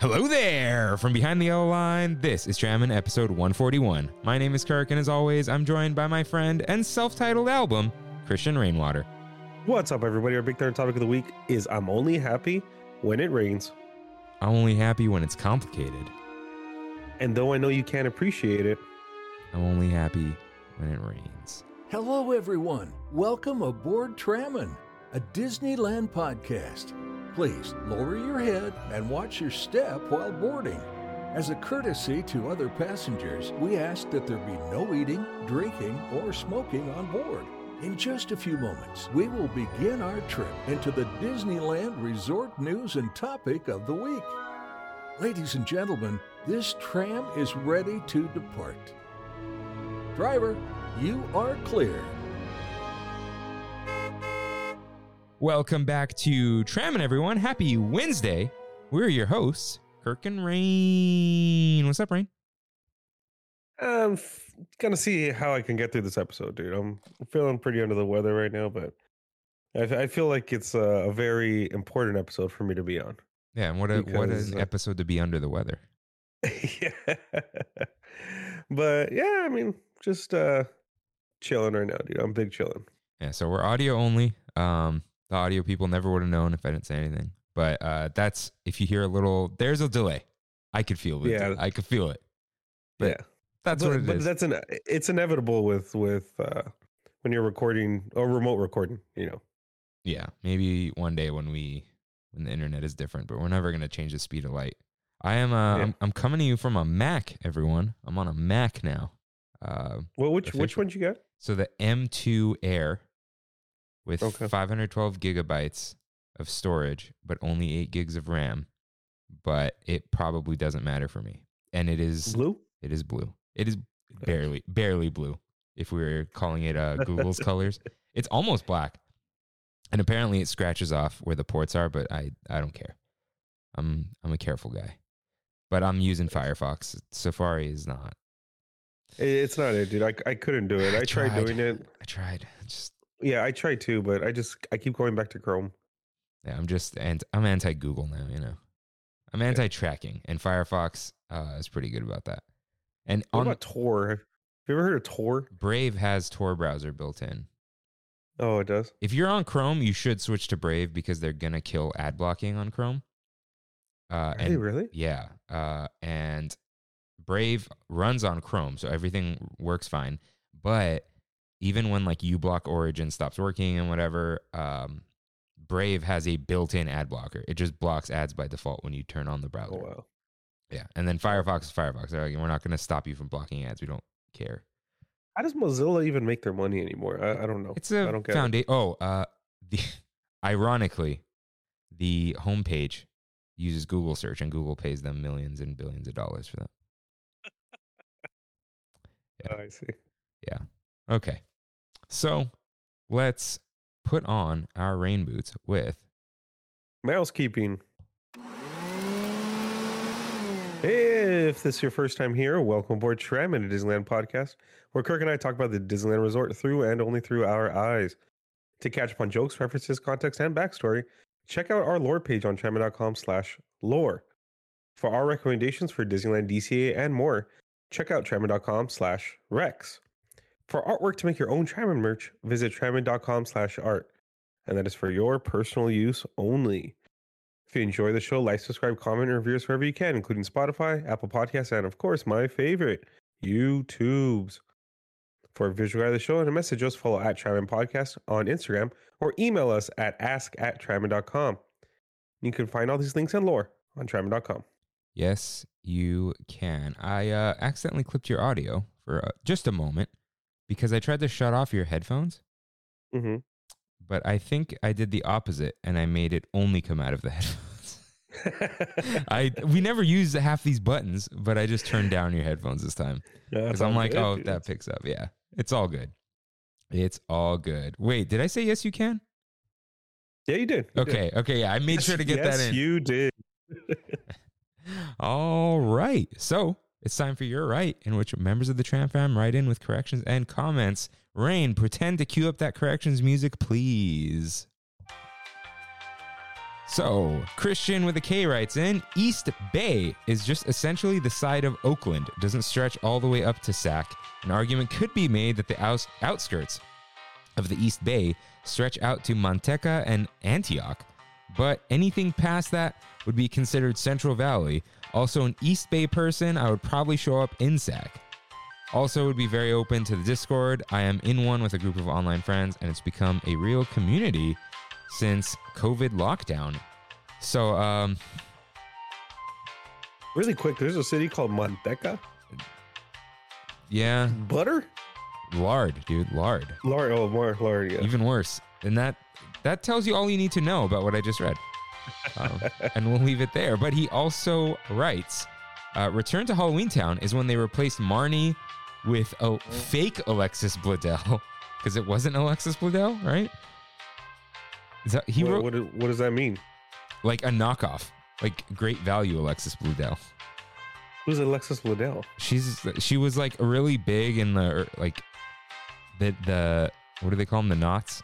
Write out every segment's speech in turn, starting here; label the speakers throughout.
Speaker 1: Hello there! From behind the yellow line, this is Jammin' episode 141. My name is Kirk, and as always, I'm joined by my friend and self titled album, Christian Rainwater.
Speaker 2: What's up, everybody? Our big third topic of the week is I'm only happy when it rains.
Speaker 1: I'm only happy when it's complicated.
Speaker 2: And though I know you can't appreciate it,
Speaker 1: I'm only happy when it rains.
Speaker 3: Hello, everyone. Welcome aboard Trammin', a Disneyland podcast. Please lower your head and watch your step while boarding. As a courtesy to other passengers, we ask that there be no eating, drinking, or smoking on board. In just a few moments, we will begin our trip into the Disneyland Resort news and topic of the week. Ladies and gentlemen, this tram is ready to depart. Driver, you are clear.
Speaker 1: Welcome back to Trammin', everyone. Happy Wednesday. We're your hosts, Kirk and Rain. What's up, Rain?
Speaker 2: I'm f- gonna see how I can get through this episode, dude. I'm feeling pretty under the weather right now, but I, f- I feel like it's a, a very important episode for me to be on.
Speaker 1: Yeah, and what, a, what
Speaker 2: Because,
Speaker 1: an
Speaker 2: uh,
Speaker 1: episode to be under the weather.
Speaker 2: yeah, but yeah, I mean, just uh chilling right now, dude. I'm big chilling.
Speaker 1: Yeah, so we're audio only. Um, the audio people never would have known if I didn't say anything. But uh, that's if you hear a little, there's a delay. I could feel it.
Speaker 2: Yeah.
Speaker 1: I could feel it. But
Speaker 2: yeah,
Speaker 1: That's
Speaker 2: but,
Speaker 1: what it is.
Speaker 2: but that's an it's inevitable with with uh when you're recording or remote recording, you know.
Speaker 1: yeah, maybe one day when we when the internet is different, but we're never gonna change the speed of light. I am. Uh,
Speaker 2: Yeah.
Speaker 1: I'm, I'm coming to you from a Mac, everyone. I'm on a Mac now. Uh,
Speaker 2: Well, which
Speaker 1: Perfect.
Speaker 2: which one'd you get?
Speaker 1: so the M2 Air with
Speaker 2: Okay.
Speaker 1: 512 gigabytes of storage, but only eight gigs of RAM. But it probably doesn't matter for me, and it is
Speaker 2: Blue?
Speaker 1: It is blue. It is barely, barely blue. If we are calling it uh, Google's colors, it's almost black. And apparently, it scratches off where the ports are, but I, I don't care. I'm I'm a careful guy, but I'm using Firefox. Safari is not.
Speaker 2: I- It's not it, dude. I, I couldn't do it.
Speaker 1: I
Speaker 2: I, tried.
Speaker 1: tried.
Speaker 2: doing it.
Speaker 1: I tried. Just
Speaker 2: Yeah, I tried too, but I just I keep going back to Chrome.
Speaker 1: yeah, I'm just and I'm anti Google now. You know, I'm anti tracking, and Firefox uh, is pretty good about that. And
Speaker 2: What
Speaker 1: on
Speaker 2: about Tor? Have you ever heard of Tor?
Speaker 1: Brave has Tor browser built in.
Speaker 2: Oh, it does.
Speaker 1: if you're on Chrome, you should switch to Brave because they're gonna kill ad blocking on Chrome. Uh,
Speaker 2: Are they
Speaker 1: and
Speaker 2: really?
Speaker 1: yeah, uh, and Brave runs on Chrome, so everything works fine. But even when like uBlock Origin stops working and whatever, um, Brave has a built-in ad blocker. It just blocks ads by default when you turn on the browser.
Speaker 2: Oh wow.
Speaker 1: Yeah, and then Firefox is Firefox. They're like, we're not gonna stop you from blocking ads. We don't care.
Speaker 2: How does Mozilla even make their money anymore? I, I don't know.
Speaker 1: It's a
Speaker 2: I don't get it.
Speaker 1: foundation. Oh, uh, the ironically, the homepage uses Google search, and Google pays them millions and billions of dollars for that.
Speaker 2: Oh, I see.
Speaker 1: Okay, so let's put on our rain boots with
Speaker 2: Mousekeeping. If this is your first time here, welcome aboard Trammin, a Disneyland podcast, where Kirk and I talk about the Disneyland Resort through and only through our eyes. To catch up on jokes, references, context, and backstory, check out our lore page on trammin.com slash lore. For our recommendations for Disneyland, DCA, and more, check out trammin.com slash rex. For artwork to make your own Trammin merch, visit trammin.com slash art and that is for your personal use only. If you enjoy the show, like, subscribe, comment, and review us wherever you can, including Spotify, Apple Podcasts, and of course, my favorite, YouTube's. For a visual guide of the show and a message, us follow at Tryman Podcast on Instagram or email us at ask at Tryman.com. You can find all these links and lore on Tryman.com.
Speaker 1: yes, you can. I uh, accidentally clipped your audio for uh, just a moment because I tried to shut off your headphones,
Speaker 2: Mm-hmm.
Speaker 1: but I think I did the opposite and I made it only come out of the headphones. I we never use half these buttons, but I just turned down your headphones this time because I'm like, oh, that picks up. Yeah, it's all good. It's all good. Wait, did I say yes? You can.
Speaker 2: Yeah, you did. You did.
Speaker 1: Okay, okay, yeah, I made sure to get
Speaker 2: yes,
Speaker 1: that in.
Speaker 2: you did.
Speaker 1: all right, so it's time for your right, in which members of the Tram Fam write in with corrections and comments. Rain, pretend to cue up that corrections music, please. So, Christian with a K writes in East Bay is just essentially the side of Oakland, doesn't stretch all the way up to Sac. An argument could be made that the outs- outskirts of the East Bay stretch out to Manteca and Antioch, but anything past that would be considered Central Valley. Also, an East Bay person, I would probably show up in Sac. Also, would be very open to the Discord. I am in one with a group of online friends, and it's become a real community since COVID lockdown. So, um,
Speaker 2: Really quick, there's a city called Manteca.
Speaker 1: yeah,
Speaker 2: Butter?
Speaker 1: lard, dude, lard.
Speaker 2: Lard, oh, more lard, yeah.
Speaker 1: Even worse, and that that tells you all you need to know about what I just read. Um, and we'll leave it there. But he also writes, uh, "Return to Halloween Town is when they replaced Marnie with a fake Alexis Bledel because it wasn't Alexis Bledel, right? Is that, he
Speaker 2: what,
Speaker 1: wrote
Speaker 2: what, do- what does that mean?
Speaker 1: like a knockoff, like great value Alexis Bledel.
Speaker 2: Who's Alexis Liddell?
Speaker 1: she's she was like really big in the er, like the the what do they call them the knots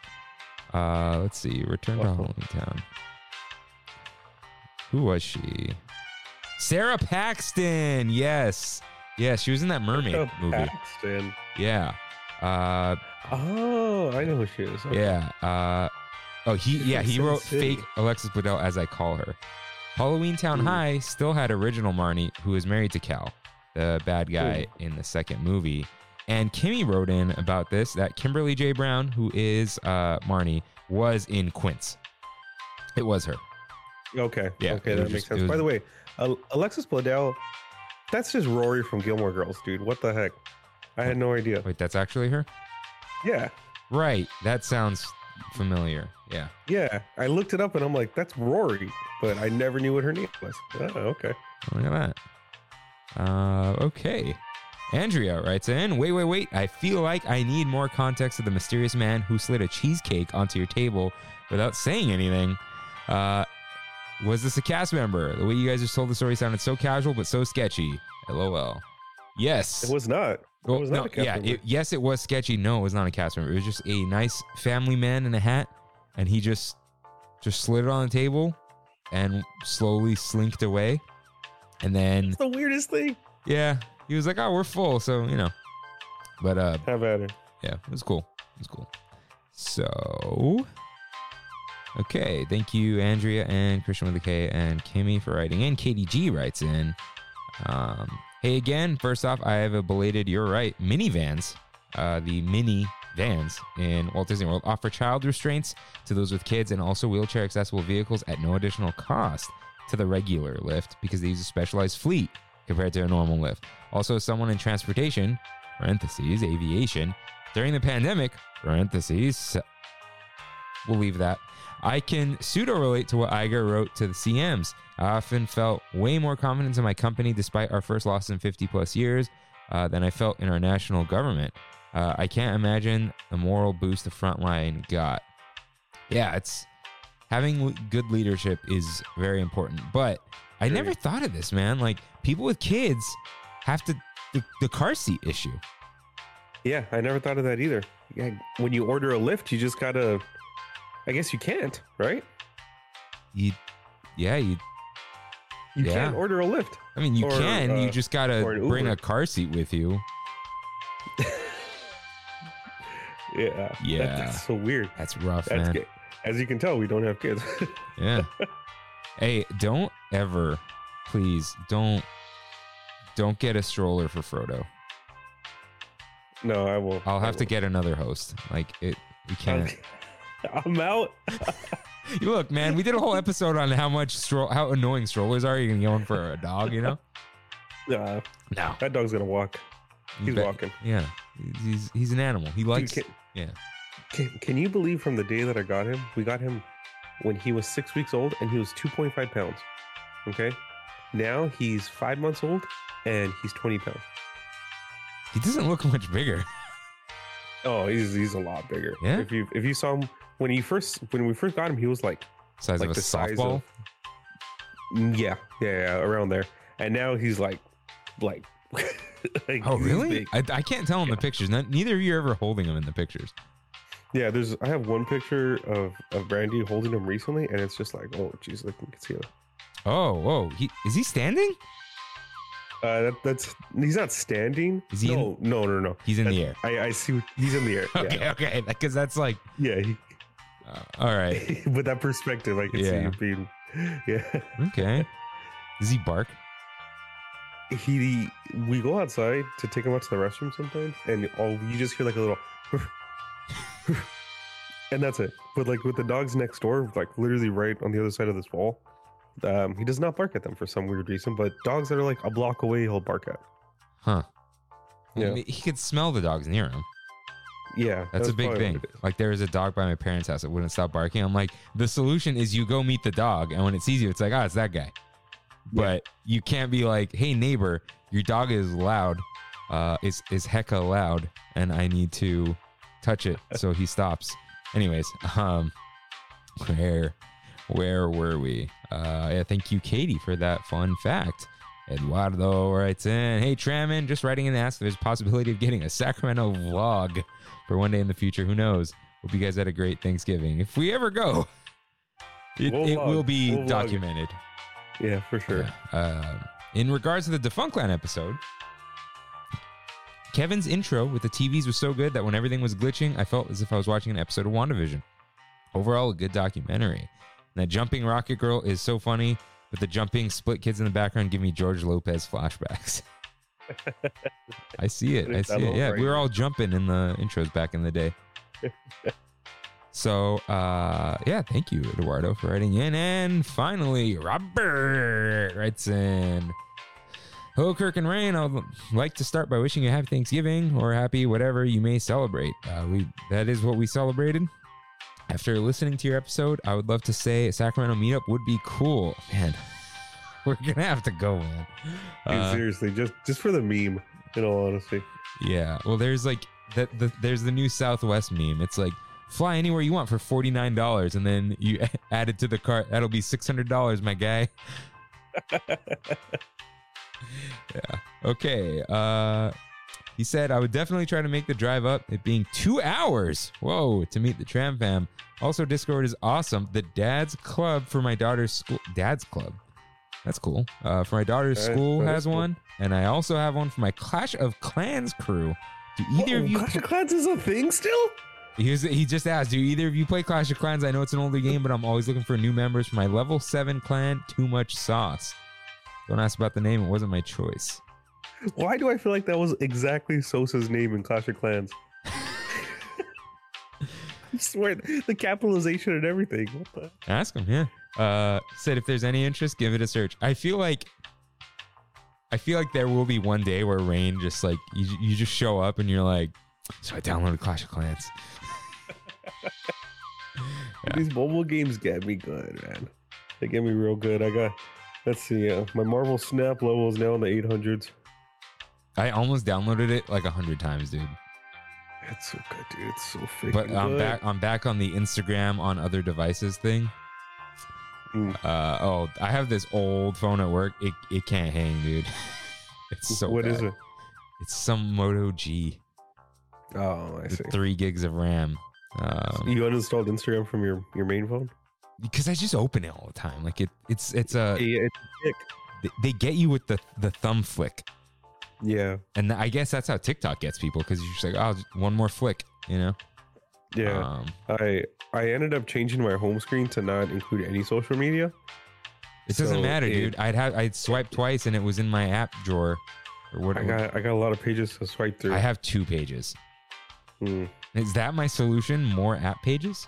Speaker 1: uh let's see return to
Speaker 2: Oh.
Speaker 1: halloween town who was she sarah paxton yes yes she was in that mermaid
Speaker 2: Oh,
Speaker 1: movie
Speaker 2: Paxton.
Speaker 1: yeah uh
Speaker 2: Oh, I know who she is. Okay.
Speaker 1: yeah uh oh he
Speaker 2: She's
Speaker 1: yeah
Speaker 2: from
Speaker 1: he
Speaker 2: Sin
Speaker 1: wrote
Speaker 2: City.
Speaker 1: fake alexis bledel as i call her halloween town
Speaker 2: Ooh.
Speaker 1: high still had original marnie who is married to cal the bad guy in the second movie. And Kimmy wrote in about this that Kimberly J. Brown, who is uh, Marnie, was in Quince. It was her.
Speaker 2: Okay.
Speaker 1: Yeah,
Speaker 2: Okay,
Speaker 1: it
Speaker 2: that
Speaker 1: was
Speaker 2: makes
Speaker 1: just-
Speaker 2: sense.
Speaker 1: it was-
Speaker 2: By the way, Al- Alexis Bledel, that's just Rory from Gilmore Girls, dude. What the heck? I had no idea.
Speaker 1: Wait, that's actually her?
Speaker 2: Yeah.
Speaker 1: Right. That sounds familiar. Yeah.
Speaker 2: Yeah. I looked it up and I'm like, that's Rory, but I never knew what her name was. Oh, okay.
Speaker 1: Look at that. Uh, okay. Andrea writes in, wait, wait, wait. I feel like I need more context of the mysterious man who slid a cheesecake onto your table without saying anything. Uh, was this a cast member? The way you guys just told the story sounded so casual but so sketchy. LOL. Yes.
Speaker 2: It was not.
Speaker 1: Well,
Speaker 2: it was
Speaker 1: no,
Speaker 2: not a cast
Speaker 1: yeah,
Speaker 2: member.
Speaker 1: it- yes, it was sketchy. No, it was not a cast member. It was just a nice family man in a hat, and he just just slid it on the table and slowly slinked away. And then,
Speaker 2: It's the weirdest thing.
Speaker 1: yeah, he was like, "Oh, we're full," so you know. But uh,
Speaker 2: Have at it.
Speaker 1: yeah, it was cool. It was cool. So, okay, thank you, Andrea and Christian with a K and Kimmy for writing in. Katie G writes in. Um, hey again, first off, I have a belated, you're right, minivans, uh, the mini vans in Walt Disney World offer child restraints to those with kids and also wheelchair accessible vehicles at no additional cost to the regular lift because they use a specialized fleet compared to a normal lift. Also, someone in transportation, parentheses, aviation, during the pandemic, parentheses, we'll leave that. I can pseudo relate to what Iger wrote to the CMs. I often felt way more confidence in my company despite our first loss in 50 plus years uh, than I felt in our national government. Uh, I can't imagine the moral boost the front line got. Yeah, it's having l- good leadership is very important, but I never
Speaker 2: Agreed.
Speaker 1: thought of this, man. Like people with kids have to the, the car seat issue.
Speaker 2: Yeah, I never thought of that either. Yeah, when you order a lift, you just gotta. I guess you can't, right?
Speaker 1: You, yeah, you.
Speaker 2: You
Speaker 1: Yeah.
Speaker 2: can't order a lift.
Speaker 1: I mean, you
Speaker 2: Or,
Speaker 1: can.
Speaker 2: uh,
Speaker 1: you just gotta
Speaker 2: or an
Speaker 1: bring
Speaker 2: Uber.
Speaker 1: a car seat with you.
Speaker 2: Yeah. that-
Speaker 1: Yeah.
Speaker 2: that's so weird.
Speaker 1: That's rough,
Speaker 2: That's
Speaker 1: man.
Speaker 2: ga- as you can tell, we don't have kids.
Speaker 1: Yeah. hey, don't ever, please, don't, don't get a stroller for Frodo.
Speaker 2: no, I won't.
Speaker 1: I'll
Speaker 2: I
Speaker 1: have to
Speaker 2: won't.
Speaker 1: get another host. Like it, we
Speaker 2: I'm-
Speaker 1: can't.
Speaker 2: I'm out.
Speaker 1: You Look, man, we did a whole episode on how much stroll, how annoying strollers are. You're gonna get one for a dog, you know?
Speaker 2: Nah,
Speaker 1: No,
Speaker 2: that dog's gonna walk.
Speaker 1: You
Speaker 2: He's
Speaker 1: bet-
Speaker 2: walking.
Speaker 1: Yeah, he's he's an animal. He
Speaker 2: Dude,
Speaker 1: likes.
Speaker 2: can,
Speaker 1: yeah.
Speaker 2: Can, can you believe from the day that I got him, we got him when he was six weeks old and he was 2.5 pounds. Okay. Now he's five months old and he's 20 pounds.
Speaker 1: He doesn't look much bigger.
Speaker 2: Oh, he's he's a lot bigger.
Speaker 1: Yeah?
Speaker 2: If you if you saw him when he first when we first got him, he was like
Speaker 1: Size
Speaker 2: Like
Speaker 1: of a
Speaker 2: the size of-
Speaker 1: softball.
Speaker 2: mm, yeah yeah, yeah around there, and now he's like like. like
Speaker 1: Oh
Speaker 2: he's
Speaker 1: really?
Speaker 2: big.
Speaker 1: I, I can't tell in the pictures. None- Neither of you are ever holding him in the pictures.
Speaker 2: Yeah, there's. I have one picture of of Brandy holding him recently, and it's just like, oh, geez, look, you can see him.
Speaker 1: Oh, whoa. He is he standing?
Speaker 2: Uh, that, that's he's not standing.
Speaker 1: Is he
Speaker 2: No, no, no, no.
Speaker 1: He's in
Speaker 2: That-
Speaker 1: the air.
Speaker 2: I, I see. what- He's in the air.
Speaker 1: Okay,
Speaker 2: Yeah,
Speaker 1: okay. Because that's like,
Speaker 2: yeah. He,
Speaker 1: uh, all right.
Speaker 2: with that perspective, I can see
Speaker 1: Yeah.
Speaker 2: him being. Yeah,
Speaker 1: Okay. Does he bark?
Speaker 2: he, he. We go outside to take him out to the restroom sometimes, and all you just hear like a little, and that's it. But like with the dogs next door, like literally right on the other side of this wall, um, he does not bark at them for some weird reason. But dogs that are like a block away, he'll bark at.
Speaker 1: Huh.
Speaker 2: Yeah.
Speaker 1: Well, He could smell the dogs near him.
Speaker 2: Yeah,
Speaker 1: That's, a big
Speaker 2: probably what
Speaker 1: thing.
Speaker 2: it is.
Speaker 1: Like there was a dog by my parents' house that wouldn't stop barking. I'm like, the solution is you go meet the dog, and when it sees you, it's like, ah, it's that guy. But you can't be like, hey neighbor, your dog is loud, uh, is is hecka loud, and I need to touch it so he stops. Anyways, um, where where were we? Uh, yeah, thank you, Katie, for that fun fact. Eduardo writes in, "Hey Trammon, just writing in to ask if there's a possibility of getting a Sacramento vlog for one day in the future. Who knows? Hope you guys had a great Thanksgiving. If we ever go, it,
Speaker 2: We'll
Speaker 1: it
Speaker 2: vlog.
Speaker 1: will be
Speaker 2: We'll vlog.
Speaker 1: documented.
Speaker 2: Yeah, for sure.
Speaker 1: Uh, in regards to the Defunctland episode, Kevin's intro with the TVs was so good that when everything was glitching, I felt as if I was watching an episode of WandaVision. Overall, a good documentary. And that jumping Rocket Girl is so funny, but the jumping split kids in the background give me George Lopez flashbacks. I see it. I
Speaker 2: That
Speaker 1: see it.
Speaker 2: little
Speaker 1: Yeah, we were
Speaker 2: break.
Speaker 1: all jumping in the intros back in the day. So, uh, yeah, thank you, Eduardo, for writing in. And finally, Robert writes in. Hello, Kirk and Rain. I'd like to start by wishing you a happy Thanksgiving or happy whatever you may celebrate. Uh, we That is what we celebrated. After listening to your episode, I would love to say a Sacramento meetup would be cool. Man, we're going to have to go, man.
Speaker 2: Dude,
Speaker 1: Uh,
Speaker 2: seriously, just just for the meme, in all honesty.
Speaker 1: yeah. Well, there's like that. The, there's the new Southwest meme. It's like fly anywhere you want for forty nine dollars, and then you add it to the cart. That'll be six hundred dollars, my guy. yeah. Okay. Uh, he said I would definitely try to make the drive up. It being two hours. Whoa, to meet the tram fam. Also, Discord is awesome. The dad's club for my daughter's school. Dad's club. That's cool. Uh, for my daughter's
Speaker 2: That-
Speaker 1: school
Speaker 2: that is
Speaker 1: has
Speaker 2: cool.
Speaker 1: one, and I also have one for my Clash of Clans crew. Do either
Speaker 2: Whoa,
Speaker 1: of you?
Speaker 2: Clash of Clans is Oh, a thing still?
Speaker 1: He, was, he just asked, do either of you play Clash of Clans? I know it's an older game, but I'm always looking for new members for my level seven clan. Too much sauce. Don't ask about the name; it wasn't my choice.
Speaker 2: Why do I feel like that was exactly Sosa's name in Clash of Clans? I swear, the capitalization and everything. What the?
Speaker 1: Ask him, yeah. Uh, said if there's any interest, give it a search. I feel like, I feel like there will be one day where Rain just like you, you just show up and you're like, so I downloaded Clash of Clans. Yeah.
Speaker 2: These mobile games get me good, man. They get me real good. I got, let's see, uh, my Marvel Snap level is now in the 800s.
Speaker 1: I almost downloaded it like a hundred times, dude.
Speaker 2: It's so good, dude. It's so freaking
Speaker 1: But um, I'm
Speaker 2: good.
Speaker 1: back. I'm back on the Instagram on other devices thing.
Speaker 2: Mm.
Speaker 1: Uh, oh, I have this old phone at work. It it can't hang, dude. It's so.
Speaker 2: What
Speaker 1: bad.
Speaker 2: is it?
Speaker 1: It's some Moto G.
Speaker 2: Oh, I see.
Speaker 1: with Three gigs of RAM. Um,
Speaker 2: You uninstalled Instagram from your, your main phone?
Speaker 1: because I just open it all the time. Like it, it's it's a
Speaker 2: Yeah, it's thick.
Speaker 1: th- they get you with the the thumb flick,
Speaker 2: Yeah,
Speaker 1: and I guess that's how TikTok gets people because you're just like, oh, just one more flick, you know?
Speaker 2: yeah.
Speaker 1: Um,
Speaker 2: I I ended up changing my home screen to not include any social media.
Speaker 1: it doesn't
Speaker 2: So
Speaker 1: matter,
Speaker 2: it-
Speaker 1: dude. I'd have I'd swipe twice, and it was in my app drawer. Or what?
Speaker 2: I got I got a lot of pages to swipe through.
Speaker 1: I have two pages.
Speaker 2: Hmm.
Speaker 1: Is that my solution? More app pages?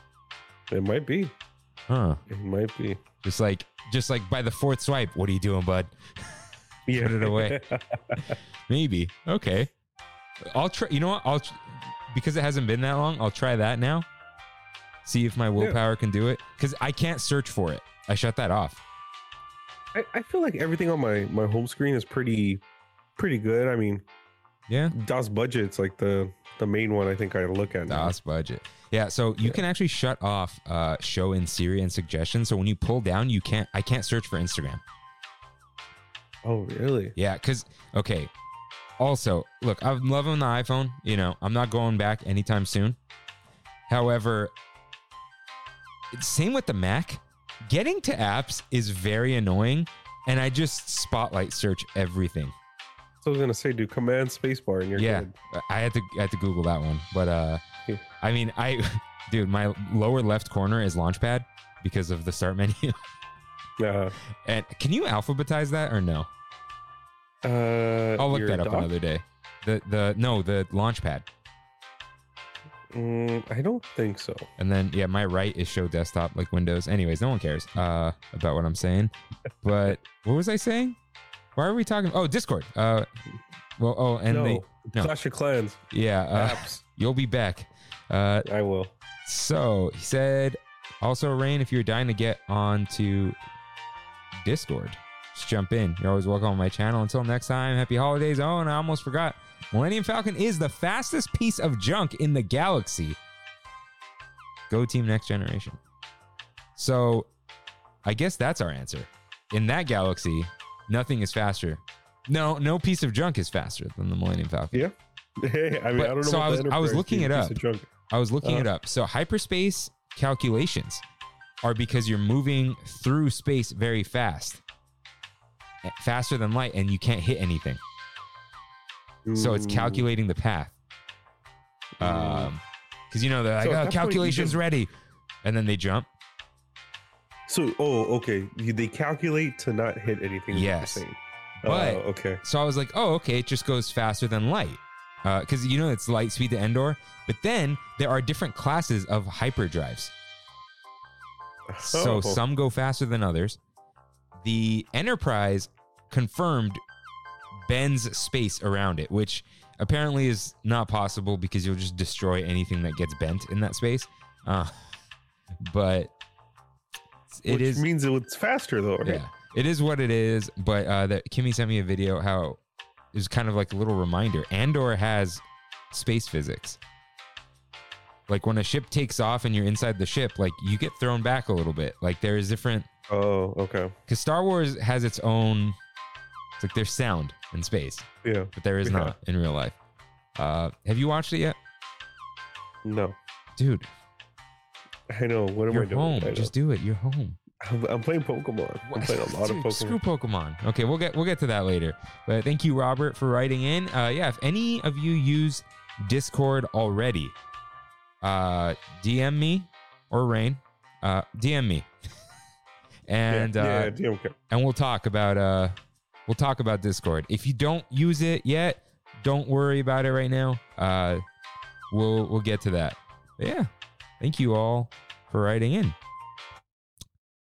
Speaker 2: It might be.
Speaker 1: Huh?
Speaker 2: It might be.
Speaker 1: Just like just like by the fourth swipe, what are you doing, bud?
Speaker 2: Yeah.
Speaker 1: it away. Maybe. Okay. I'll try. You know what? I'll tr- because it hasn't been that long. I'll try that now. See if my willpower can do it. Because I can't search for it. I shut that off.
Speaker 2: I, I feel like everything on my my home screen is pretty pretty good. I mean,
Speaker 1: Yeah.
Speaker 2: DOS budget's like the the main one I think I look at. now.
Speaker 1: DOS budget. Yeah. So you can actually shut off uh, show in Siri and suggestions. So when you pull down, you can't. I can't search for Instagram.
Speaker 2: Oh, really?
Speaker 1: Yeah, because okay. Also, look, I'm loving the iPhone. You know, I'm not going back anytime soon. However, it's same with the Mac. Getting to apps is very annoying, and I just spotlight search everything.
Speaker 2: So I was gonna say, do command spacebar and you're
Speaker 1: yeah,
Speaker 2: good.
Speaker 1: I had to I had to Google that one, but uh,
Speaker 2: Yeah.
Speaker 1: I mean, I, dude, my lower left corner is Launchpad because of the start menu.
Speaker 2: Yeah.
Speaker 1: And can you alphabetize that or no?
Speaker 2: Uh,
Speaker 1: I'll look
Speaker 2: your
Speaker 1: that up
Speaker 2: doc?
Speaker 1: another day. The the no the Launchpad,
Speaker 2: Mm, I don't think so.
Speaker 1: and then yeah, my right is Show Desktop like Windows. Anyways, no one cares uh, about what I'm saying. But what was I saying? Why are we talking? Oh, Discord. Uh, well, oh, and
Speaker 2: no.
Speaker 1: they, no.
Speaker 2: Clash of Clans
Speaker 1: yeah, uh,
Speaker 2: apps.
Speaker 1: you'll be back. Uh,
Speaker 2: I will.
Speaker 1: So he said, also, Rain, if you're dying to get onto Discord, just jump in. You're always welcome on my channel. Until next time, happy holidays. Oh, and I almost forgot Millennium Falcon is the fastest piece of junk in the galaxy. Go Team Next Generation. So I guess that's our answer. In that galaxy, nothing is faster. No, no piece of junk is faster than the Millennium Falcon.
Speaker 2: Yeah. Hey, I mean,
Speaker 1: But-
Speaker 2: I don't know.
Speaker 1: so
Speaker 2: what
Speaker 1: I was-
Speaker 2: the
Speaker 1: I was
Speaker 2: Enterprise
Speaker 1: looking
Speaker 2: is,
Speaker 1: it
Speaker 2: piece
Speaker 1: up.
Speaker 2: of junk.
Speaker 1: I was looking
Speaker 2: Uh.
Speaker 1: it up. So hyperspace calculations are because you're moving through space very fast, eh, faster than light, and you can't hit anything. So it's
Speaker 2: Mm.
Speaker 1: calculating the path. Um, because you know they're like,
Speaker 2: So at that
Speaker 1: oh,
Speaker 2: point you
Speaker 1: calculations
Speaker 2: just-
Speaker 1: ready, and then they jump.
Speaker 2: So, oh, okay. You- They calculate to not hit anything. that you're
Speaker 1: Yes.
Speaker 2: saying.
Speaker 1: But-
Speaker 2: Uh, okay.
Speaker 1: So I was like, oh, okay, it just goes faster than light. Because you know it's light speed to Endor, but then there are different classes of hyperdrives. So
Speaker 2: Oh.
Speaker 1: some go faster than others. The Enterprise confirmed bends space around it, which apparently is not possible because you'll just destroy anything that gets bent in that space. Uh, but it
Speaker 2: Which
Speaker 1: is
Speaker 2: means it was faster though, right?
Speaker 1: yeah, it is what it is. But uh, that Kimmy sent me a video how it was kind of like a little reminder. Andor has space physics. Like when a ship takes off and you're inside the ship, like you get thrown back a little bit. Like there is different
Speaker 2: Oh, okay.
Speaker 1: because Star Wars has its own. It's like there's sound in space,
Speaker 2: Yeah.
Speaker 1: but there is
Speaker 2: Yeah.
Speaker 1: not in real life. Uh, have you watched it yet,
Speaker 2: No,
Speaker 1: dude?
Speaker 2: I know. What am
Speaker 1: You're
Speaker 2: I doing?
Speaker 1: home.
Speaker 2: I know.
Speaker 1: Just do it. You're home.
Speaker 2: I'm, I'm playing Pokemon. I'm playing a lot of
Speaker 1: Dude,
Speaker 2: Pokemon.
Speaker 1: Screw Pokemon. Okay, we'll get we'll get to that later. But thank you, Robert, for writing in. Uh, yeah, if any of you use Discord already, uh, DM me or Rain. Uh, DM me, and
Speaker 2: yeah,
Speaker 1: uh,
Speaker 2: yeah, yeah, okay.
Speaker 1: and we'll talk about uh, we'll talk about Discord. If you don't use it yet, don't worry about it right now. Uh, we'll we'll get to that. But yeah, thank you all for writing in.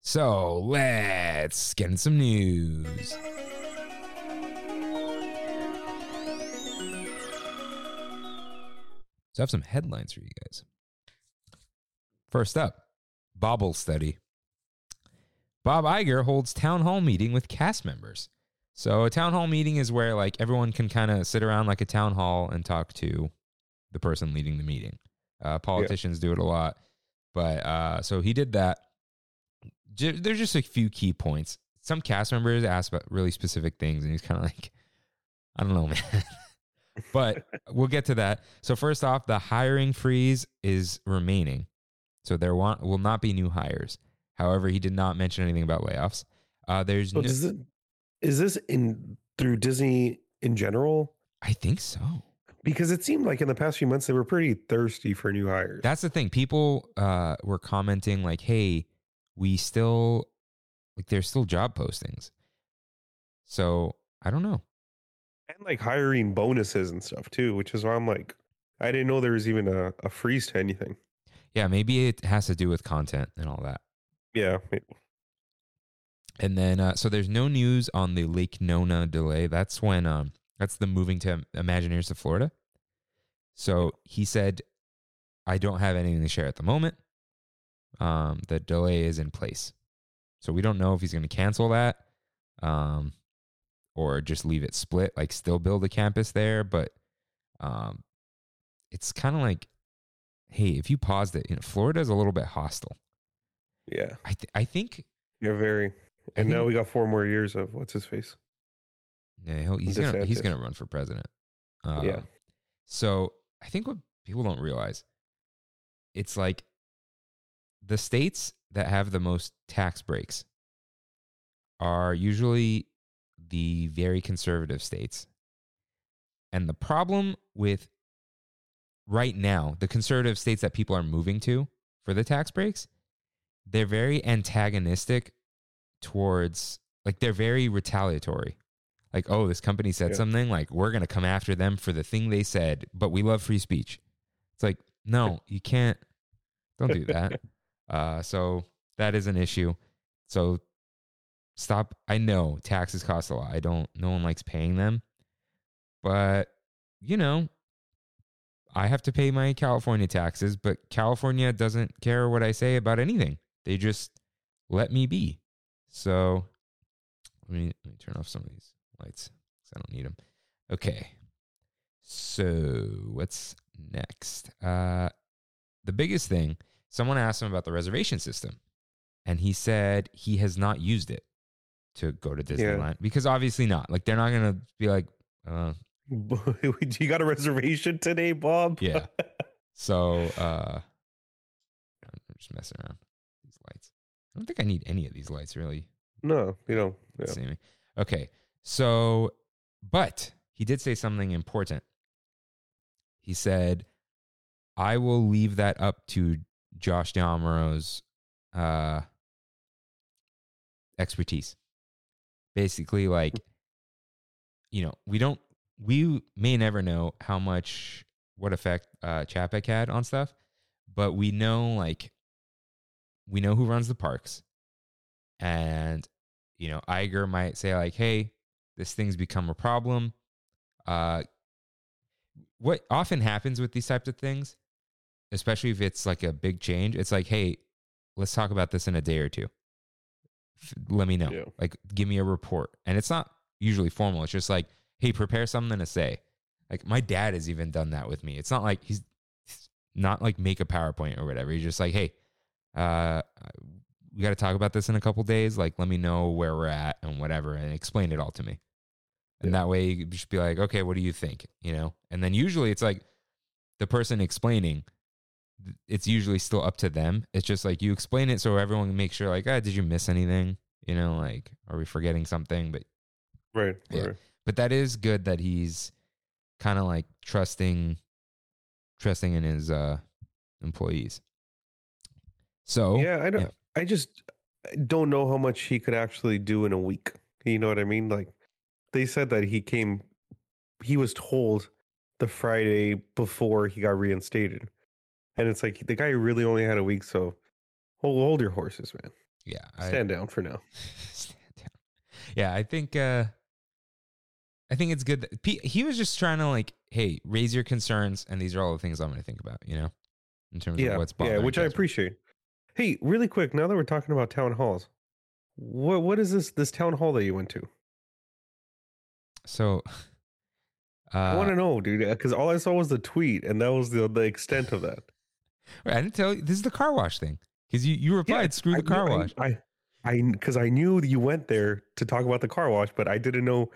Speaker 1: So let's get in some news. So I have some headlines for you guys. First up, Bobble study. Bob Iger holds town hall meeting with cast members. So a town hall meeting is where like everyone can kind of sit around like a town hall and talk to the person leading the meeting. Uh, politicians do it a lot, but uh, so he did that. Ju- There's just a few key points. Some cast members asked about really specific things, and he's kind of like, I don't know, man. but we'll get to that. So first off, the hiring freeze is remaining, so there want, will not be new hires. However, he did not mention anything about layoffs. Uh, there's
Speaker 2: So
Speaker 1: no,
Speaker 2: Oh, does it, is this in through Disney in general?
Speaker 1: I think so.
Speaker 2: Because it seemed like in the past few months they were pretty thirsty for new hires.
Speaker 1: That's the thing. People uh, were commenting like, "Hey, we still like there's still job postings." So I don't know.
Speaker 2: and like hiring bonuses and stuff too, which is why I'm like, I didn't know there was even a, a freeze to anything.
Speaker 1: Yeah, maybe it has to do with content and all that.
Speaker 2: Yeah, it-
Speaker 1: And then uh, so there's no news on the Lake Nona delay. That's when um that's the moving to Imagineers to Florida. So he said, I don't have anything to share at the moment. Um, the delay is in place. So we don't know if he's going to cancel that um, or just leave it split, like still build a campus there. But um, it's kind of like, hey, if you paused it, you know, Florida's a little bit hostile.
Speaker 2: yeah,
Speaker 1: I, th- I think
Speaker 2: you're very.
Speaker 1: I
Speaker 2: And now
Speaker 1: think-
Speaker 2: we got four more years of what's his face.
Speaker 1: Yeah, he'll, he's gonna he's
Speaker 2: DeSantis.
Speaker 1: gonna run for president. Uh,
Speaker 2: Yeah.
Speaker 1: So I think what people don't realize it's like the states that have the most tax breaks are usually the very conservative states. And the problem with right now, the conservative states that people are moving to for the tax breaks, they're very antagonistic towards, like, they're very retaliatory. Like, oh, this company said
Speaker 2: Yeah.
Speaker 1: something, like, we're going to come after them for the thing they said, but we love free speech. It's like, no, you can't, don't do that. uh, so that is an issue. So stop. I know taxes cost a lot. I don't, no one likes paying them, but you know, I have to pay my California taxes, but California doesn't care what I say about anything. They just let me be. So let me, let me turn off some of these lights because I don't need them. Okay. So what's next? Uh, the biggest thing someone asked him about the reservation system, and he said he has not used it to go to Disneyland because obviously not. Like they're not gonna be like, uh,
Speaker 2: you got a reservation today, Bob?
Speaker 1: yeah. so uh, I'm just messing around with these lights. I don't think I need any of these lights really.
Speaker 2: No, you know. Yeah.
Speaker 1: See me. Okay. So, but he did say something important. He said, I will leave that up to Josh D'Amaro's uh, expertise. Basically, like, you know, we don't, we may never know how much, what effect uh, Chapek had on stuff, but we know, like, we know who runs the parks. And you know, Iger might say like, "Hey, this thing's become a problem." Uh, what often happens with these types of things, especially if it's like a big change, it's like, "Hey, let's talk about this in a day or two. F- Let me know.
Speaker 2: Yeah.
Speaker 1: Like, give me a report." And it's not usually formal. It's just like, "Hey, prepare something to say." Like my dad has even done that with me. It's not like he's he's not like make a PowerPoint or whatever. He's just like, "Hey, uh, we got to talk about this in a couple days. Like, let me know where we're at and whatever, and explain it all to me. And that way, you could just be like, okay, what do you think? You know, and then usually it's like the person explaining. th- It's usually still up to them. It's just like you explain it so everyone can make sure, like, ah, did you miss anything? You know, like, are we forgetting something? But
Speaker 2: Right.
Speaker 1: Yeah.
Speaker 2: right.
Speaker 1: but that is good that he's kind of like trusting trusting in his uh employees. So
Speaker 2: yeah, I don't.
Speaker 1: Oh, yeah.
Speaker 2: I just don't know how much he could actually do in a week. You know what I mean? Like they said that he came, he was told the Friday before he got reinstated, and it's like the guy really only had a week. So hold, hold your horses, man.
Speaker 1: yeah, I-
Speaker 2: Stand down for now.
Speaker 1: Stand down. Yeah, I think uh I think it's good that P- he was just trying to like, hey, raise your concerns, and these are all the things I'm going to think about, you know, in terms
Speaker 2: Yeah,
Speaker 1: of what's bothering.
Speaker 2: yeah, which I
Speaker 1: Jasmine.
Speaker 2: appreciate. Hey, really quick, now that we're talking about town halls, what what is this this town hall that you went to?
Speaker 1: So, uh,
Speaker 2: I
Speaker 1: I,
Speaker 2: want to know, dude, because all I saw was the tweet, and that was the the extent of that.
Speaker 1: I didn't tell you this is the car wash thing because you you replied, "Screw the
Speaker 2: I
Speaker 1: car
Speaker 2: knew-
Speaker 1: wash."
Speaker 2: I, I, because I knew that you went there to talk about the car wash, but I didn't know.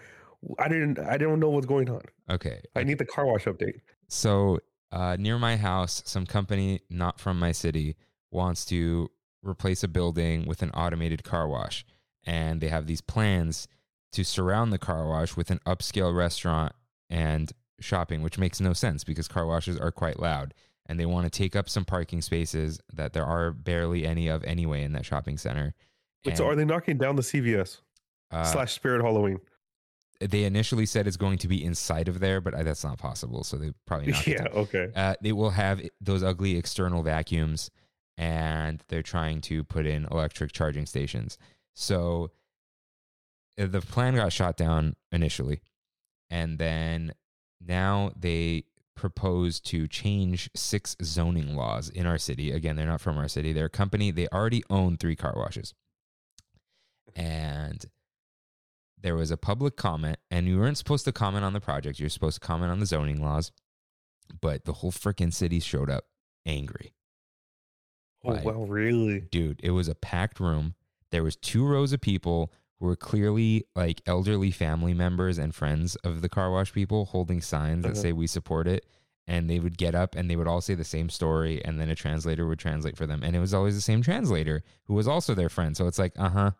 Speaker 2: I didn't. I don't know what's going on.
Speaker 1: Okay,
Speaker 2: I need the car wash update.
Speaker 1: So, uh, near my house, some company not from my city wants to replace a building with an automated car wash. And they have these plans to surround the car wash with an upscale restaurant and shopping, which makes no sense because car washes are quite loud. And they want to take up some parking spaces that there are barely any of anyway in that shopping center.
Speaker 2: Wait, so
Speaker 1: And,
Speaker 2: are they knocking down the CVS
Speaker 1: uh,
Speaker 2: slash Spirit Halloween?
Speaker 1: they initially said it's going to be inside of there, but uh, that's not possible. So they probably knocked it down.
Speaker 2: Yeah. Okay.
Speaker 1: Uh, they will have i- those ugly external vacuums, and they're trying to put in electric charging stations. So uh, the plan got shot down initially, and then now they propose to change six zoning laws in our city. Again, they're not from our city; they're a company. They already own three car washes, and there was a public comment, and you weren't supposed to comment on the project. You're supposed to comment on the zoning laws but the whole freaking city showed up angry.
Speaker 2: Oh
Speaker 1: Like,
Speaker 2: wow, really?
Speaker 1: Dude, it was a packed room. There was two rows of people who were clearly like elderly family members and friends of the car wash people holding signs that
Speaker 2: Uh-huh.
Speaker 1: say we support it and they would get up and they would all say the same story and then a translator would translate for them and it was always the same translator who was also their friend so it's like uh-huh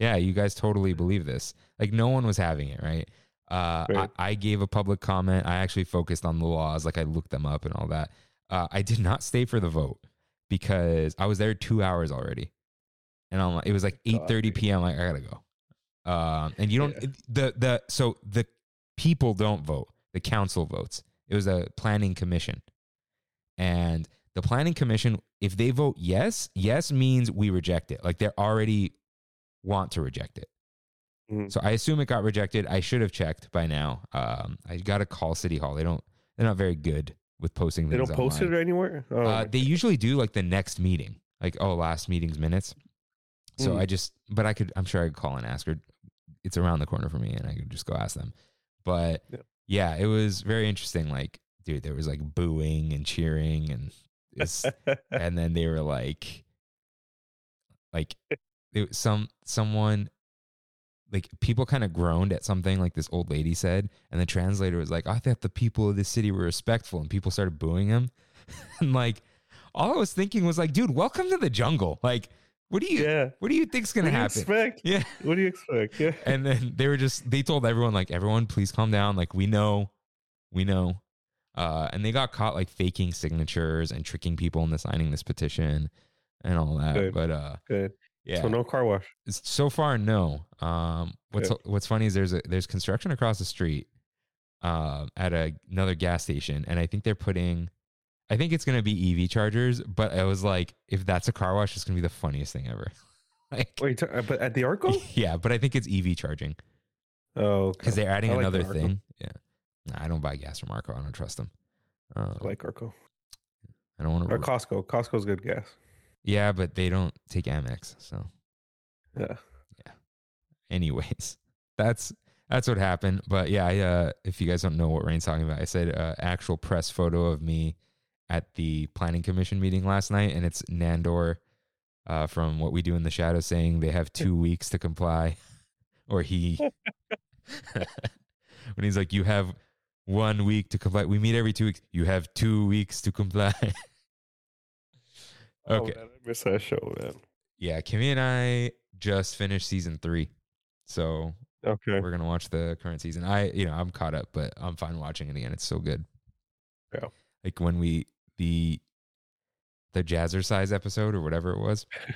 Speaker 1: yeah you guys totally believe this like no one was having it right uh,
Speaker 2: Right.
Speaker 1: I, I gave a public comment i actually focused on the laws like i looked them up and all that uh, i did not stay for the vote because i was there two hours already and I'm like, it was like
Speaker 2: God.
Speaker 1: 8.30 p.m like i gotta go um, and you don't
Speaker 2: Yeah.
Speaker 1: the the so the people don't vote the council votes it was a planning commission and the planning commission if they vote yes yes means we reject it like they're already want to reject it
Speaker 2: Mhm.
Speaker 1: so i assume it got rejected i should have checked by now um, i got to call city hall they don't they're not very good with posting
Speaker 2: They
Speaker 1: things
Speaker 2: don't post
Speaker 1: online.
Speaker 2: it anywhere. Oh,
Speaker 1: Uh, they usually do like the next meeting, like oh, last meeting's minutes. So
Speaker 2: Mm.
Speaker 1: I just, but I could, I'm sure I could call and ask her. It's around the corner for me, and I could just go ask them. But
Speaker 2: Yeah.
Speaker 1: yeah, it was very interesting. Like, dude, there was like booing and cheering, and
Speaker 2: Oh,
Speaker 1: it's, and then they were like, like it, some someone. Like people kind of groaned at something like this old lady said, and the translator was like, "I thought the people of this city were respectful," and people started booing him. and like all I was thinking was like, dude, welcome to the jungle. Like, what do you
Speaker 2: yeah.
Speaker 1: what do you think's
Speaker 2: What
Speaker 1: gonna
Speaker 2: do you
Speaker 1: happen?
Speaker 2: expect?
Speaker 1: yeah.
Speaker 2: What do you expect? Yeah.
Speaker 1: And then they were just they told everyone, like, everyone, please calm down. Like, we know, we know. Uh, and they got caught like faking signatures and tricking people into signing this petition and all that.
Speaker 2: Good.
Speaker 1: But uh
Speaker 2: Good.
Speaker 1: yeah.
Speaker 2: So no car wash.
Speaker 1: S- so far no um what's
Speaker 2: Okay.
Speaker 1: what's funny is there's a there's construction across the street um at a, another gas station and i think they're putting i think it's going to be ev chargers but i was like if that's a car wash it's going to be the funniest thing ever like
Speaker 2: Wait, t- uh, but at the Arco?
Speaker 1: yeah but i think it's ev charging
Speaker 2: Oh, okay.
Speaker 1: because they're adding
Speaker 2: I like
Speaker 1: another
Speaker 2: Arco.
Speaker 1: thing yeah Nah, i don't buy gas from arco i don't trust them uh,
Speaker 2: I like Arco
Speaker 1: i don't want
Speaker 2: or
Speaker 1: to
Speaker 2: Costco. Costco's good gas.
Speaker 1: yeah but they don't take amex so
Speaker 2: Yeah.
Speaker 1: anyways that's that's what happened but yeah I, uh, if you guys don't know what rain's talking about i said uh, actual press photo of me at the planning commission meeting last night and it's nandor uh, from what we do in the shadow saying they have two weeks to comply or he when he's like you have one week to comply we meet every two weeks you have two weeks to comply Okay.
Speaker 2: Oh, man, I miss that show, man.
Speaker 1: yeah kimmy and i just finished season three so
Speaker 2: Okay.
Speaker 1: we're gonna watch the current season. I, you know, I'm caught up, but I'm fine watching it again. It's so good.
Speaker 2: Yeah.
Speaker 1: Like when we the the Jazzercise episode or whatever it was. I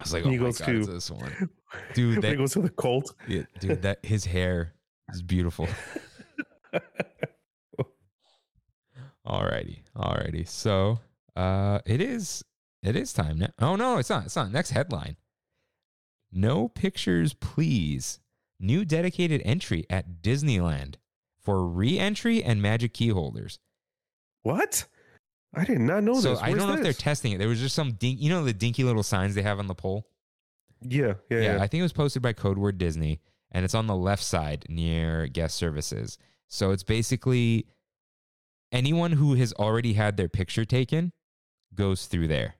Speaker 1: was like, oh
Speaker 2: He
Speaker 1: my
Speaker 2: goes
Speaker 1: god,
Speaker 2: to-
Speaker 1: it's this one, Dude,
Speaker 2: When
Speaker 1: that-
Speaker 2: he goes to the cult.
Speaker 1: Yeah, dude. That his hair is beautiful. Alrighty, alrighty. So, uh, it is it is time now. Oh no, it's not. It's not. Next headline. No pictures, please. New dedicated entry at Disneyland for re-entry and Magic Key holders.
Speaker 2: what? I did not know
Speaker 1: so
Speaker 2: this.
Speaker 1: I
Speaker 2: Where's
Speaker 1: don't know if they're
Speaker 2: this?
Speaker 1: testing it. There was just some dink, you know, the dinky little signs they have on the pole.
Speaker 2: yeah, yeah, yeah.
Speaker 1: I think it was posted by Code Word Disney, and it's on the left side near guest services. So it's basically anyone who has already had their picture taken goes through there.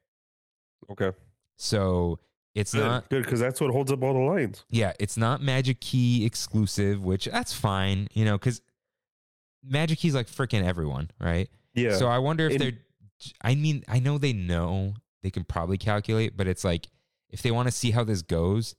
Speaker 2: okay.
Speaker 1: So it's not
Speaker 2: good because that's what holds up all the lines.
Speaker 1: yeah, it's not Magic Key exclusive, which that's fine, you know, because Magic Key's like freaking everyone, right?
Speaker 2: Yeah.
Speaker 1: So I wonder if
Speaker 2: And-
Speaker 1: they're. I mean, I know they know they can probably calculate, but it's like if they want to see how this goes,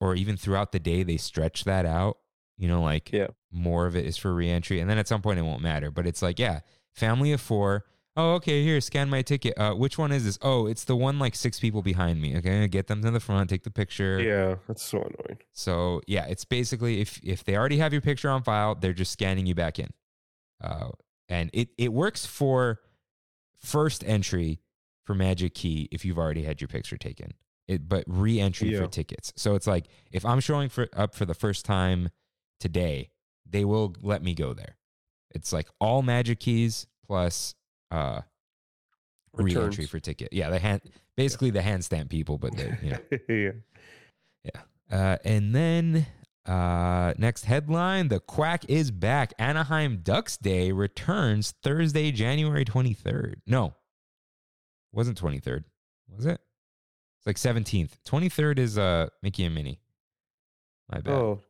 Speaker 1: or even throughout the day, they stretch that out. You know, like
Speaker 2: Yeah.
Speaker 1: more of it is for reentry, and then at some point it won't matter. But it's like, yeah, family of four. Oh, okay. Here, scan my ticket. Uh, which one is this? Oh, it's the one like six people behind me. Okay, get them to the front, take the picture.
Speaker 2: yeah, that's so annoying.
Speaker 1: So yeah, it's basically if if they already have your picture on file, they're just scanning you back in, uh, and it it works for first entry for Magic Key if you've already had your picture taken. It but re-entry for
Speaker 2: Yeah.
Speaker 1: tickets. So it's like if I'm showing for up for the first time today, they will let me go there. It's like all Magic Keys plus uh, re-entry
Speaker 2: Returns.
Speaker 1: for ticket. Yeah, the hand basically the handstand people, but they you know.
Speaker 2: yeah.
Speaker 1: Uh, and then uh, next headline The Quack is back. Anaheim Ducks Day returns Thursday, January 23rd. No, wasn't 23rd, was it? It's like 17th. 23rd is uh, Mickey and Minnie. My bad.
Speaker 2: Oh,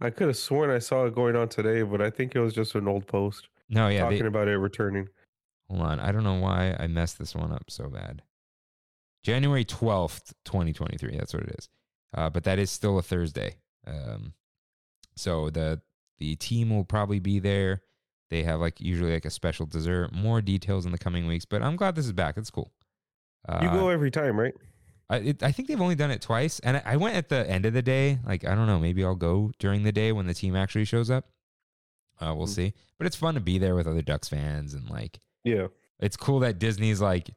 Speaker 2: I could have sworn I saw it going on today, but I think it was just an old post
Speaker 1: no, yeah.
Speaker 2: talking
Speaker 1: They,
Speaker 2: about it returning.
Speaker 1: Hold on. I don't know why I messed this one up so bad. January 12th, 2023. That's what it is. Uh, but that is still a Thursday. Um, so the the team will probably be there. They have like usually like a special dessert. More details in the coming weeks, but I'm glad this is back. It's cool. Uh,
Speaker 2: You go every time, right?
Speaker 1: I, it, I think they've only done it twice, and I, I went at the end of the day. Like I don't know, maybe I'll go during the day when the team actually shows up. Uh,
Speaker 2: Mm.
Speaker 1: we'll see. But it's fun to be there with other Ducks fans, and like
Speaker 2: Yeah.
Speaker 1: it's cool that Disney's like,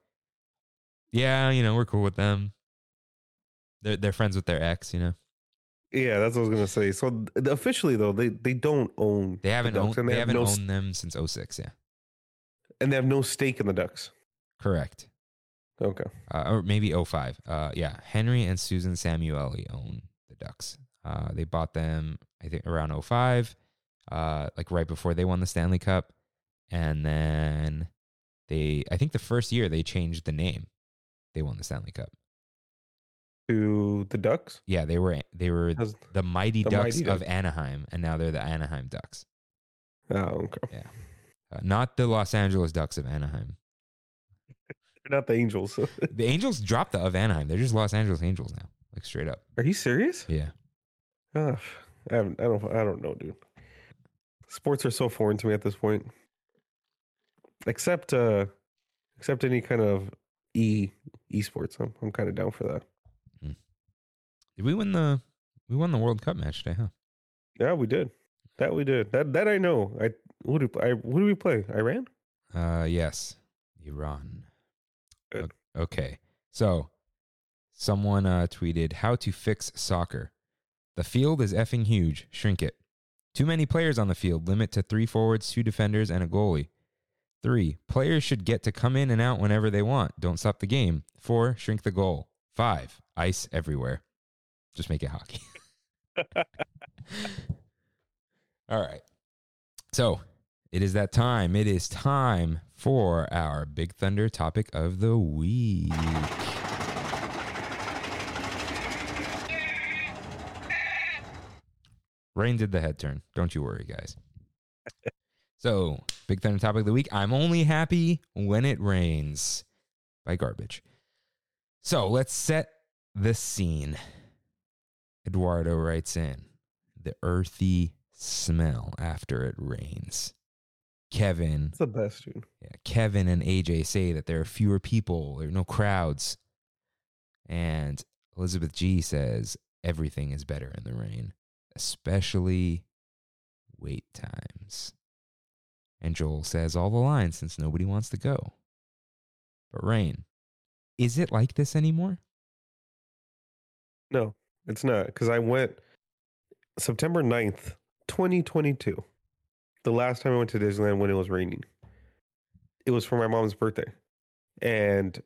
Speaker 1: yeah, you know, we're cool with them. They're they're friends with their ex, you know.
Speaker 2: Yeah, that's what I was gonna say. So th- officially, though, they, they don't own
Speaker 1: They haven't
Speaker 2: the
Speaker 1: owned,
Speaker 2: Ducks,
Speaker 1: they,
Speaker 2: and have
Speaker 1: haven't
Speaker 2: no s-
Speaker 1: owned them since 06, Yeah,
Speaker 2: and they have no stake in the Ducks.
Speaker 1: correct.
Speaker 2: Okay,
Speaker 1: Uh, or maybe 05. Uh, yeah, Henry and Susan Samueli own the Ducks. Uh, they bought them, I think, around 05, uh, like right before they won the Stanley Cup, and then they, I think, the first year they changed the name. They won the Stanley Cup.
Speaker 2: to the Ducks.
Speaker 1: Yeah, they were they were
Speaker 2: How's-
Speaker 1: the Mighty
Speaker 2: The
Speaker 1: Ducks
Speaker 2: Mighty
Speaker 1: of
Speaker 2: Ducks.
Speaker 1: Anaheim, and now they're the Anaheim Ducks,
Speaker 2: Oh, okay.
Speaker 1: uh, not the Los Angeles Ducks of Anaheim.
Speaker 2: They're not the Angels.
Speaker 1: The Angels dropped the of Anaheim. They're just Los Angeles Angels now, like straight up.
Speaker 2: Are you serious?
Speaker 1: Yeah,
Speaker 2: Ugh, I, haven't, I don't. I don't know, dude. Sports are so foreign to me at this point. Except, uh except any kind of e esports. I'm I'm kind of down for that.
Speaker 1: did we win the we won the World Cup match today? Huh?
Speaker 2: Yeah, we did. That we did. That that I know. I who do I who do we play? Iran.
Speaker 1: Uh, yes, Iran.
Speaker 2: Good.
Speaker 1: O- Okay, so someone uh, tweeted how to fix soccer. The field is effing huge. Shrink it. Too many players on the field. Limit to three forwards, two defenders, and a goalie. Three, players should get to come in and out whenever they want. Don't stop the game. Four, shrink the goal. Five, ice everywhere. Just make it hockey. All right. So it is that time. It is time for our Big Thunder topic of the week. Rain did the head turn. Don't you worry, guys. So, Big Thunder topic of the week I'm only happy when it rains by garbage. So, let's set the scene. Eduardo writes in the earthy smell after it rains. Kevin
Speaker 2: It's the best, dude.
Speaker 1: yeah, Kevin and AJ say that there are fewer people, there are no crowds. And Elizabeth G says everything is better in the rain, especially wait times. And Joel says all the lines since nobody wants to go. But rain, is it like this anymore?
Speaker 2: No, it's not because I went September 9th, 2022. The last time I went to Disneyland when it was raining, it was for my mom's birthday. And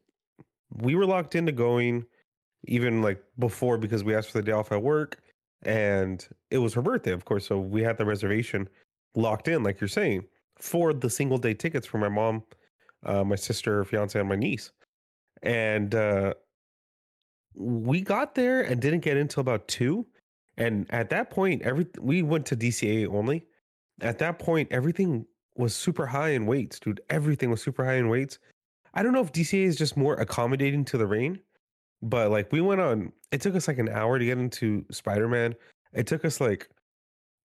Speaker 2: we were locked into going even like before because we asked for the day off at work. And it was her birthday, of course. So we had the reservation locked in, like you're saying, for the single day tickets for my mom, uh, my sister, fiance, and my niece. And, uh, we got there and didn't get in until about two. And at that point, every we went to DCA only. At that point, everything was super high in weights, dude. Everything was super high in weights. I don't know if DCA is just more accommodating to the rain, but like we went on, it took us like an hour to get into Spider Man. It took us like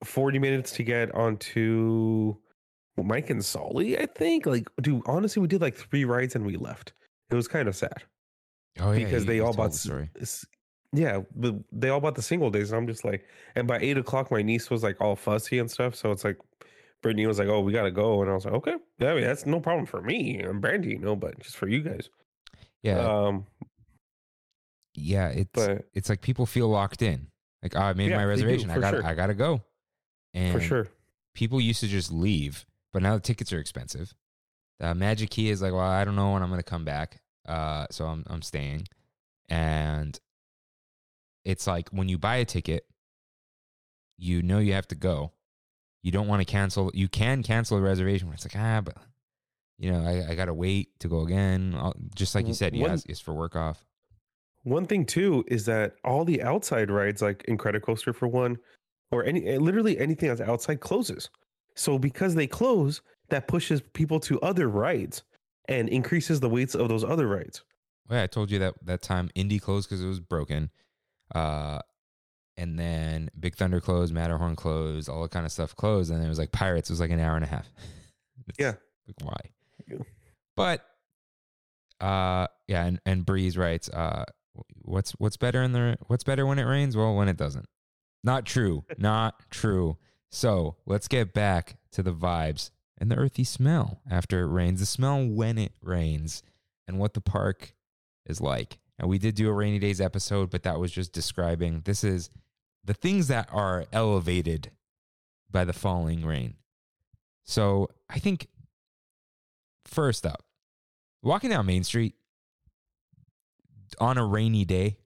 Speaker 2: 40 minutes to get onto Mike and Solly, I think. Like, dude, honestly, we did like three rides and we left. It was kind of sad
Speaker 1: Oh
Speaker 2: because
Speaker 1: you
Speaker 2: they
Speaker 1: just
Speaker 2: all
Speaker 1: told
Speaker 2: bought
Speaker 1: the
Speaker 2: s-
Speaker 1: story.
Speaker 2: s- yeah but they all bought the single days and i'm just like and by eight o'clock my niece was like all fussy and stuff so it's like brittany was like oh we gotta go and i was like okay yeah, I mean, that's no problem for me and brandy you know but just for you guys
Speaker 1: Yeah,
Speaker 2: um
Speaker 1: yeah. It's
Speaker 2: but
Speaker 1: it's like people feel locked in. Like oh, I made
Speaker 2: Yeah,
Speaker 1: my
Speaker 2: they do,
Speaker 1: reservation. I
Speaker 2: for
Speaker 1: got
Speaker 2: sure.
Speaker 1: to I gotta go. And
Speaker 2: for sure
Speaker 1: people used to just leave, but now the tickets are expensive. The Magic Key is like, well, I don't know when I'm going to come back, uh, so I'm I'm staying. And it's like when you buy a ticket, you know you have to go. You don't want to cancel. You can cancel a reservation when it's like ah, but you know I, I got to wait to go again. I'll, just like you said, you
Speaker 2: One-
Speaker 1: ask, it's for work off.
Speaker 2: One thing too is that all the outside rides, like Incredicoaster for one, or any eh, literally anything that's outside closes. So because they close, that pushes people to other rides. and increases the weights of those other rides.
Speaker 1: Wait, I told you that that time Indy closed because it was broken, uh, and then Big Thunder closed, Matterhorn closed, all that kind of stuff closed, and it was like Pirates was like an hour and a half. It's
Speaker 2: Yeah.
Speaker 1: like, why?
Speaker 2: Yeah.
Speaker 1: But, uh, yeah, and and Breeze writes, uh, what's what's better in the what's better when it rains? Well, when it doesn't. Not true. Not true. So let's get back to the vibes and the earthy smell after it rains. The smell when it rains and what the park is like. And we did do a rainy days episode, but that was just describing this is the things that are elevated by the falling rain. So I think first up, walking down Main Street on a rainy day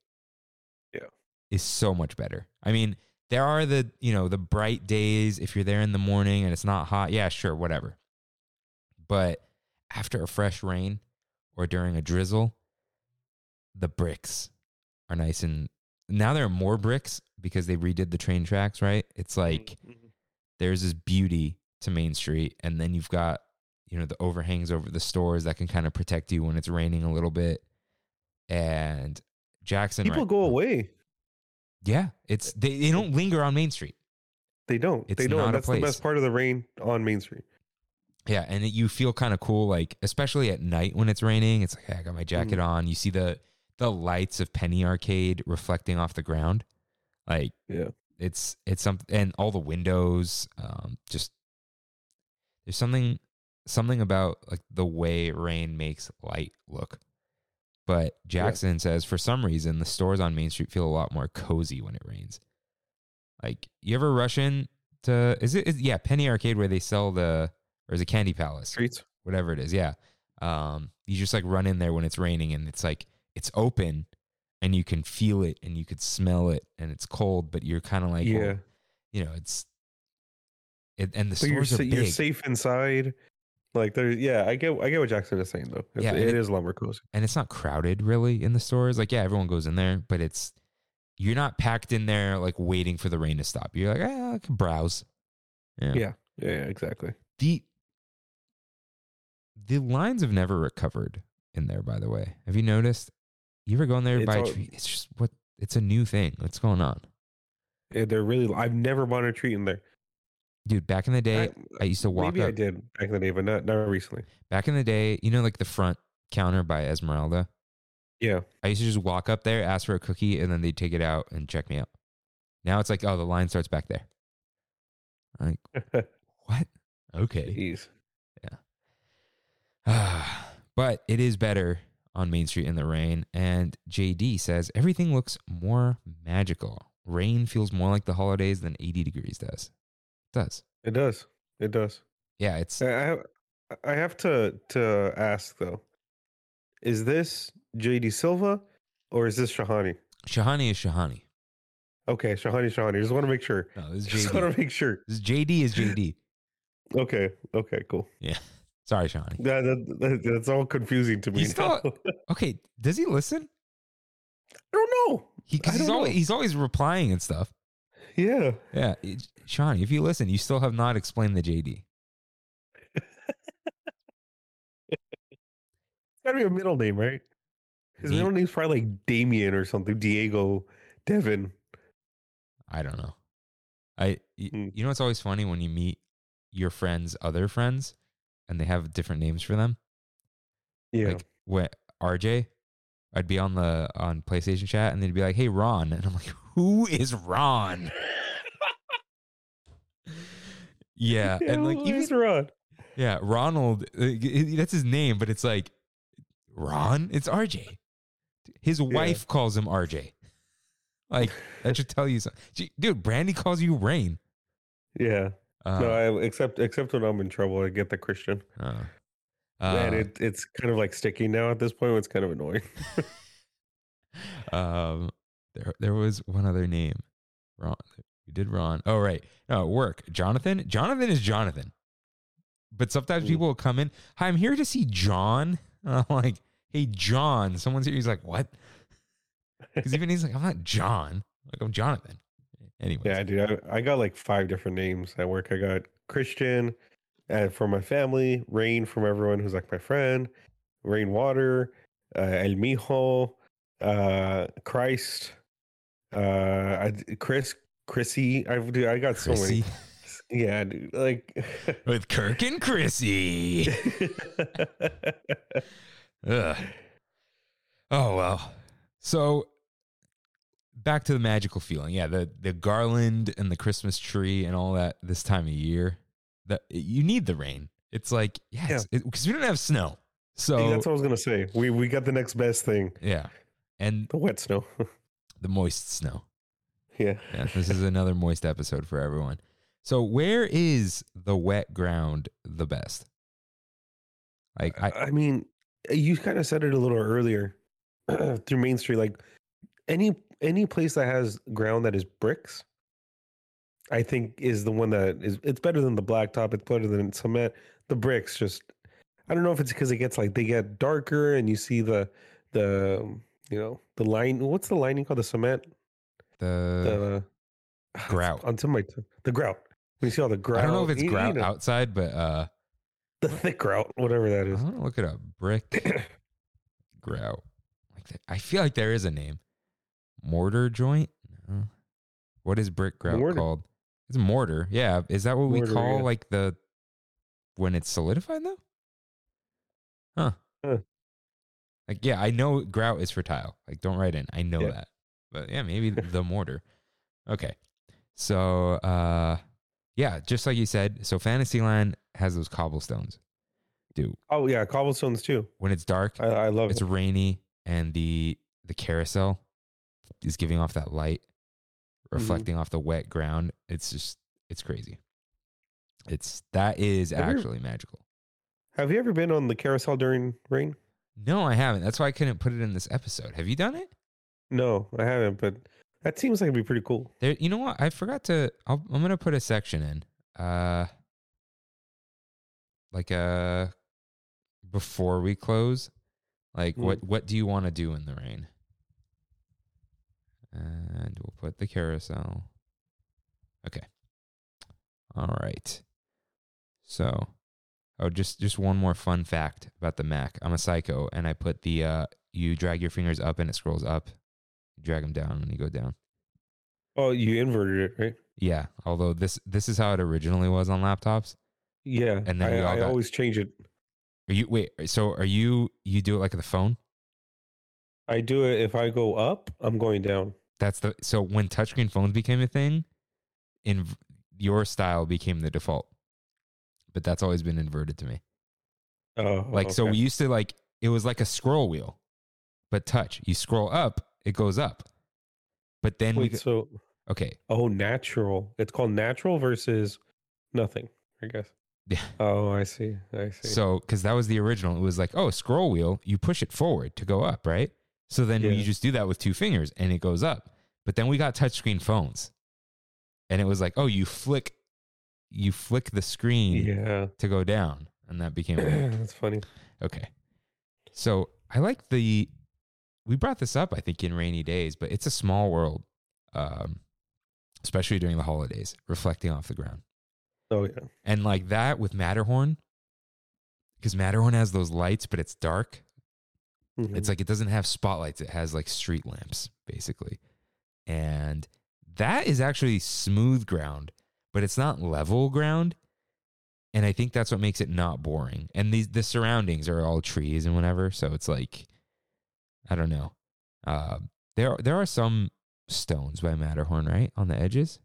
Speaker 2: Yeah.
Speaker 1: is so much better. I mean, there are the, you know, the bright days if you're there in the morning and it's not hot, yeah, sure, whatever. But after a fresh rain or during a drizzle, the bricks are nice and now there are more bricks because they redid the train tracks, right? It's like
Speaker 2: Mm.
Speaker 1: there's this beauty to Main Street, and then you've got you know the overhangs over the stores that can kind of protect you when it's raining a little bit. And Jackson,
Speaker 2: people
Speaker 1: right-
Speaker 2: go away.
Speaker 1: Yeah, it's they, they don't linger on Main Street.
Speaker 2: They don't.
Speaker 1: It's
Speaker 2: they don't.
Speaker 1: not a
Speaker 2: and That's the
Speaker 1: place.
Speaker 2: best part of the rain on Main Street.
Speaker 1: Yeah, and it, you feel kind of cool, like especially at night when it's raining. It's like hey, I got my jacket
Speaker 2: Mm.
Speaker 1: on. You see the the lights of Penny Arcade reflecting off the ground, like
Speaker 2: Yeah.
Speaker 1: it's it's something, and all the windows. Um, just there's something something about like the way rain makes light look. But Jackson says for some reason the stores on Main Street feel a lot more cozy when it rains. Like you ever rush in to is it is, yeah Penny Arcade where they sell the or is it Candy Palace?
Speaker 2: Streets.
Speaker 1: whatever it is. Yeah. Um, you just like run in there when it's raining and it's like it's open and you can feel it and you could smell it and it's cold, but you're kind of like, well,
Speaker 2: yeah.
Speaker 1: you know, it's it, and the
Speaker 2: So you're
Speaker 1: stores
Speaker 2: sa-
Speaker 1: are
Speaker 2: you're
Speaker 1: big.
Speaker 2: safe inside. Like there's yeah, I get I get what Jackson is saying though. It's,
Speaker 1: Yeah, and
Speaker 2: yeah, it
Speaker 1: it-
Speaker 2: is lumber cozy.
Speaker 1: and it's not crowded really in the stores. Like, yeah, everyone goes in there, but it's you're not packed in there like waiting for the rain to stop. You're like, ah, I can browse. Yeah.
Speaker 2: Yeah. Yeah, yeah, exactly.
Speaker 1: The the lines have never recovered in there, by the way. Have you noticed? You ever go in there
Speaker 2: It's
Speaker 1: by
Speaker 2: all-
Speaker 1: a tree? It's just what it's a new thing. What's going on?
Speaker 2: Yeah, they're really. I've never bought a treat in there.
Speaker 1: Dude, back in the day, I, used to walk
Speaker 2: maybe I
Speaker 1: up.
Speaker 2: did back in the day, but not not recently.
Speaker 1: Back in the day, you know, like the front counter by Esmeralda.
Speaker 2: Yeah,
Speaker 1: I used to just walk up there, ask for a cookie, and then they'd take it out and check me out. Now it's like, oh, the line starts back there. I'm like, what? Okay.
Speaker 2: jeez.
Speaker 1: but it is better on Main Street in the rain. And JD says everything looks more magical. Rain feels more like the holidays than 80 degrees does. does.
Speaker 2: It does. It does.
Speaker 1: Yeah, it's
Speaker 2: I I have, I have to to ask though. Is this JD Silva or is this Shahani?
Speaker 1: Shahani is Shahani.
Speaker 2: Okay, Shahani, Shahani. Just want to make sure.
Speaker 1: No, this is
Speaker 2: Just want
Speaker 1: JD.
Speaker 2: to make sure.
Speaker 1: This is JD is JD.
Speaker 2: Okay, okay, cool.
Speaker 1: Sorry, Shahani.
Speaker 2: That, that, that- that's all confusing to me.
Speaker 1: He's
Speaker 2: now.
Speaker 1: still- Okay, does he listen?
Speaker 2: I don't know.
Speaker 1: He 'cause
Speaker 2: I
Speaker 1: he's
Speaker 2: don't
Speaker 1: always
Speaker 2: know.
Speaker 1: he's always replying and stuff.
Speaker 2: Yeah.
Speaker 1: Yeah, it, Shahani, if you listen, you still have not explained the JD.
Speaker 2: gotta be a middle name, right? His
Speaker 1: Me-
Speaker 2: middle name's probably like Damien or something. Diego, Devin.
Speaker 1: I don't know. I y-
Speaker 2: Hmm.
Speaker 1: you know it's always funny when you meet your friends' other friends, and they have different names for them.
Speaker 2: Yeah.
Speaker 1: Like what RJ, I'd be on the on PlayStation chat, and they'd be like, "Hey, Ron," and I'm like, "Who is Ron?" yeah, and like even
Speaker 2: he's Rod.
Speaker 1: Yeah, Ronald. uh, g- That's his name, but it's like Ron. It's RJ. His wife calls him RJ. Like that should tell you something, Gee, dude. Brandy calls you Rain.
Speaker 2: Yeah.
Speaker 1: Uh,
Speaker 2: no, I, except except when I'm in trouble, I get the Christian,
Speaker 1: uh,
Speaker 2: and
Speaker 1: uh,
Speaker 2: it, it's kind of like sticky now at this point. It's kind of annoying.
Speaker 1: um, there, there was one other name. Ron. We did Ron. Oh right. No at work. Jonathan. Jonathan is Jonathan. But sometimes
Speaker 2: Mm.
Speaker 1: people will come in. Hi, I'm here to see John. And I'm like, hey, John. Someone's here. He's like, what? Because even he's like, I'm not John. Like I'm Jonathan. Anyway.
Speaker 2: yeah, dude, I, I got like five different names at work. I got Christian, uh, for my family, rain from everyone who's like my friend, rainwater, uh, El Mijo, uh, Christ, uh, I, Chris, Chrissy. I do. I got so many.
Speaker 1: Chrissy
Speaker 2: Yeah, dude, like
Speaker 1: with Kirk and Chrissy. Ugh. Oh well. So back to the magical feeling. Yeah, the the garland and the Christmas tree and all that this time of year. That you need the rain. It's like yes, because we don't have snow. So
Speaker 2: that's what I was gonna say. We we got the next best thing,
Speaker 1: yeah, and
Speaker 2: the wet snow.
Speaker 1: the moist snow.
Speaker 2: yeah.
Speaker 1: Yeah, this is another moist episode for everyone. So where is the wet ground the best? Like I,
Speaker 2: I, mean, you kind of said it a little earlier through Main Street. Like any any place that has ground that is bricks, I think is the one that is. It's better than the blacktop. It's better than cement. The bricks just. I don't know if it's because it gets like they get darker and you see the the um, you know the line. What's the lining called? The cement.
Speaker 1: the,
Speaker 2: The ah,
Speaker 1: grout.
Speaker 2: Onto my tongue. the grout. When you see all the e-
Speaker 1: I
Speaker 2: grout.
Speaker 1: don't know if it's
Speaker 2: you- you
Speaker 1: grout
Speaker 2: know,
Speaker 1: outside, but uh,
Speaker 2: The thick grout, whatever that
Speaker 1: I
Speaker 2: is.
Speaker 1: want to Uh-huh, look it up. Brick grout. Like th- I feel like there is a name. Mortar joint. No. What is brick grout
Speaker 2: Mortar.
Speaker 1: called? It's mortar. Yeah. Is that what we
Speaker 2: Mortar,
Speaker 1: call
Speaker 2: yeah.
Speaker 1: like the when it's solidified though? Huh.
Speaker 2: Huh.
Speaker 1: Like yeah, I know grout is for tile. Like don't write in. I know
Speaker 2: Yeah.
Speaker 1: that. But yeah, maybe the mortar. Okay. So uh yeah, just like you said, so Fantasyland has those cobblestones. Dude,
Speaker 2: Oh yeah, cobblestones too.
Speaker 1: when it's dark,
Speaker 2: I, I love it.
Speaker 1: it's rainy, and the the carousel is giving off that light,
Speaker 2: Mm-hmm.
Speaker 1: reflecting off the wet ground. It's just it's crazy. It's that is
Speaker 2: Have you-
Speaker 1: actually magical.
Speaker 2: Have you ever been on the carousel during rain?
Speaker 1: No, I haven't. That's why I couldn't put it in this episode. Have you done it?
Speaker 2: No, I haven't, but that seems like it'd be pretty cool.
Speaker 1: There, you know what? I forgot to. I'll, I'm gonna put a section in, uh, like uh, before we close, like
Speaker 2: Mm.
Speaker 1: what what do you want to do in the rain? And we'll put the carousel. Okay. All right. So, oh, just just one more fun fact about the Mac. I'm a psycho, and I put the uh, you drag your fingers up and it scrolls up. You drag them down and you go down.
Speaker 2: Oh, you inverted it, right?
Speaker 1: Yeah, although this this is how it originally was on laptops.
Speaker 2: Yeah.
Speaker 1: And then
Speaker 2: I,
Speaker 1: we all
Speaker 2: I
Speaker 1: got-
Speaker 2: always change it.
Speaker 1: Are you wait? So are you you do it like the phone?
Speaker 2: I do it if I go up, I'm going down.
Speaker 1: That's the so when touchscreen phones became a thing, in your style became the default. But that's always been inverted to me.
Speaker 2: Oh,
Speaker 1: Like so,
Speaker 2: okay.
Speaker 1: we used to like it was like a scroll wheel, but touch. You scroll up, it goes up. But then we
Speaker 2: Wait,
Speaker 1: go-
Speaker 2: so
Speaker 1: okay,
Speaker 2: oh, natural. It's called natural versus nothing. I guess.
Speaker 1: Yeah.
Speaker 2: Oh, I see. I see.
Speaker 1: So, because that was the original, it was like, oh, scroll wheel, you push it forward to go up, right? So then
Speaker 2: Yeah.
Speaker 1: you just do that with two fingers and it goes up. But then we got touchscreen phones, and it was like, oh, you flick, you flick the screen
Speaker 2: yeah,
Speaker 1: to go down, and that became
Speaker 2: that's funny.
Speaker 1: okay. So I like the. We brought this up, I think, in rainy days, but it's a small world, um, especially during the holidays, reflecting off the ground
Speaker 2: Oh yeah.
Speaker 1: and like that with Matterhorn, because Matterhorn has those lights, but it's dark.
Speaker 2: Mhm.
Speaker 1: It's like it doesn't have spotlights; it has like street lamps, basically. And that is actually smooth ground, but it's not level ground. And I think that's what makes it not boring. And these the surroundings are all trees and whatever, so it's like, I don't know. Uh, there there are some stones by Matterhorn, right, on the edges,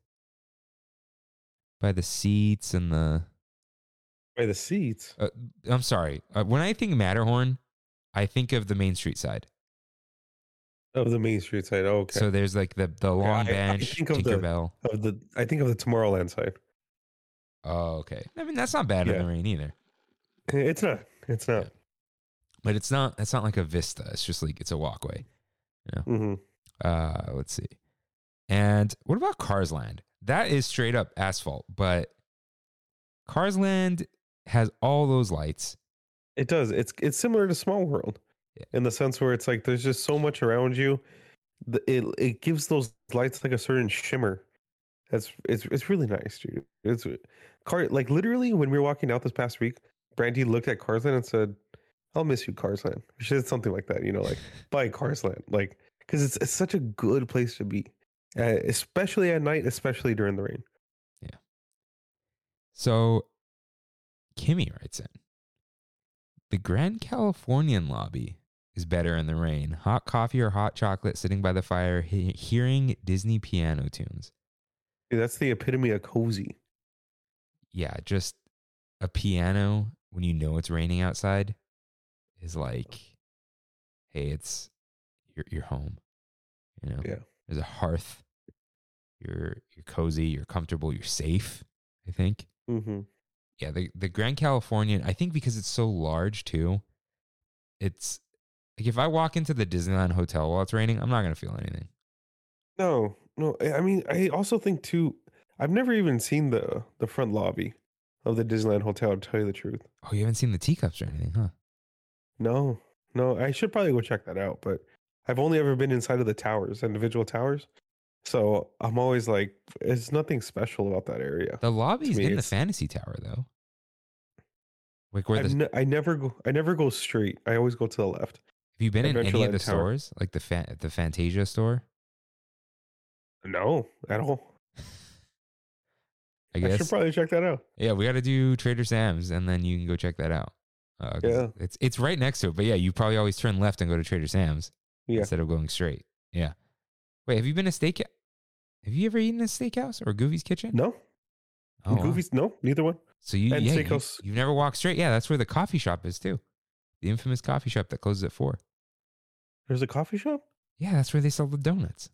Speaker 1: by the seats and the
Speaker 2: by the seats.
Speaker 1: uh, I'm sorry. Uh, when I think Matterhorn, I think of the Main Street side.
Speaker 2: Of the Main Street side. Oh, okay.
Speaker 1: So there's like the the
Speaker 2: I- I
Speaker 1: long bench,
Speaker 2: think of the-
Speaker 1: Tinkerbell.
Speaker 2: of the I think of the Tomorrowland side.
Speaker 1: Oh, okay. I mean that's not bad in
Speaker 2: Yeah.
Speaker 1: the rain either,
Speaker 2: It's not. It's not.
Speaker 1: but it's not. It's not like a vista. It's just like it's a walkway.
Speaker 2: hmm
Speaker 1: Uh, let's see. And what about Cars Land? That is straight up asphalt, but Cars Land has all those lights.
Speaker 2: It does. It's it's similar to Small World
Speaker 1: Yeah.
Speaker 2: in the sense where it's like there's just so much around you. The- It it gives those lights like a certain shimmer, That's it's it's really nice, dude. It's car like literally when we were walking out this past week, Brandy looked at Carsland and said, "I'll miss you, Carsland." She said something like that, you know, like "Bye, Carsland," like because it's it's such a good place to be, uh, especially at night, especially during the rain.
Speaker 1: So Kimmy writes in The Grand Californian lobby is better in the rain. Hot coffee or hot chocolate, sitting by the fire, he- hearing Disney piano tunes.
Speaker 2: Dude, that's the epitome of cozy.
Speaker 1: Yeah, just a piano when you know it's raining outside is like, hey, it's your your home. You know,
Speaker 2: Yeah.
Speaker 1: there's a hearth. You're you're cozy. You're comfortable. You're safe. I think.
Speaker 2: Mm-hmm.
Speaker 1: yeah the, the grand californian i think because it's so large too it's like if i walk into the disneyland hotel while it's raining i'm not going to feel anything
Speaker 2: No, no. I I mean, I also think too. I've never even seen the the front lobby of the Disneyland Hotel. To tell you the truth,
Speaker 1: oh you haven't seen the teacups or anything huh
Speaker 2: no, no. I should probably go check that out, but I've only ever been inside of the towers, individual towers. So I'm always like, it's nothing special about that area.
Speaker 1: the lobby's
Speaker 2: me,
Speaker 1: in the
Speaker 2: it's-
Speaker 1: fantasy tower though like where the,
Speaker 2: I've
Speaker 1: have
Speaker 2: ne- I never go. I never go straight. I always go to the left.
Speaker 1: you been in any of
Speaker 2: Adventureland
Speaker 1: the
Speaker 2: Tower.
Speaker 1: stores like the fa- the fantasia store
Speaker 2: No, at all.
Speaker 1: i
Speaker 2: I,
Speaker 1: guess
Speaker 2: should probably check that out.
Speaker 1: yeah we got to do trader sam's and then you can go check that out uh, 'cause
Speaker 2: Yeah.
Speaker 1: it's it's right next to it but yeah you probably always turn left and go to trader sam's
Speaker 2: Yeah.
Speaker 1: instead of going straight. Yeah. Wait, have you been a steak? Have you ever eaten a steakhouse or Goofy's Kitchen?
Speaker 2: No,
Speaker 1: Oh, wow.
Speaker 2: Goofy's. No, neither one.
Speaker 1: So you,
Speaker 2: and
Speaker 1: yeah, you
Speaker 2: steakhouse.
Speaker 1: have never walked straight. Yeah, that's where the coffee shop is too. The infamous coffee shop that closes at four.
Speaker 2: There's a coffee shop.
Speaker 1: Yeah, that's where they sell the donuts.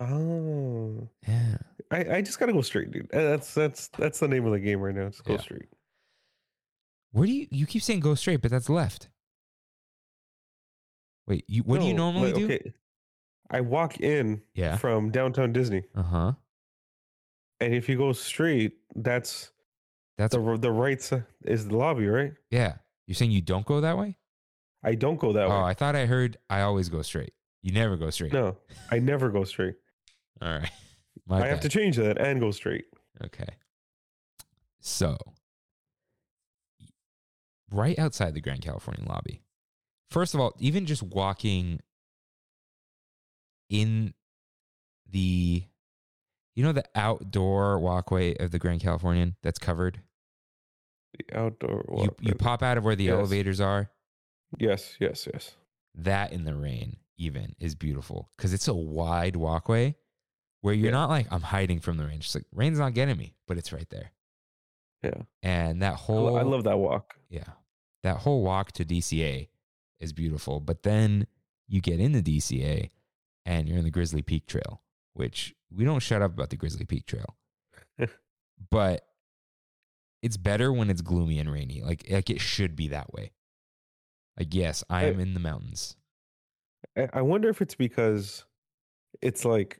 Speaker 2: Oh.
Speaker 1: Yeah.
Speaker 2: I, I just gotta go straight, dude. Uh, That's that's that's the name of the game right now. Just go
Speaker 1: Yeah.
Speaker 2: straight.
Speaker 1: Where do you you keep saying go straight, but that's left. Wait, you what do you
Speaker 2: No,
Speaker 1: normally
Speaker 2: like,
Speaker 1: do?
Speaker 2: okay. I walk in
Speaker 1: Yeah.
Speaker 2: from downtown Disney,
Speaker 1: Uh huh.
Speaker 2: and if you go straight, that's
Speaker 1: That's
Speaker 2: the the right si- is the lobby, right?
Speaker 1: yeah. You're saying you don't go that way?
Speaker 2: I don't go that
Speaker 1: oh,
Speaker 2: way.
Speaker 1: I thought I heard I always go straight. You never go straight.
Speaker 2: No, I never go straight.
Speaker 1: All right. My
Speaker 2: I have
Speaker 1: bad.
Speaker 2: to change that and go straight.
Speaker 1: Okay. So, right outside the Grand Californian lobby, first of all, even just walking in the, you know, the outdoor walkway of the Grand Californian that's covered.
Speaker 2: The outdoor.
Speaker 1: You,
Speaker 2: walk-
Speaker 1: you pop out of where the
Speaker 2: uh, Yes.
Speaker 1: elevators are.
Speaker 2: yes, yes, yes.
Speaker 1: That in the rain, even, is beautiful because it's a wide walkway where you're
Speaker 2: Yeah.
Speaker 1: not like, I'm hiding from the rain. Just like, rain's not getting me, but it's right there.
Speaker 2: Yeah.
Speaker 1: And that
Speaker 2: I lo-
Speaker 1: whole
Speaker 2: I love that walk.
Speaker 1: Yeah. That whole walk to DCA is beautiful. But then you get into DCA and you're in the Grizzly Peak Trail, which we don't shut up about the Grizzly Peak Trail. but it's better when it's gloomy and rainy. Like, like it should be that way. Like, yes, I am in the mountains.
Speaker 2: I- I wonder if it's because it's like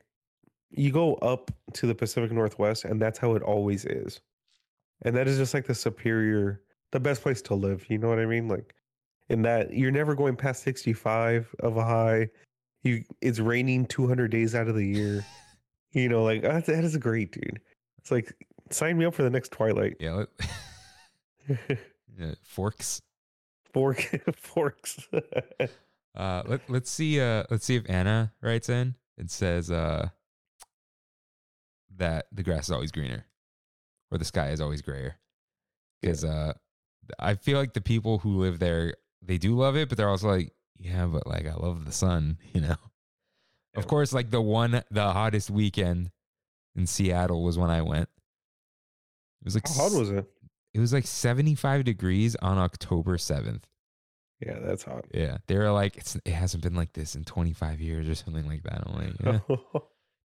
Speaker 2: you go up to the Pacific Northwest and that's how it always is. And that is just like the superior, the best place to live. You know what I mean? Like in that you're never going past 65 of a high. You it's raining 200 days out of the year. You know, like ah, that is great, dude. It's like sign me up for the next Twilight.
Speaker 1: Yeah. let- Yeah, Forks.
Speaker 2: Fork forks.
Speaker 1: Uh, let, let's see. Uh, let's see if Anna writes in and says uh, that the grass is always greener, or the sky is always grayer. Because uh, I feel like the people who live there, they do love it, but they're also like, yeah, but like I love the sun, you know. Of
Speaker 2: Yeah.
Speaker 1: course, like the one, the hottest weekend in Seattle was when I went. It was like
Speaker 2: how hot
Speaker 1: s-
Speaker 2: was it?
Speaker 1: it was like seventy five degrees on October seventh.
Speaker 2: Yeah, that's hot.
Speaker 1: Yeah, they were like, it's, it hasn't been like this in 25 years or something like that. I'm like, yeah,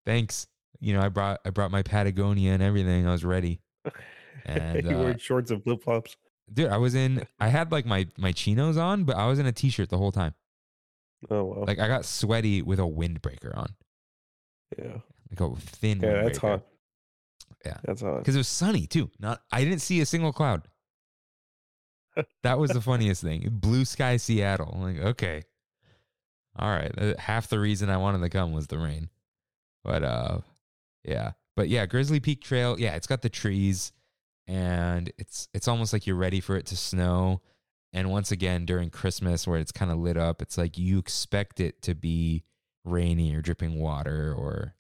Speaker 1: thanks. You know, I brought I brought my Patagonia and everything. I was ready, and
Speaker 2: you
Speaker 1: uh,
Speaker 2: wearing shorts and flip flops.
Speaker 1: dude, I was in. I had like my my chinos on, but I was in a t-shirt the whole time.
Speaker 2: Oh wow.
Speaker 1: Like I got sweaty with a windbreaker on,
Speaker 2: yeah.
Speaker 1: like a thin.
Speaker 2: Yeah, that's hot.
Speaker 1: mm, Yeah.
Speaker 2: That's hot.
Speaker 1: because it was sunny too. Not I didn't see a single cloud. That was the funniest thing. Blue sky Seattle. I'm like okay, all right. Uh, Half the reason I wanted to come was the rain, but uh, Yeah. But yeah, Grizzly Peak Trail. Yeah, it's got the trees and it's it's almost like you're ready for it to snow. And once again, during Christmas where it's kind of lit up, it's like you expect it to be rainy or dripping water or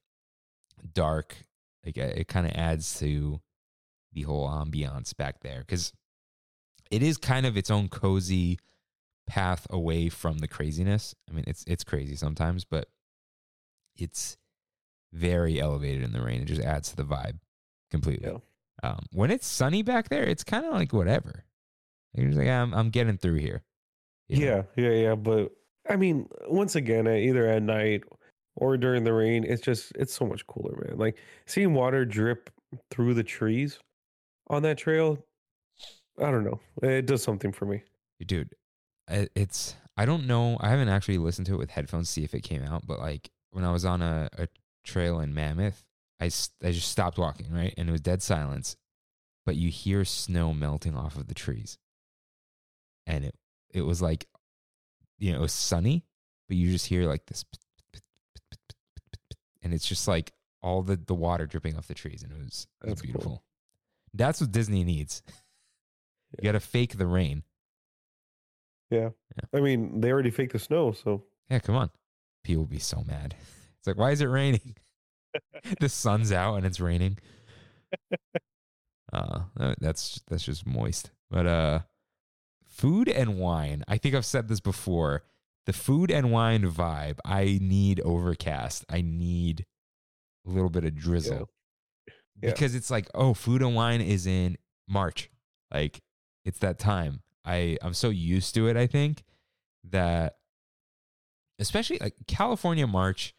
Speaker 1: dark. Like uh, it, it kind of adds to the whole ambiance back there cuz it is kind of its own cozy path away from the craziness. I mean, it's it's crazy sometimes, but it's very elevated in the rain. It just adds to the vibe completely.
Speaker 2: Yeah.
Speaker 1: Um, when it's sunny back there, it's kind of like whatever. You're just like, I'm I'm getting through here. you know?
Speaker 2: Yeah, yeah, yeah. But I mean, once again, uh, either at night or during the rain, it's just it's so much cooler, man. Like seeing water drip through the trees on that trail. I don't know. It does something for me.
Speaker 1: dude I- it's i don't know i haven't actually listened to it with headphones to see if it came out but like when i was on a, a trail in mammoth I, s- I just stopped walking right and it was dead silence but you hear snow melting off of the trees and it it was like you know it was sunny but you just hear like this and it's just like all the the water dripping off the trees and it was, it was
Speaker 2: That's cool.
Speaker 1: beautiful that's what disney needs you
Speaker 2: Yeah.
Speaker 1: gotta fake the rain
Speaker 2: I mean, they already faked the snow, so
Speaker 1: Yeah, come on. People would be so mad. It's like, why is it raining? the sun's out and it's raining. Uh, tha- that's that's just moist. But uh, food and wine. I think I've said this before. The food and wine vibe. I need overcast. I need a little bit of drizzle
Speaker 2: Yeah.
Speaker 1: because it's like, oh, food and wine is in March. Like it's that time. I I'm so used to it. I think that especially like California March,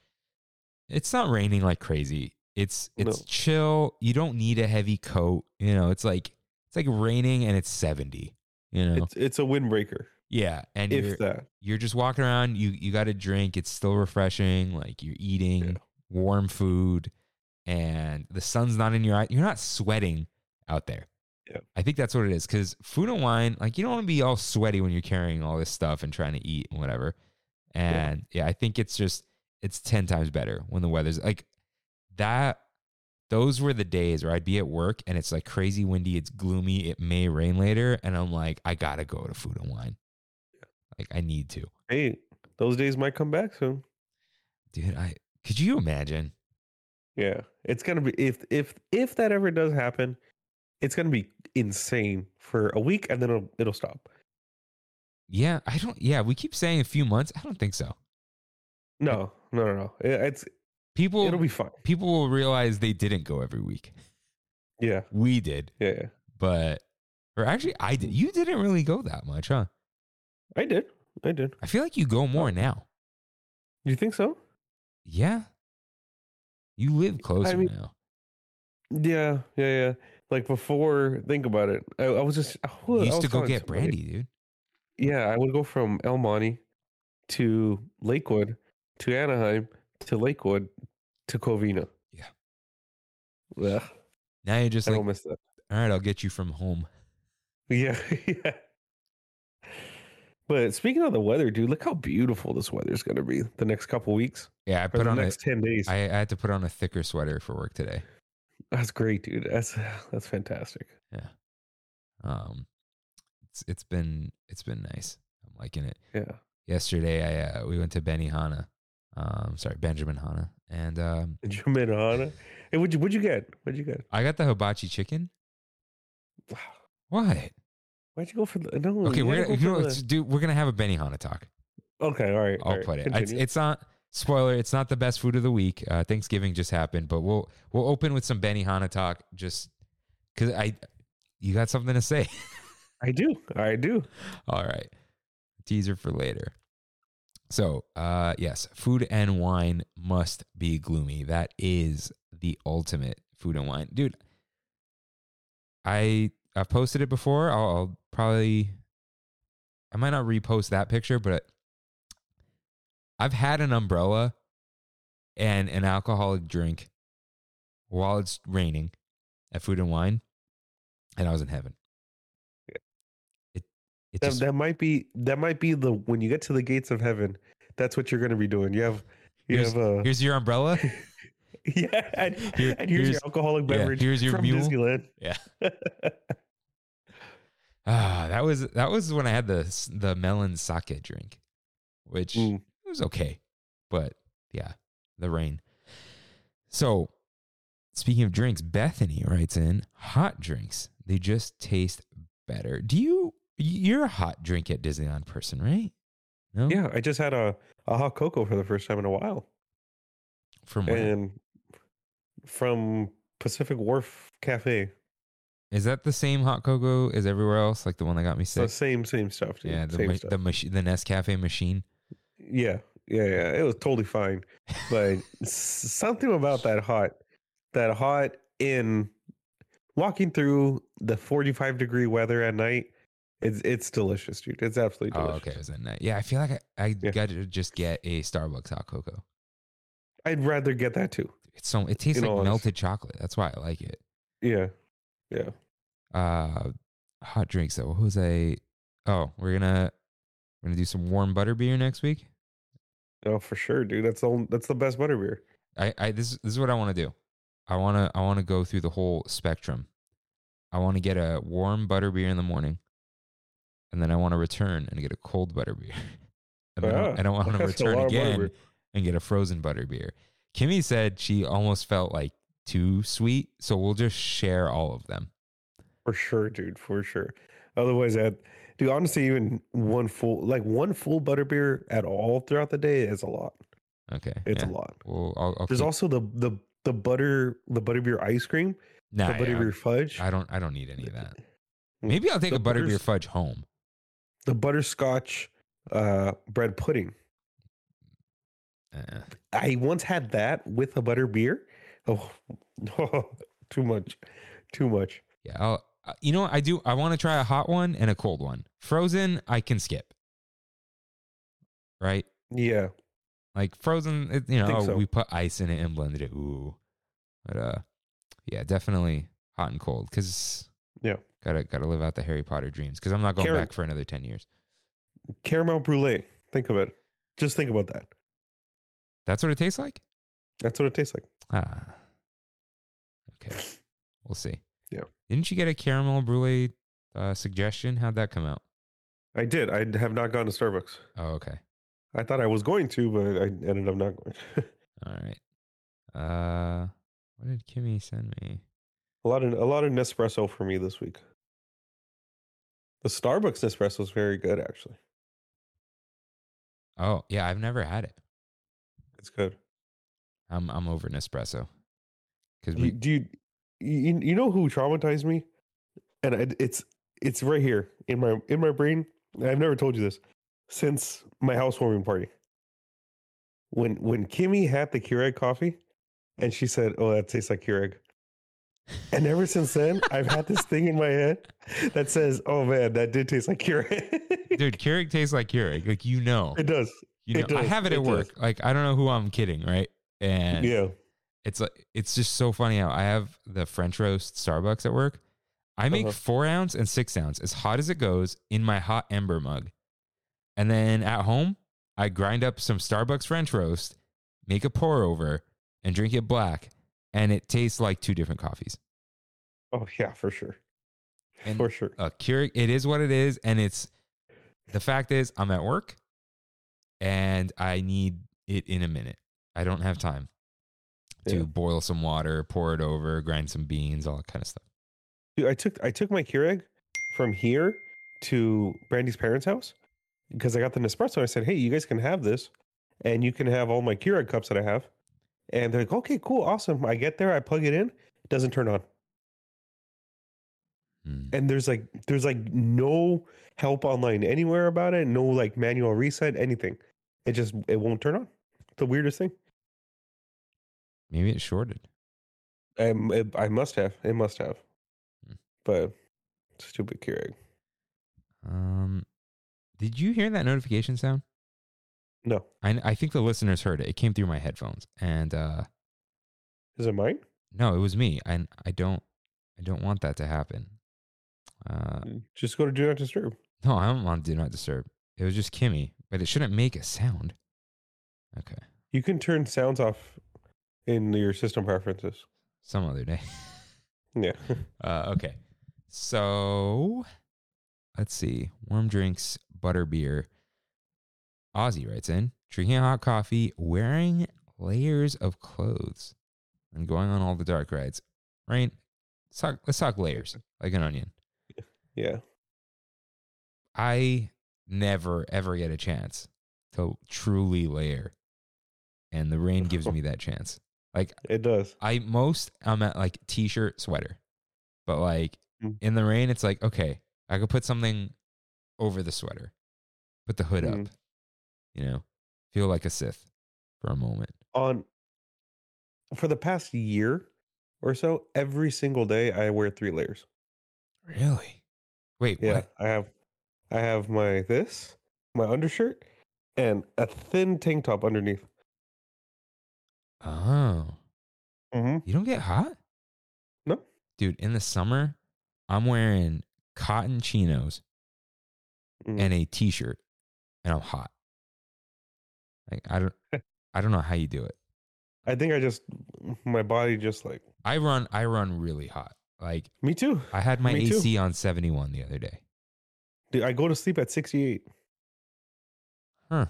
Speaker 1: it's not raining like crazy. It's it's
Speaker 2: No.
Speaker 1: chill. You don't need a heavy coat. You know, it's like it's like raining and it's seventy. You know,
Speaker 2: it's it's a windbreaker,
Speaker 1: yeah, and you're,
Speaker 2: if that.
Speaker 1: you're just walking around. You you got a drink. It's still refreshing. Like you're eating
Speaker 2: Yeah.
Speaker 1: warm food, and the sun's not in your eye. You're not sweating out there.
Speaker 2: Yeah.
Speaker 1: I think that's what it is. Because food and wine, like you don't want to be all sweaty when you're carrying all this stuff and trying to eat and whatever. And yeah, I think it's just it's ten times better when the weather's like that. Those were the days where I'd be at work and it's like crazy windy, it's gloomy, it may rain later, and I'm like, I gotta go to food and wine. Like I need to.
Speaker 2: Hey, those days might come back soon.
Speaker 1: dude i could you imagine
Speaker 2: Yeah, it's gonna be if if if that ever does happen, it's gonna be insane for a week, and then it'll it'll stop.
Speaker 1: yeah i don't yeah we keep saying a few months i don't think so
Speaker 2: No, no, no, no. It- It's
Speaker 1: people
Speaker 2: it'll be fine.
Speaker 1: people will realize they didn't go every week
Speaker 2: Yeah,
Speaker 1: we did
Speaker 2: yeah, yeah.
Speaker 1: but or actually i did you didn't really go that much huh
Speaker 2: I did, I did.
Speaker 1: i feel like you go more now
Speaker 2: You think so?
Speaker 1: yeah you live closer
Speaker 2: mean-
Speaker 1: now
Speaker 2: Yeah, yeah, yeah. Like before, think about it. I, I was just I, wa- I
Speaker 1: you used
Speaker 2: was
Speaker 1: to go
Speaker 2: telling
Speaker 1: get
Speaker 2: somebody-
Speaker 1: brandy dude
Speaker 2: Yeah, I would go from El Monte to Lakewood to Anaheim to Lakewood to Covina.
Speaker 1: Yeah.
Speaker 2: Yeah,
Speaker 1: now you're just
Speaker 2: I
Speaker 1: like
Speaker 2: don't miss that.
Speaker 1: all right i'll get you from home
Speaker 2: Yeah, yeah. But speaking of the weather, dude, look how beautiful this weather's going to be the next couple weeks
Speaker 1: yeah i
Speaker 2: or
Speaker 1: put
Speaker 2: the
Speaker 1: on a,
Speaker 2: next ten days.
Speaker 1: I, I had to put on a thicker sweater for work today
Speaker 2: That's great, dude. That's that's fantastic.
Speaker 1: um it's it's been it's been nice i'm liking it
Speaker 2: Yeah,
Speaker 1: yesterday I uh, we went to Benny Hanna. Um sorry, Benjamin Hanna. And um
Speaker 2: Jamaica. Hey, what'd you what'd you get? What'd you get?
Speaker 1: I got the hibachi chicken.
Speaker 2: Wow.
Speaker 1: What?
Speaker 2: Why'd you go for the no?
Speaker 1: Okay,
Speaker 2: you
Speaker 1: we're gonna,
Speaker 2: gotta go
Speaker 1: you know,
Speaker 2: for
Speaker 1: what, dude, we're gonna have a Benny Hanna talk.
Speaker 2: the- okay. All right,
Speaker 1: I'll
Speaker 2: all right,
Speaker 1: put it. It's,
Speaker 2: continue.
Speaker 1: it's not spoiler, it's not the best food of the week. Uh Thanksgiving just happened, but we'll we'll open with some Benny Hanna talk just cause I you got something to say.
Speaker 2: I do. I do.
Speaker 1: All right. Teaser for later. So, uh, yes, food and wine must be gloomy. That is the ultimate food and wine, dude. I I've posted it before. I'll, I'll probably I might not repost that picture, but I've had an umbrella and an alcoholic drink while it's raining at food and wine, and I was in heaven. It it
Speaker 2: That,
Speaker 1: just
Speaker 2: that might be. That might be the when you get to the gates of heaven. That's what you're going to be doing. You have. You
Speaker 1: Here's-
Speaker 2: have a.
Speaker 1: Here's your umbrella.
Speaker 2: yeah, and,
Speaker 1: Here-
Speaker 2: and here's,
Speaker 1: here's-
Speaker 2: your alcoholic
Speaker 1: yeah,
Speaker 2: beverage.
Speaker 1: here's your
Speaker 2: from
Speaker 1: mule.
Speaker 2: Disneyland.
Speaker 1: Ah, that was that was when I had the s- the melon sake drink, which
Speaker 2: Mm.
Speaker 1: it was okay, but yeah, the rain. So, speaking of drinks, Bethany writes in hot drinks. They just taste better. Do you? You're a hot drink at Disneyland person, right? No.
Speaker 2: Yeah, I just had a, a hot cocoa for the first time in a while,
Speaker 1: From where?
Speaker 2: and from Pacific Wharf Cafe.
Speaker 1: Is that the same hot cocoa as everywhere else? Like the one that got me
Speaker 2: So
Speaker 1: sick?
Speaker 2: same same stuff. Dude.
Speaker 1: yeah, the
Speaker 2: same
Speaker 1: ma-
Speaker 2: stuff.
Speaker 1: the machine, the Nescafe machine.
Speaker 2: Yeah, yeah, yeah. It was totally fine, but s- something about that hot, that hot in walking through the forty-five degree weather at night. It's it's delicious, dude. It's absolutely
Speaker 1: Oh,
Speaker 2: delicious.
Speaker 1: okay. It was that night. Yeah, I feel like I, I
Speaker 2: Yeah.
Speaker 1: got to just get a Starbucks hot cocoa.
Speaker 2: I'd rather get that too.
Speaker 1: It's so it tastes
Speaker 2: In all
Speaker 1: like
Speaker 2: honesty.
Speaker 1: melted chocolate. That's why I like it.
Speaker 2: Yeah, yeah.
Speaker 1: Uh, hot drinks though. What was I? Oh, we're gonna we're gonna do some warm butter beer next week.
Speaker 2: Oh, for sure, dude. That's the only, that's the best butterbeer.
Speaker 1: I, I this this is what I want to do. I wanna I wanna go through the whole spectrum. I want to get a warm butter beer in the morning, and then I want to return and get a cold butter beer, and then I-
Speaker 2: Ah,
Speaker 1: and I want
Speaker 2: that's
Speaker 1: to
Speaker 2: a
Speaker 1: return
Speaker 2: lot of butter
Speaker 1: again
Speaker 2: beer.
Speaker 1: and get a frozen butter beer. Kimmy said she almost felt like too sweet, so we'll just share all of them.
Speaker 2: For sure, dude. For sure. Otherwise, that dude. Honestly, even one full like one full butterbeer at all throughout the day is a lot.
Speaker 1: Okay,
Speaker 2: It's
Speaker 1: yeah.
Speaker 2: a lot.
Speaker 1: Well, I'll, I'll
Speaker 2: There's
Speaker 1: keep-
Speaker 2: also the the the butter the butterbeer ice cream,
Speaker 1: Nah,
Speaker 2: the
Speaker 1: yeah,
Speaker 2: butterbeer fudge,
Speaker 1: I don't I don't need any of that.
Speaker 2: Mm.
Speaker 1: Maybe I'll take
Speaker 2: The
Speaker 1: a butterbeer
Speaker 2: butters-
Speaker 1: fudge home.
Speaker 2: the butterscotch uh, bread pudding.
Speaker 1: Uh,
Speaker 2: I once had that with a butterbeer. Oh, too much, too much.
Speaker 1: yeah, I'll, uh, you know what I do I want to try a hot one and a cold one. Frozen I can skip. Right?
Speaker 2: Yeah,
Speaker 1: Like frozen it, you know
Speaker 2: Think
Speaker 1: oh,
Speaker 2: so.
Speaker 1: we put ice in it and blended it. Ooh. But uh yeah, definitely hot and cold cuz
Speaker 2: Yeah.
Speaker 1: Got to got to live out the Harry Potter dreams cuz I'm not going
Speaker 2: Karen-
Speaker 1: back for another 10 years.
Speaker 2: caramel brulee. Think of it. Just think about that.
Speaker 1: That's what it tastes like?
Speaker 2: That's what it tastes like.
Speaker 1: Ah. Okay. We'll see.
Speaker 2: Yeah.
Speaker 1: Didn't you get a caramel brulee uh, suggestion? How'd that come out?
Speaker 2: I did. I have not gone to Starbucks.
Speaker 1: Oh, okay.
Speaker 2: I thought I was going to, but I ended up not going.
Speaker 1: All right. Uh, what did Kimmy send me?
Speaker 2: a lot of a lot of Nespresso for me this week. The Starbucks Nespresso is very good, actually.
Speaker 1: Oh, yeah, I've never had it.
Speaker 2: It's good.
Speaker 1: I'm I'm over Nespresso. Cuz
Speaker 2: You,
Speaker 1: we
Speaker 2: do you, you you know who traumatized me? And I, it's it's right here in my in my brain. and I've never told you this since my housewarming party. When when Kimmy had the Keurig coffee, and she said, "Oh, that tastes like Keurig," and ever since then, I've had this thing in my head that says, "Oh man, that did taste like Keurig."
Speaker 1: Dude, Keurig tastes like Keurig. Like you know.
Speaker 2: it does.
Speaker 1: You know
Speaker 2: it
Speaker 1: I
Speaker 2: does,
Speaker 1: have it,
Speaker 2: it
Speaker 1: at
Speaker 2: does.
Speaker 1: work. Like I don't know who I'm kidding, right? And
Speaker 2: Yeah.
Speaker 1: it's like it's just so funny how I have the French roast Starbucks at work. I make
Speaker 2: Uh-huh.
Speaker 1: four ounce and six ounce as hot as it goes in my hot ember mug. And then at home, I grind up some Starbucks French roast, make a pour over, and drink it black. And it tastes like two different coffees.
Speaker 2: Oh yeah, for sure.
Speaker 1: And
Speaker 2: for sure.
Speaker 1: a Keurig, it is what it is. And it's the fact is, I'm at work and I need it in a minute. I don't have time to
Speaker 2: Yeah.
Speaker 1: boil some water, pour it over, grind some beans, all that kind of stuff.
Speaker 2: Dude, I took I took my Keurig from here to Brandy's parents' house because I got the Nespresso. I said, "Hey, you guys can have this, and you can have all my Keurig cups that I have." And they're like, "Okay, cool, awesome." I get there, I plug it in, it doesn't turn on,
Speaker 1: Mm.
Speaker 2: and there's like there's like no help online anywhere about it, no like manual reset, anything. It just it won't turn on. It's the weirdest thing.
Speaker 1: Maybe it shorted.
Speaker 2: Um, it, I must have. It must have.
Speaker 1: Hmm.
Speaker 2: But stupid Keurig.
Speaker 1: Um, did you hear that notification sound?
Speaker 2: No,
Speaker 1: I, I think the listeners heard it. It came through my headphones, and uh,
Speaker 2: is it mine?
Speaker 1: no, it was me. And I don't, I don't want that to happen. Uh,
Speaker 2: Just go to Do Not Disturb.
Speaker 1: no, I'm on Do Not Disturb. It was just Kimmy, but it shouldn't make a sound. Okay.
Speaker 2: You can turn sounds off in your system preferences.
Speaker 1: Some other day.
Speaker 2: Yeah.
Speaker 1: Uh, okay. So let's see. Warm drinks, butter beer. Ozzy writes in drinking hot coffee, wearing layers of clothes, and going on all the dark rides. Right? Let's talk, let's talk layers, like an onion.
Speaker 2: Yeah.
Speaker 1: I never, ever get a chance to truly layer. And the rain gives me that chance. Like,
Speaker 2: It does.
Speaker 1: I most I'm at like t-shirt sweater, but like
Speaker 2: Mm.
Speaker 1: in the rain, it's like okay, I could put something over the sweater, put the hood
Speaker 2: Mm.
Speaker 1: up, you know, feel like a Sith for a moment.
Speaker 2: On for the past year or so, every single day I wear three layers.
Speaker 1: Really? Wait,
Speaker 2: Yeah.
Speaker 1: what?
Speaker 2: I have I have my this, my undershirt, and a thin tank top underneath.
Speaker 1: Oh,
Speaker 2: Mm-hmm.
Speaker 1: you don't get hot?
Speaker 2: No.
Speaker 1: dude. In the summer, I'm wearing cotton chinos
Speaker 2: Mm.
Speaker 1: and a t-shirt, and I'm hot. Like I don't, I don't know how you do it.
Speaker 2: I think I just my body just like
Speaker 1: I run, I run really hot. Like
Speaker 2: me too.
Speaker 1: I had my
Speaker 2: Me too.
Speaker 1: AC on 71 the other day.
Speaker 2: Dude, I go to sleep at 68
Speaker 1: Huh.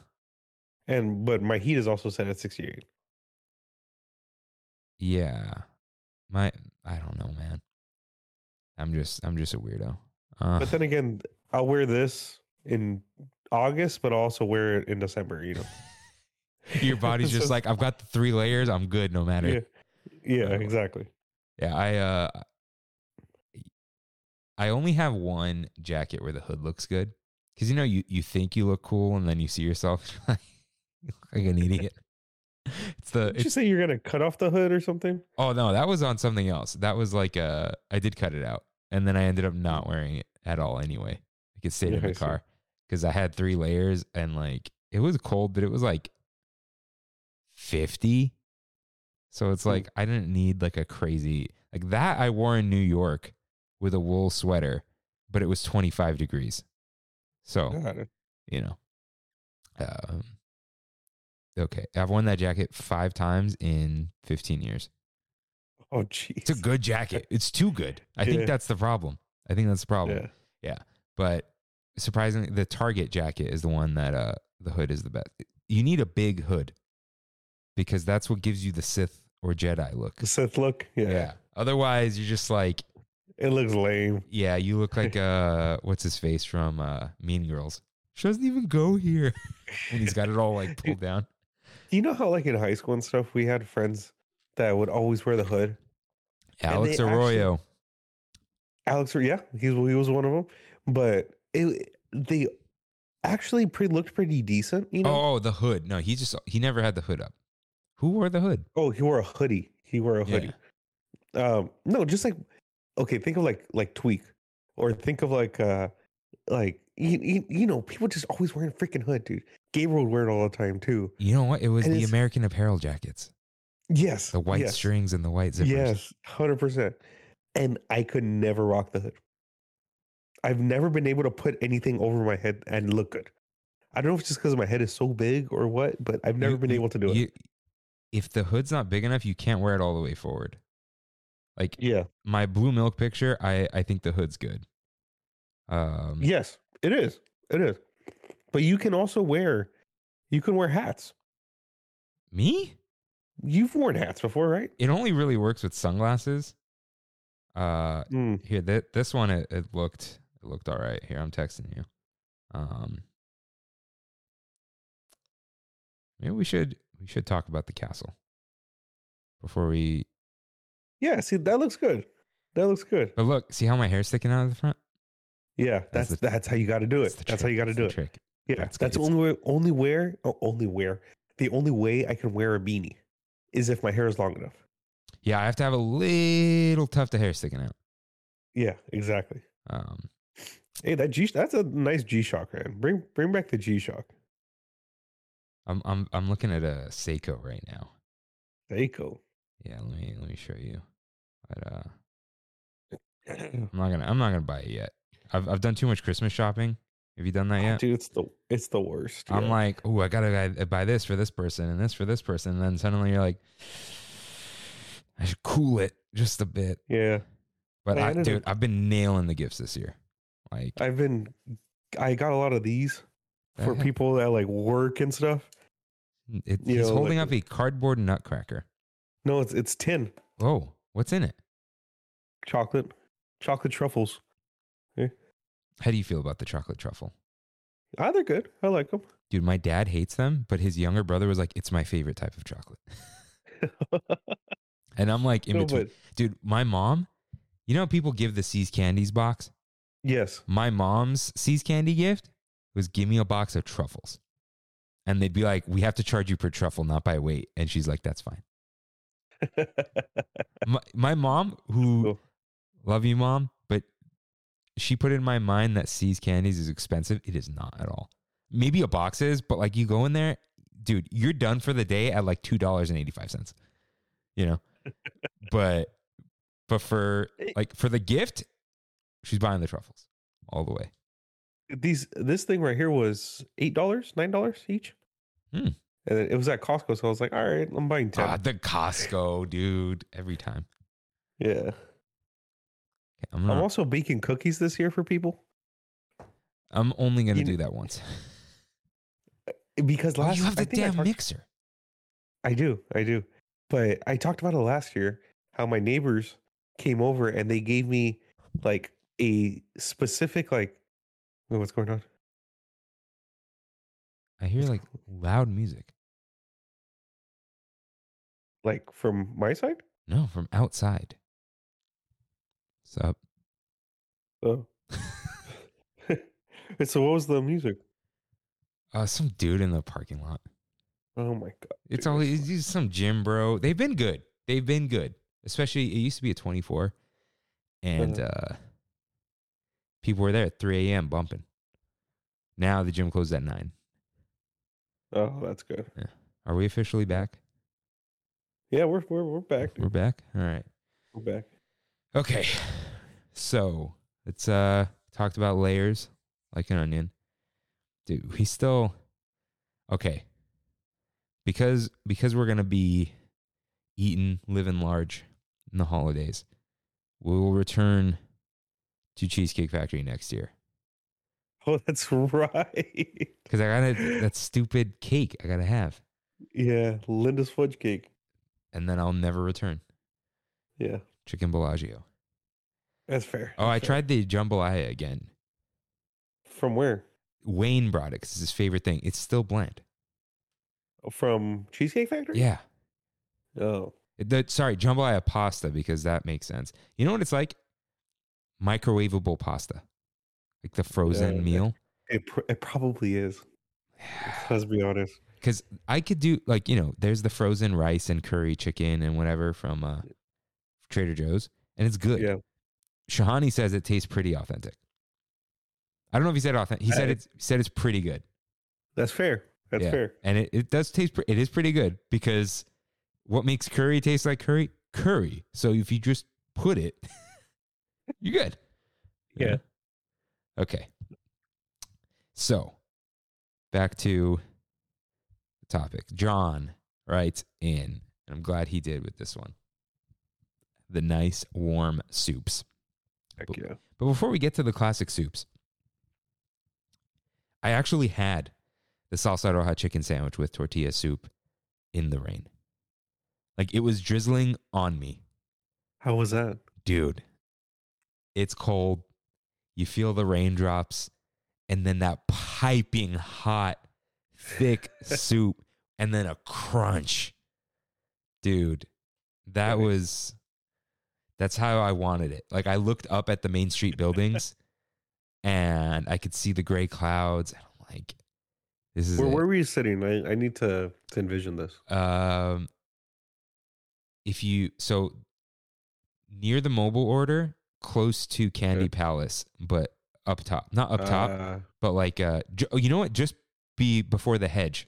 Speaker 2: and but my heat is also set at 68.
Speaker 1: Yeah. My I don't know, man. I'm just I'm just a weirdo. Uh,
Speaker 2: But then again, I'll wear this in August, but I'll also wear it in December, you know.
Speaker 1: your body's just
Speaker 2: So-
Speaker 1: like I've got the three layers. I'm good no matter.
Speaker 2: Yeah.
Speaker 1: Yeah,
Speaker 2: Yeah,
Speaker 1: Oh.
Speaker 2: exactly.
Speaker 1: I uh I only have one jacket where the hood looks good cuz you know you you think you look cool and then you see yourself like, you look like an idiot. It's the
Speaker 2: Did
Speaker 1: it's
Speaker 2: you say you're gonna cut off the hood or something?
Speaker 1: Oh no, that was on something else. That was like uh I did cut it out. And then I ended up not wearing it at all anyway. Like it stayed
Speaker 2: Yeah,
Speaker 1: in
Speaker 2: I
Speaker 1: the
Speaker 2: see.
Speaker 1: car. Because I had three layers and like it was cold, but it was like fifty. So it's
Speaker 2: Hmm.
Speaker 1: like I didn't need like a crazy like that I wore in New York with a wool sweater, but it was twenty five degrees. So
Speaker 2: Got it.
Speaker 1: you know. Um, okay. I've worn that jacket five times in fifteen years.
Speaker 2: Oh jeez.
Speaker 1: It's a good jacket. It's too good. I
Speaker 2: Yeah.
Speaker 1: think that's the problem. I think that's the problem.
Speaker 2: Yeah.
Speaker 1: But surprisingly, the Target jacket is the one that uh, the hood is the best. You need a big hood because that's what gives you the Sith or Jedi look.
Speaker 2: The Sith look. Yeah.
Speaker 1: Otherwise, you're just like,
Speaker 2: It looks lame.
Speaker 1: yeah, you look like uh, what's his face from uh, Mean Girls. She doesn't even go here, and he's got it all like pulled down.
Speaker 2: You know how like in high school and stuff we had friends that would always wear the hood?
Speaker 1: Alex
Speaker 2: they actually-
Speaker 1: Arroyo.
Speaker 2: Alex yeah, he was, he was one of them. But it they actually pre looked pretty decent, you know.
Speaker 1: oh, oh, the hood. No, he just he never had the hood up. Who wore the hood?
Speaker 2: Oh, he wore a hoodie. He wore a
Speaker 1: Yeah.
Speaker 2: hoodie. Um, no, just like okay, think of like like tweak, or think of like uh like you, you, you know people just always wearing freaking hood, dude. Gabriel would wear it all the time too.
Speaker 1: You know what? It was
Speaker 2: And
Speaker 1: the
Speaker 2: it's-
Speaker 1: American Apparel jackets.
Speaker 2: Yes,
Speaker 1: The white
Speaker 2: yes,
Speaker 1: strings and the white zippers.
Speaker 2: Yes, hundred percent. And I could never rock the hood. I've never been able to put anything over my head and look good. I don't know if it's just because my head is so big or what, but I've never
Speaker 1: You-
Speaker 2: been
Speaker 1: you-
Speaker 2: able to do it.
Speaker 1: you- if the hood's not big enough, you can't wear it all the way forward. Like
Speaker 2: Yeah.
Speaker 1: my blue milk picture, I, I think the hood's good. Um,
Speaker 2: Yes, it is. It is. But you can also wear, you can wear hats.
Speaker 1: Me?
Speaker 2: You've worn hats before, right?
Speaker 1: It only really works with sunglasses. Uh,
Speaker 2: Mm.
Speaker 1: here that this one it, it looked it looked all right here i'm texting you um maybe we should we should talk about the castle before we
Speaker 2: Yeah. See, that looks good. That looks good.
Speaker 1: but look see how my hair's sticking out of the front
Speaker 2: Yeah. That's
Speaker 1: That's
Speaker 2: that's,
Speaker 1: the-
Speaker 2: how you got to do it.
Speaker 1: the
Speaker 2: That's how
Speaker 1: trick.
Speaker 2: you got to
Speaker 1: It's
Speaker 2: do
Speaker 1: the
Speaker 2: it.
Speaker 1: trick
Speaker 2: Yeah.
Speaker 1: That's
Speaker 2: That's,
Speaker 1: good.
Speaker 2: the
Speaker 1: It's-
Speaker 2: only way. Only wear. Oh, only wear. The only way I can wear a beanie is if my hair is long enough.
Speaker 1: yeah i have to have a little tuft of hair sticking out
Speaker 2: Yeah. Exactly.
Speaker 1: um
Speaker 2: Hey, that G. That's a nice G Shock, man. Bring bring back the G Shock.
Speaker 1: i'm i'm, I'm looking at a seiko right now
Speaker 2: Seiko.
Speaker 1: yeah let me let me show you but uh i'm not gonna i'm not gonna buy it yet i've, I've done too much christmas shopping have you done that yet
Speaker 2: Dude, it's the it's the worst.
Speaker 1: I'm
Speaker 2: yeah.
Speaker 1: like, oh, I gotta buy- buy this for this person and this for this person, and then suddenly you're like, I should cool it just a bit.
Speaker 2: Yeah.
Speaker 1: But
Speaker 2: I
Speaker 1: I,
Speaker 2: ended
Speaker 1: dude,
Speaker 2: up-
Speaker 1: I've been nailing the gifts this year. Like
Speaker 2: I've been, I got a lot of these for
Speaker 1: Yeah.
Speaker 2: people that like work and stuff.
Speaker 1: it,
Speaker 2: you
Speaker 1: he's
Speaker 2: know,
Speaker 1: holding
Speaker 2: like-
Speaker 1: up a cardboard nutcracker.
Speaker 2: No, it's it's tin
Speaker 1: Oh, what's in it?
Speaker 2: chocolate, chocolate truffles.
Speaker 1: How do you feel about the chocolate truffle?
Speaker 2: Ah, they're good. I like them.
Speaker 1: Dude, my dad hates them, but his younger brother was like, "It's my favorite type of chocolate." and I'm like in
Speaker 2: No,
Speaker 1: between.
Speaker 2: but
Speaker 1: Dude, my mom, you know how people give the Seas Candies box?
Speaker 2: yes,
Speaker 1: My mom's Seas Candy gift was give me a box of truffles. And they'd be like, "We have to charge you per truffle, not by weight." And she's like, "That's fine." my, my mom, who
Speaker 2: Cool.
Speaker 1: love you, mom, but she put in my mind that C's candies is expensive. It is not at all. Maybe a box is, but like you go in there, dude, you're done for the day at like two dollars and eighty five cents. You know, but but for
Speaker 2: Eh.
Speaker 1: like for the gift, she's buying the truffles all the way.
Speaker 2: these this thing right here was eight dollars, nine dollars each.
Speaker 1: Hmm.
Speaker 2: And it was at Costco, so I was like, all right, I'm buying ten.
Speaker 1: Ah, the Costco, dude, every time.
Speaker 2: yeah,
Speaker 1: Okay, I'm,
Speaker 2: I'm
Speaker 1: not,
Speaker 2: also baking cookies this year for people
Speaker 1: I'm only gonna
Speaker 2: You-
Speaker 1: do that once.
Speaker 2: because
Speaker 1: Oh,
Speaker 2: last
Speaker 1: you have the
Speaker 2: I think I
Speaker 1: damn
Speaker 2: talked-
Speaker 1: mixer.
Speaker 2: I do, I do. But I talked about it last year how my neighbors came over and they gave me like a specific like Wait, what's going on?
Speaker 1: I hear like loud music.
Speaker 2: Like from my side?
Speaker 1: No, from outside. Sup?
Speaker 2: Oh. so what was the music?
Speaker 1: Uh, some dude in the parking lot.
Speaker 2: Oh my god.
Speaker 1: It's
Speaker 2: dude.
Speaker 1: always it's just some gym bro. They've been good. They've been good. Especially it used to be a 24, and
Speaker 2: Uh-huh.
Speaker 1: uh, people were there at 3 a.m. bumping. Now the gym closed at nine.
Speaker 2: Oh, that's good.
Speaker 1: Are we officially back?
Speaker 2: Yeah, we're we're we're back. dude.
Speaker 1: We're back. All right.
Speaker 2: We're back.
Speaker 1: Okay. So it's uh talked about layers like an onion. Dude, we still okay. Because because we're gonna be eating, living large in the holidays, we will return to Cheesecake Factory next year.
Speaker 2: Oh, that's right.
Speaker 1: Because I gotta that stupid cake I gotta have.
Speaker 2: yeah, Linda's fudge cake.
Speaker 1: And then I'll never return.
Speaker 2: Yeah,
Speaker 1: Chicken Bellagio.
Speaker 2: that's fair.
Speaker 1: Oh, I
Speaker 2: that's fair.
Speaker 1: tried the jambalaya again.
Speaker 2: From where?
Speaker 1: Wayne brought it 'cause it's his favorite thing. It's still bland.
Speaker 2: From Cheesecake Factory?
Speaker 1: Yeah.
Speaker 2: Oh,
Speaker 1: The, sorry, jambalaya pasta because that makes sense. You know what it's like? Microwavable pasta, like the frozen
Speaker 2: Yeah.
Speaker 1: meal.
Speaker 2: it pr- it probably is. Let's be honest.
Speaker 1: Because I could do like you know, there's the frozen rice and curry chicken and whatever from uh, Trader Joe's, and it's good.
Speaker 2: Yeah.
Speaker 1: Shahani says it tastes pretty authentic. I don't know if he said authentic. He said
Speaker 2: I-
Speaker 1: it's he said it's pretty good.
Speaker 2: That's fair. That's
Speaker 1: Yeah.
Speaker 2: fair.
Speaker 1: and it, it does taste pre- it is pretty good because what makes curry taste like curry curry so if you just put it you're good You
Speaker 2: Yeah.
Speaker 1: know? okay so back to the topic john writes in and i'm glad he did with this one the nice warm soups
Speaker 2: Heck
Speaker 1: But-
Speaker 2: yeah.
Speaker 1: but before we get to the classic soups, I actually had the salsa roja chicken sandwich with tortilla soup in the rain. Like it was drizzling on me.
Speaker 2: How was that?
Speaker 1: Dude, it's cold. You feel the raindrops and then that piping hot, thick soup and then a crunch. Dude, that
Speaker 2: Right.
Speaker 1: was that's how I wanted it. Like I looked up at the Main Street buildings and I could see the gray clouds and I'm like this is
Speaker 2: Where,
Speaker 1: it.
Speaker 2: where were you sitting? I, I need to, to envision this.
Speaker 1: um if you so near the mobile order close to Candy
Speaker 2: Okay.
Speaker 1: Palace but up top. Not up top,
Speaker 2: Uh,
Speaker 1: but like uh ju- oh, you know what just be before the hedge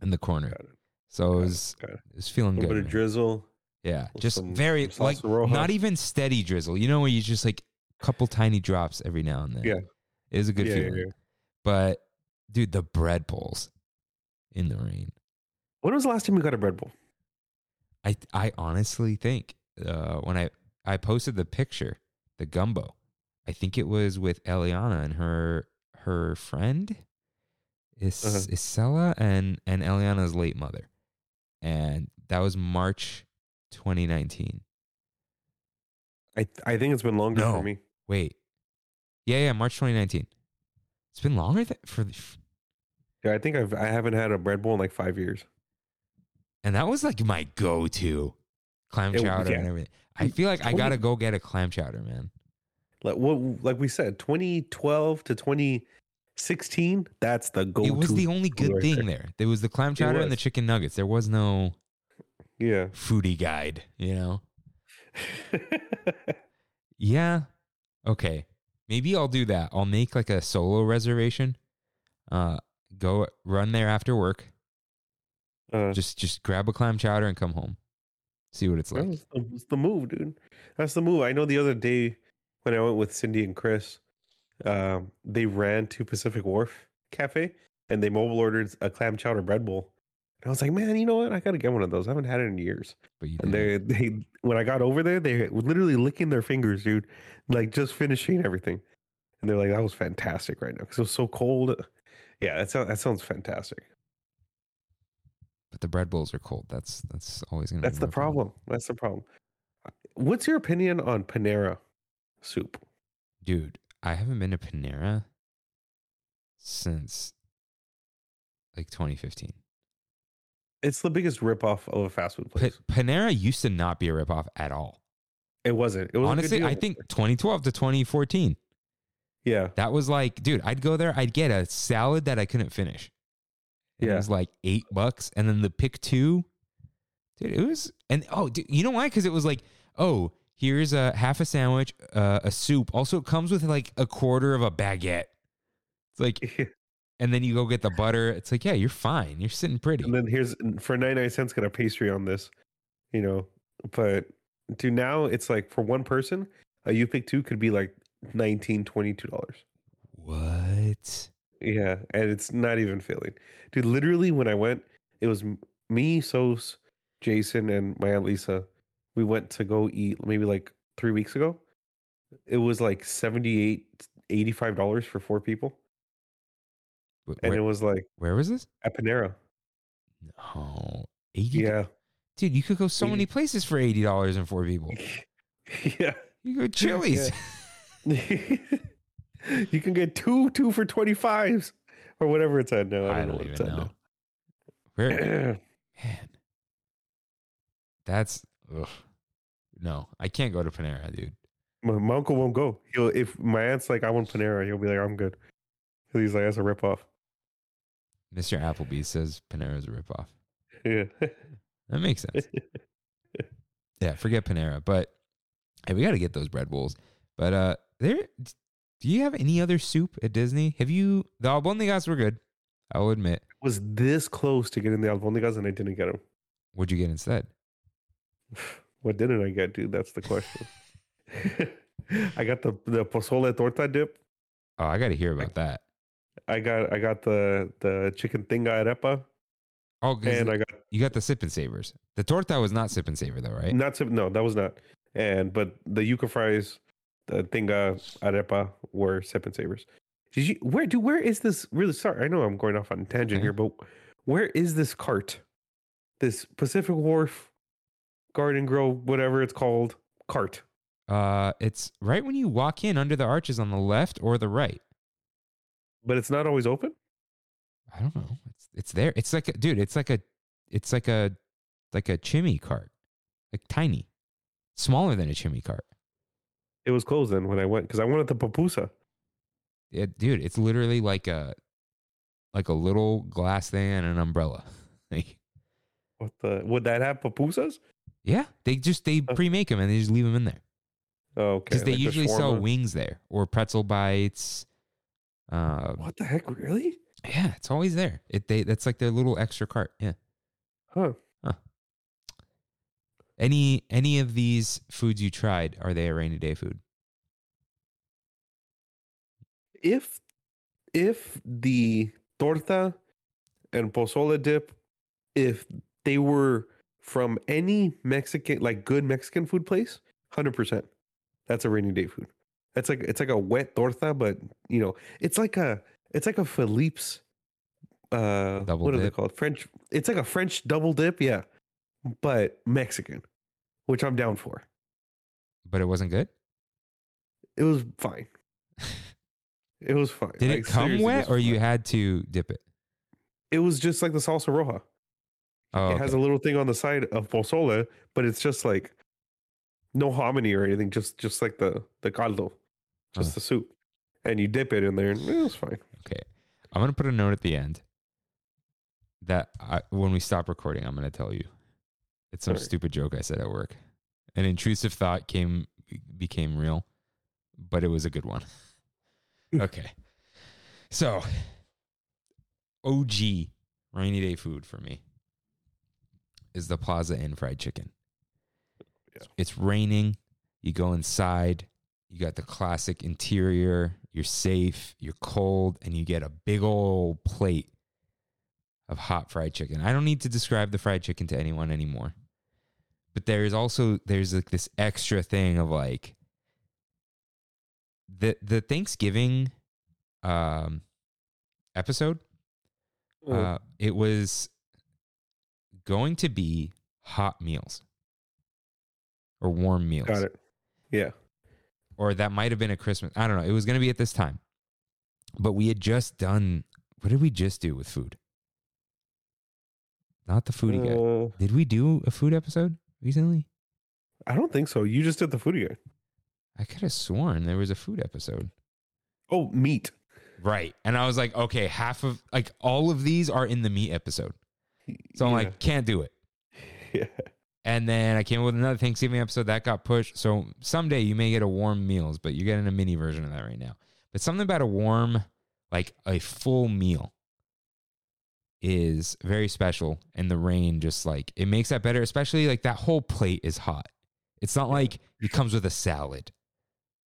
Speaker 1: in the corner
Speaker 2: Got it.
Speaker 1: so it
Speaker 2: Got it,
Speaker 1: was
Speaker 2: got it.
Speaker 1: it was feeling
Speaker 2: a
Speaker 1: good
Speaker 2: little bit of
Speaker 1: man.
Speaker 2: drizzle.
Speaker 1: yeah
Speaker 2: with
Speaker 1: just
Speaker 2: some-
Speaker 1: very
Speaker 2: some
Speaker 1: like
Speaker 2: salsa roja.
Speaker 1: not even steady drizzle you know where you just like couple tiny drops every now and then
Speaker 2: Yeah.
Speaker 1: it was a good
Speaker 2: Yeah, yeah,
Speaker 1: feeling
Speaker 2: yeah.
Speaker 1: but dude the bread bowls in the rain
Speaker 2: When was the last time you got a bread bowl?
Speaker 1: I I honestly think uh, when I I posted the picture, the gumbo, I think it was with Eliana and her her friend, Is
Speaker 2: Uh-huh.
Speaker 1: Isela and and Eliana's late mother, and that was March 2019.
Speaker 2: I I think it's been longer
Speaker 1: No.
Speaker 2: for me.
Speaker 1: Wait, yeah, yeah, March 2019. It's been longer than for, the-
Speaker 2: Yeah, I think I've I haven't had a bread bowl in like five years.
Speaker 1: and that was like my go-to clam
Speaker 2: It-
Speaker 1: chowder
Speaker 2: yeah. Mm,
Speaker 1: and everything. I feel like I
Speaker 2: Totally.
Speaker 1: gotta go get a clam chowder, man.
Speaker 2: Like what like we said, 2012 to 2016, that's the go-to.
Speaker 1: it was the only good
Speaker 2: right
Speaker 1: thing
Speaker 2: there.
Speaker 1: there. There was the clam chowder and the
Speaker 2: was.
Speaker 1: chicken nuggets. There was no
Speaker 2: yeah.
Speaker 1: foodie guide, you know? Yeah. Okay. Maybe I'll do that. I'll make like a solo reservation. Uh go run there after work.
Speaker 2: uh,
Speaker 1: Just just grab a clam chowder and come home. See what it's like.
Speaker 2: That's the, that's the move, dude. That's the move. I know the other day when I went with Cindy and Chris, um, they ran to Pacific Wharf Cafe and they mobile ordered a clam chowder bread bowl. And I was like, man, you know what? I gotta get one of those. I haven't had it in years.
Speaker 1: But you
Speaker 2: And
Speaker 1: didn't.
Speaker 2: they, they, when I got over there, they were literally licking their fingers, dude, like just finishing everything. And they're like, that was fantastic right now because it was so cold. Yeah, that sounds that sounds fantastic.
Speaker 1: but the bread bowls are cold. That's that's always gonna
Speaker 2: That's
Speaker 1: be
Speaker 2: the
Speaker 1: my problem.
Speaker 2: problem. That's the problem. What's your opinion on Panera soup?
Speaker 1: Dude, I haven't been to Panera since like 2015.
Speaker 2: It's the biggest ripoff of a fast food
Speaker 1: Pa-
Speaker 2: place.
Speaker 1: Panera used to not be a ripoff at all.
Speaker 2: it wasn't. It was
Speaker 1: Honestly, I think 2012 to 2014,
Speaker 2: Yeah,
Speaker 1: that was like, dude, I'd go there, I'd get a salad that I couldn't finish. And It
Speaker 2: Yeah.
Speaker 1: was like eight bucks. And then the pick two, dude, it was, and oh, dude, you know why? Because it was like, oh, here's a half a sandwich, uh, a soup. Also, it comes with like a quarter of a baguette. It's like, and then you go get the butter. It's like, yeah, you're fine. You're sitting pretty.
Speaker 2: and then here's for ninety nine cents, get a pastry on this. You know, but to now it's like for one person, a you pick two could be like 19 dollars.
Speaker 1: What?
Speaker 2: Yeah, and it's not even failing, dude. Literally, when I went, it was m- me, Sos, Jason, and my aunt Lisa. We went to go eat maybe like three weeks ago. It was like 78 85 dollars for four people,
Speaker 1: Wh-
Speaker 2: and it
Speaker 1: Where,
Speaker 2: was like
Speaker 1: where was this?
Speaker 2: at Panera.
Speaker 1: No. 80
Speaker 2: Yeah,
Speaker 1: Dude, you could go so many places for eighty dollars and four people.
Speaker 2: yeah.
Speaker 1: You go Chili's.
Speaker 2: you can get two two for twenty fives or whatever it's at now. I don't, know what it's at now.
Speaker 1: Where, man, that's ugh. no. I can't go to Panera, dude.
Speaker 2: my, my uncle won't go. He'll if my aunt's like, I want Panera, he'll be like, I'm good. 'Cause he's like, that's a ripoff.
Speaker 1: Mister Applebee says Panera's a ripoff.
Speaker 2: Yeah.
Speaker 1: That makes sense. yeah, forget Panera, but hey, we got to get those bread bowls. But uh, there, do you have any other soup at Disney? Have you the albondigas were good? I will admit.
Speaker 2: was this close to getting the albondigas and I didn't get them.
Speaker 1: What'd you get instead?
Speaker 2: What didn't I get, dude? That's the question. I got the the pozole torta dip.
Speaker 1: Oh, I got to hear about that.
Speaker 2: I got I got the the chicken thinga arepa,
Speaker 1: Oh, 'cause
Speaker 2: and I got
Speaker 1: you got the sip and savers. The torta was not sip and saver though, right?
Speaker 2: not to, no, that was not. And but the yuca fries, the thinga arepa were sip and savers. Did you where do where is this really sorry? I know I'm going off on a tangent
Speaker 1: Okay.
Speaker 2: here, but where is this cart? This Pacific Wharf Garden Grove, whatever it's called, cart.
Speaker 1: Uh, it's right when you walk in under the arches on the left or the right.
Speaker 2: But it's not always open.
Speaker 1: I don't know. It's it's there. It's like a, dude. It's like a it's like a like a chimney cart, like tiny, smaller than a chimney cart.
Speaker 2: It was closed then when I went because I wanted the papusa.
Speaker 1: It, dude, it's literally like a like a little glass thing and an umbrella. Like,
Speaker 2: What the? Would that have papusas?
Speaker 1: yeah, they just they
Speaker 2: Huh.
Speaker 1: pre-make them and they just leave them in there
Speaker 2: Oh, okay.
Speaker 1: because they
Speaker 2: like the
Speaker 1: usually sell
Speaker 2: shawarma.
Speaker 1: wings there or pretzel bites. Uh,
Speaker 2: What the heck? Really?
Speaker 1: yeah, it's always there. It they that's like their little extra cart. Yeah.
Speaker 2: Huh?
Speaker 1: Any any of these foods you tried are they a rainy day food?
Speaker 2: If if the torta and pozole dip, if they were from any Mexican, like good Mexican food place, hundred percent. That's a rainy day food. That's like it's like a wet torta, but you know, it's like a it's like a Philippe's. Uh,
Speaker 1: Double
Speaker 2: what are they
Speaker 1: dip.
Speaker 2: called? French. It's like a French double dip, yeah, but Mexican, which I'm down for.
Speaker 1: But it wasn't good.
Speaker 2: It was fine. It was fine.
Speaker 1: Did
Speaker 2: Like,
Speaker 1: it come
Speaker 2: seriously,
Speaker 1: wet or
Speaker 2: was
Speaker 1: you
Speaker 2: fine.
Speaker 1: had to dip it?
Speaker 2: It was just like the salsa roja.
Speaker 1: Oh,
Speaker 2: It has
Speaker 1: okay.
Speaker 2: a little thing on the side of pozole, but it's just like no hominy or anything. Just just like the the caldo, just
Speaker 1: Oh.
Speaker 2: the soup, and you dip it in there, and it was fine.
Speaker 1: okay. I'm gonna put a note at the end that I, when we stop recording, I'm gonna tell you. It's some
Speaker 2: Alright.
Speaker 1: stupid joke I said at work. An intrusive thought came became real, but it was a good one. okay. So, OG rainy day food for me is the Plaza Inn fried chicken.
Speaker 2: Yeah.
Speaker 1: It's raining. You go inside. You got the classic interior. You're safe. You're cold, and you get a big old plate of hot fried chicken. I don't need to describe the fried chicken to anyone anymore. But there is also there's like this extra thing of like the the Thanksgiving um episode
Speaker 2: Mm-hmm. Mm,
Speaker 1: uh, it was going to be hot meals or warm meals
Speaker 2: Got it. Yeah.
Speaker 1: or that might have been a christmas i don't know it was going to be at this time but we had just done what did we just do with food not the foodie guy
Speaker 2: Uh,
Speaker 1: did we do a food episode recently
Speaker 2: I don't think so. You just did the foodie guy.
Speaker 1: i could have sworn there was a food episode
Speaker 2: Oh, meat.
Speaker 1: right and i was like okay half of like all of these are in the meat episode so i'm
Speaker 2: Yeah.
Speaker 1: like can't do it
Speaker 2: yeah.
Speaker 1: And then I came up with another Thanksgiving episode that got pushed. So someday you may get a warm meals, but you're getting a mini version of that right now. But something about a warm, like a full meal, is very special. And the rain just like it makes that better, especially like that whole plate is hot. It's not like it comes with a salad,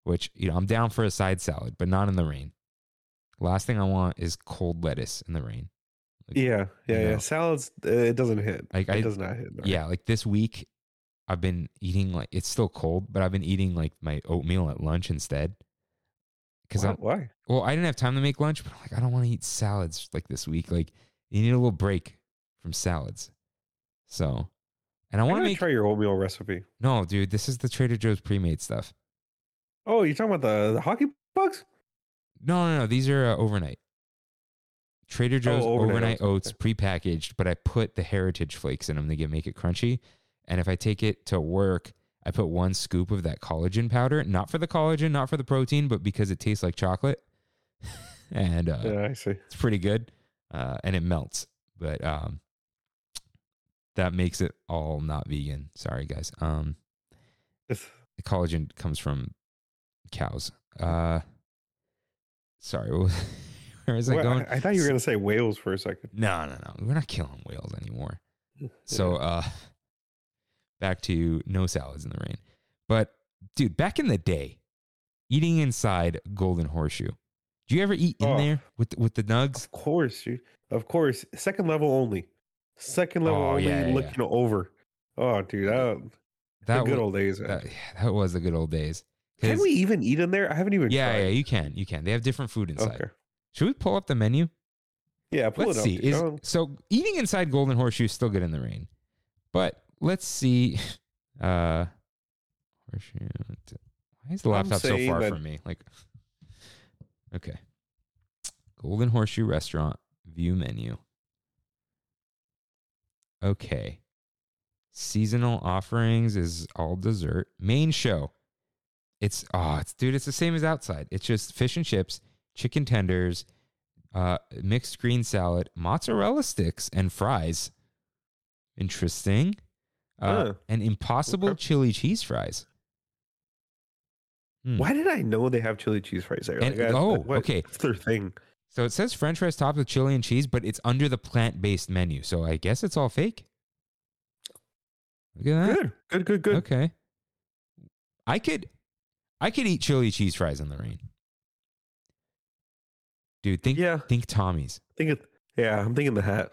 Speaker 1: which, you know, I'm down for a side salad, but not in the rain. Last thing I want is cold lettuce in the rain.
Speaker 2: Yeah. Yeah.
Speaker 1: No.
Speaker 2: Yeah. Salads. Uh, it doesn't hit.
Speaker 1: Like,
Speaker 2: it
Speaker 1: I-
Speaker 2: does not hit. no.
Speaker 1: Yeah, like this week, I've been eating like it's still cold, but I've been eating like my oatmeal at lunch instead. Because
Speaker 2: Why-
Speaker 1: I'm
Speaker 2: why?
Speaker 1: well, I didn't have time to make lunch, but I'm like I don't want to eat salads like this week. Like you need a little break from salads. So, and I
Speaker 2: I
Speaker 1: want
Speaker 2: want
Speaker 1: to make
Speaker 2: try your oatmeal recipe.
Speaker 1: no, dude. This is the Trader Joe's pre-made stuff.
Speaker 2: Oh, you're talking about the, the hockey bugs?
Speaker 1: No, no, no. These are uh, overnight. Trader Joe's
Speaker 2: Oh, overnight
Speaker 1: overnight,
Speaker 2: oats,
Speaker 1: oats, prepackaged, but I put the heritage flakes in them to get, make it crunchy. And if I take it to work, I put one scoop of that collagen powder, not for the collagen, not for the protein, but because it tastes like chocolate. and uh,
Speaker 2: yeah, I see.
Speaker 1: it's pretty good. Uh, and it melts. But um, that makes it all not vegan. Sorry, guys. Um,
Speaker 2: It's-
Speaker 1: the collagen comes from cows. Uh, sorry, what was, where was I
Speaker 2: Well,
Speaker 1: going?
Speaker 2: I, I thought you were going to say whales for a second.
Speaker 1: No, no, no. We're not killing whales anymore. So, uh, back to no salads in the rain. But dude, back in the day, eating inside Golden Horseshoe. Do you ever eat in
Speaker 2: Oh.
Speaker 1: there with with the nugs?
Speaker 2: Of course, you. Of course, second level only. Second level
Speaker 1: Oh,
Speaker 2: only.
Speaker 1: yeah, yeah,
Speaker 2: looking over. Oh, dude, that, the good
Speaker 1: wa-
Speaker 2: old days. man.
Speaker 1: That, yeah, that was the good old days. 'Cause-
Speaker 2: Can we even eat in there? I haven't even.
Speaker 1: Yeah,
Speaker 2: tried.
Speaker 1: yeah, you can, you can. They have different food inside.
Speaker 2: Okay.
Speaker 1: Should we pull up the menu?
Speaker 2: Yeah, pull
Speaker 1: let's
Speaker 2: it up.
Speaker 1: see.
Speaker 2: dude.
Speaker 1: Is,
Speaker 2: Oh,
Speaker 1: so eating inside Golden Horseshoe is still good in the rain, but let's see. Uh, horseshoe. Why is the
Speaker 2: I'm
Speaker 1: laptop so
Speaker 2: saying
Speaker 1: far
Speaker 2: that-
Speaker 1: from me? Like, okay. Golden Horseshoe Restaurant view menu. Okay. Seasonal offerings is all dessert. Main show. It's oh, it's dude, it's the same as outside. It's just fish and chips, chicken tenders, uh, mixed green salad, mozzarella sticks, and fries. Interesting. Uh,
Speaker 2: Huh.
Speaker 1: And impossible
Speaker 2: Okay.
Speaker 1: chili cheese fries. Hmm.
Speaker 2: Why did I know they have chili cheese fries there?
Speaker 1: And-
Speaker 2: I-
Speaker 1: oh,
Speaker 2: what-
Speaker 1: okay.
Speaker 2: That's their thing.
Speaker 1: So it says French fries topped with chili and cheese, but it's under the plant based menu. So I guess it's all fake. Look at that.
Speaker 2: Good, good, good, good.
Speaker 1: Okay. I could I could eat chili cheese fries in the rain. Dude, think
Speaker 2: Yeah.
Speaker 1: think Tommy's.
Speaker 2: Think it. Yeah, I'm thinking the hat.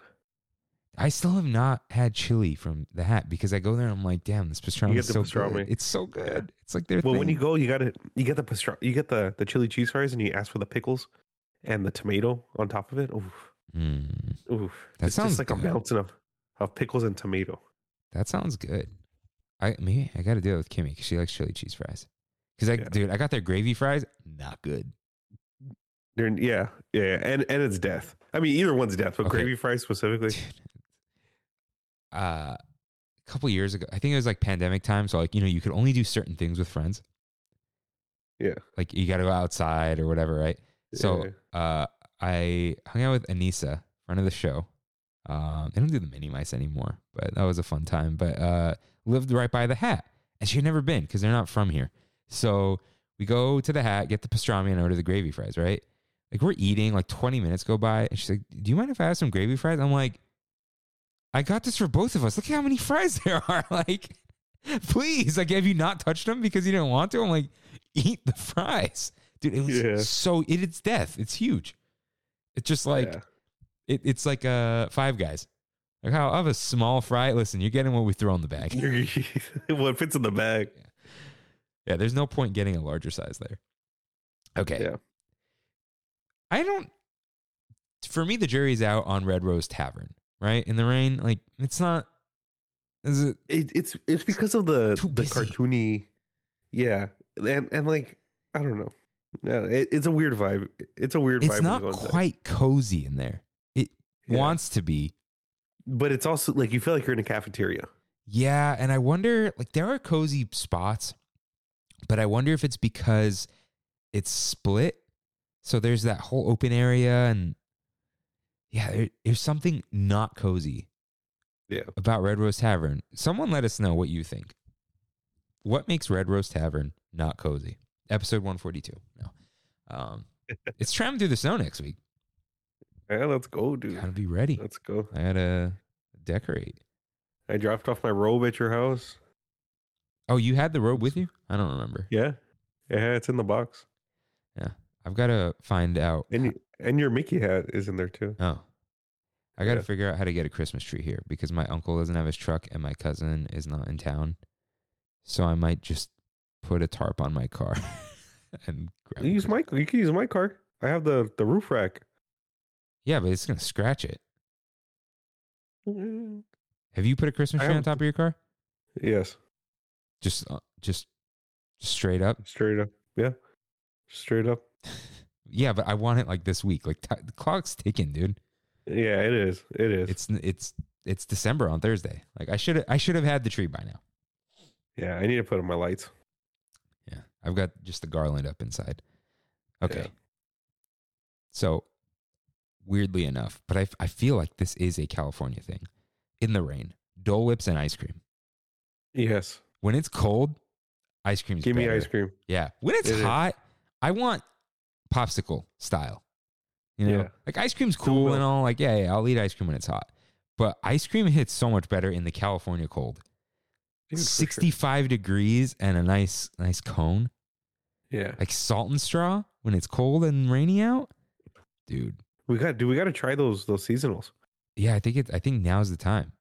Speaker 1: I still have not had chili from the hat because I go there and I'm like, damn, this pastrami
Speaker 2: get
Speaker 1: is
Speaker 2: the
Speaker 1: so
Speaker 2: pastrami.
Speaker 1: good. It's so good. It's like their
Speaker 2: Well,
Speaker 1: thing.
Speaker 2: when you go, you gotta you get the pastrami, you get the the chili cheese fries, and you ask for the pickles and the tomato on top of it. Oof,
Speaker 1: Mm,
Speaker 2: oof.
Speaker 1: That
Speaker 2: it's
Speaker 1: sounds
Speaker 2: just like
Speaker 1: good.
Speaker 2: a mountain of of pickles and tomato.
Speaker 1: that sounds good. I maybe I got to deal with Kimmy because she likes chili cheese fries. Because I,
Speaker 2: Yeah.
Speaker 1: dude, I got their gravy fries. Not good.
Speaker 2: They're, yeah, yeah, yeah, and and it's death. I mean, either one's death, but
Speaker 1: Okay.
Speaker 2: gravy fries specifically.
Speaker 1: Uh, a couple years ago, I think it was like pandemic time. So like you know, you could only do certain things with friends.
Speaker 2: Yeah.
Speaker 1: Like you got to go outside or whatever, right? So
Speaker 2: Yeah.
Speaker 1: uh, I hung out with Anissa, friend of the show. Um, they don't do the mini mice anymore, but that was a fun time. But uh, lived right by the hat, and she had never been because they're not from here. So we go to the hat, get the pastrami, and order the gravy fries. Right? Like we're eating, like twenty minutes go by, and she's like, "Do you mind if I have some gravy fries?" I'm like, "I got this for both of us. Look at how many fries there are. Like, please, like, have you not touched them because you didn't want to?" I'm like, "Eat the fries, dude. It was
Speaker 2: Yeah.
Speaker 1: so it, it's death. It's huge. It's just like."
Speaker 2: Yeah.
Speaker 1: It, it's like uh Five Guys. Like how I have a small fry. Listen, you're getting what we throw in the bag.
Speaker 2: what fits in the bag?
Speaker 1: Yeah, there's no point getting a larger size there. Okay.
Speaker 2: Yeah.
Speaker 1: I don't. For me, the jury's out on Red Rose Tavern. Right in the rain, like it's not. Is it?
Speaker 2: It, it's it's because of the
Speaker 1: Too
Speaker 2: the
Speaker 1: busy.
Speaker 2: cartoony, yeah, and and like I don't know, yeah, it, it's a weird vibe. It's a weird vibe.
Speaker 1: It's
Speaker 2: when you
Speaker 1: not
Speaker 2: go inside.
Speaker 1: quite cozy in there. It
Speaker 2: Yeah.
Speaker 1: wants to be.
Speaker 2: but it's also like you feel like you're in a cafeteria.
Speaker 1: Yeah, and I wonder like there are cozy spots, but I wonder if it's because it's split. So there's that whole open area and yeah, there, there's something not cozy
Speaker 2: Yeah.
Speaker 1: about Red Rose Tavern. Someone let us know what you think. What makes Red Rose Tavern not cozy? Episode 142. No. Um it's tramming through the snow next week.
Speaker 2: Yeah, let's go, dude.
Speaker 1: Gotta be ready.
Speaker 2: Let's go.
Speaker 1: I gotta decorate.
Speaker 2: I dropped off my robe at your house.
Speaker 1: Oh, you had the robe with you? I don't remember.
Speaker 2: Yeah, yeah, it's in the box,
Speaker 1: I've gotta find out
Speaker 2: and you, and your Mickey hat is in there too.
Speaker 1: Oh. I got to
Speaker 2: Yeah.
Speaker 1: figure out how to get a Christmas tree here because my uncle doesn't have his truck and my cousin is not in town. So I might just put a tarp on my car and grab
Speaker 2: You
Speaker 1: a
Speaker 2: use
Speaker 1: Christ-
Speaker 2: my you can use my car. I have the the roof rack.
Speaker 1: Yeah, but it's going to scratch it.
Speaker 2: Yes,
Speaker 1: Have you put a Christmas
Speaker 2: I
Speaker 1: tree on
Speaker 2: haven't-
Speaker 1: top of your car? Just uh, just straight up?
Speaker 2: straight up. Yeah, straight up.
Speaker 1: Yeah, but I want it like this week. Like ti the clock's ticking, dude.
Speaker 2: Yeah, it is. It is.
Speaker 1: It's it's it's December on Thursday. Like I should I should have had the tree by now.
Speaker 2: yeah, I need to put on my lights.
Speaker 1: Yeah. I've got just the garland up inside. Okay.
Speaker 2: Yeah.
Speaker 1: So weirdly enough, but I, I feel like this is a California thing. In the rain, Dole Whips and ice cream.
Speaker 2: Yes.
Speaker 1: When it's cold, ice cream.
Speaker 2: Give me ice cream.
Speaker 1: Yeah. When it's
Speaker 2: It is.
Speaker 1: hot, I want popsicle style. You know,
Speaker 2: Yeah.
Speaker 1: like ice cream's
Speaker 2: Still
Speaker 1: cool
Speaker 2: will.
Speaker 1: and all. Like, yeah, yeah, I'll eat ice cream when it's hot. But ice cream hits so much better in the California cold.
Speaker 2: Dude, for sure.
Speaker 1: 65 degrees and a nice, nice cone.
Speaker 2: Yeah.
Speaker 1: Like salt and straw when it's cold and rainy out. Dude.
Speaker 2: We got do we gotta try those those seasonals.
Speaker 1: Yeah, I think it I think now's the time.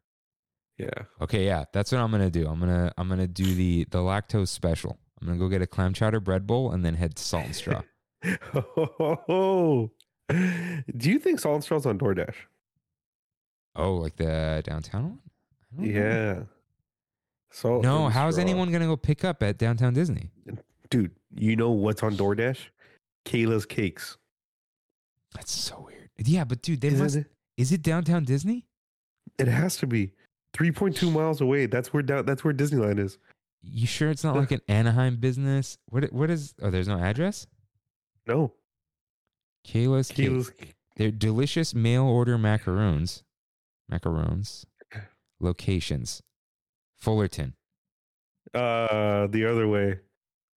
Speaker 2: Yeah.
Speaker 1: Okay, yeah, that's what I'm gonna do. I'm gonna I'm gonna do the the lactose special. I'm gonna go get a clam chowder bread bowl and then head to Salt and Straw.
Speaker 2: Oh. Do you think salt and straw's on DoorDash?
Speaker 1: oh, like the downtown one? I don't know.
Speaker 2: Yeah. Salt
Speaker 1: No,
Speaker 2: and
Speaker 1: how's
Speaker 2: straw.
Speaker 1: anyone gonna go pick up at downtown Disney?
Speaker 2: dude, you know what's on DoorDash? Kayla's cakes.
Speaker 1: That's so weird. Yeah, but dude, they
Speaker 2: Isn't
Speaker 1: must.
Speaker 2: it?
Speaker 1: Is it downtown Disney?
Speaker 2: It has to be. 3.2 miles away. That's where down, that's where Disneyland is.
Speaker 1: You sure it's not
Speaker 2: Yeah.
Speaker 1: like an Anaheim business? What what is? Oh, there's no address.
Speaker 2: No.
Speaker 1: Kayla's Cake.
Speaker 2: Kayla's
Speaker 1: They're delicious mail order macaroons. Macaroons. Locations. Fullerton.
Speaker 2: uh the other way.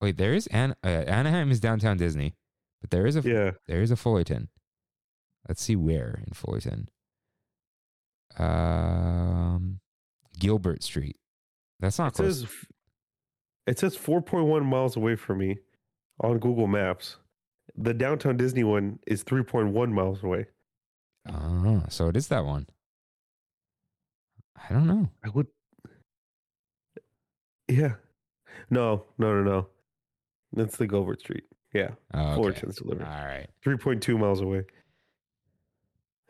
Speaker 1: Wait, there is An- uh, Anaheim is downtown Disney, but there is a
Speaker 2: Yeah.
Speaker 1: there is a Fullerton. Let's see where in Fullerton. Um, Gilbert Street. That's not
Speaker 2: It
Speaker 1: close.
Speaker 2: says it says 4.1 miles away from me on Google Maps. The downtown Disney one is 3.1 miles away.
Speaker 1: Ah, so it is that one. I don't know.
Speaker 2: I would. Yeah. No, no, no, no. That's the Gilbert Street. Yeah.
Speaker 1: Oh,
Speaker 2: Fortune's delivered.
Speaker 1: All right.
Speaker 2: 3.2 miles away.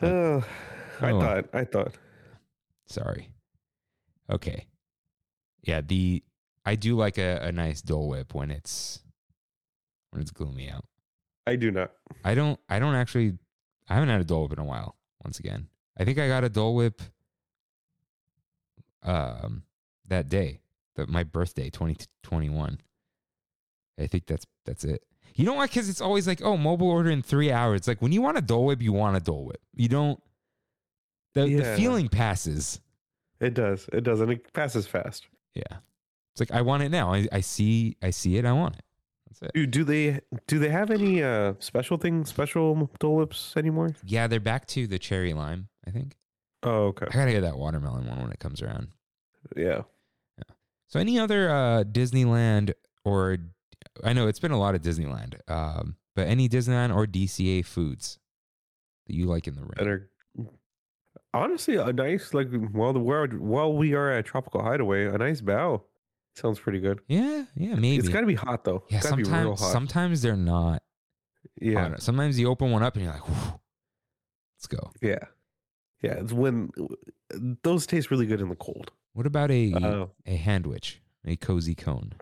Speaker 1: Okay.
Speaker 2: Oh, I
Speaker 1: Oh.
Speaker 2: thought, I thought.
Speaker 1: Sorry. Okay. Yeah, the I do like a, a nice Dole Whip when it's when it's gloomy out.
Speaker 2: I do not.
Speaker 1: I don't I don't actually I haven't had a Dole Whip in a while, once again. I think I got a Dole Whip um that day, that my birthday, 2021. I think that's that's it. You know why? Because it's always like, oh, mobile order in three hours. It's like when you want a Dole Whip, you want a Dole Whip. You don't. The,
Speaker 2: Yeah.
Speaker 1: the feeling passes.
Speaker 2: It does. It does. And it passes fast.
Speaker 1: Yeah. It's like I want it now. I, I see I see it. I want it. That's it.
Speaker 2: Do, do they do they have any uh special thing special Dole Whips anymore?
Speaker 1: Yeah, they're back to the cherry lime. I think
Speaker 2: Oh, okay.
Speaker 1: I gotta get that watermelon one when it comes around.
Speaker 2: Yeah.
Speaker 1: So any other uh, Disneyland or I know it's been a lot of Disneyland, um, but any Disneyland or DCA foods that you like in the
Speaker 2: That
Speaker 1: ring?
Speaker 2: are honestly a nice like while the world while we are at Tropical Hideaway, a nice bow sounds pretty good.
Speaker 1: Yeah, yeah, maybe.
Speaker 2: It's got to be hot though.
Speaker 1: yeah,
Speaker 2: it's got to be real
Speaker 1: sometimes
Speaker 2: hot.
Speaker 1: sometimes they're not.
Speaker 2: yeah.
Speaker 1: on it. Sometimes you open one up and you're like, Whew, let's go.
Speaker 2: Yeah. Yeah. It's when those taste really good in the cold.
Speaker 1: What about a
Speaker 2: Uh,
Speaker 1: a handwich, a cozy cone?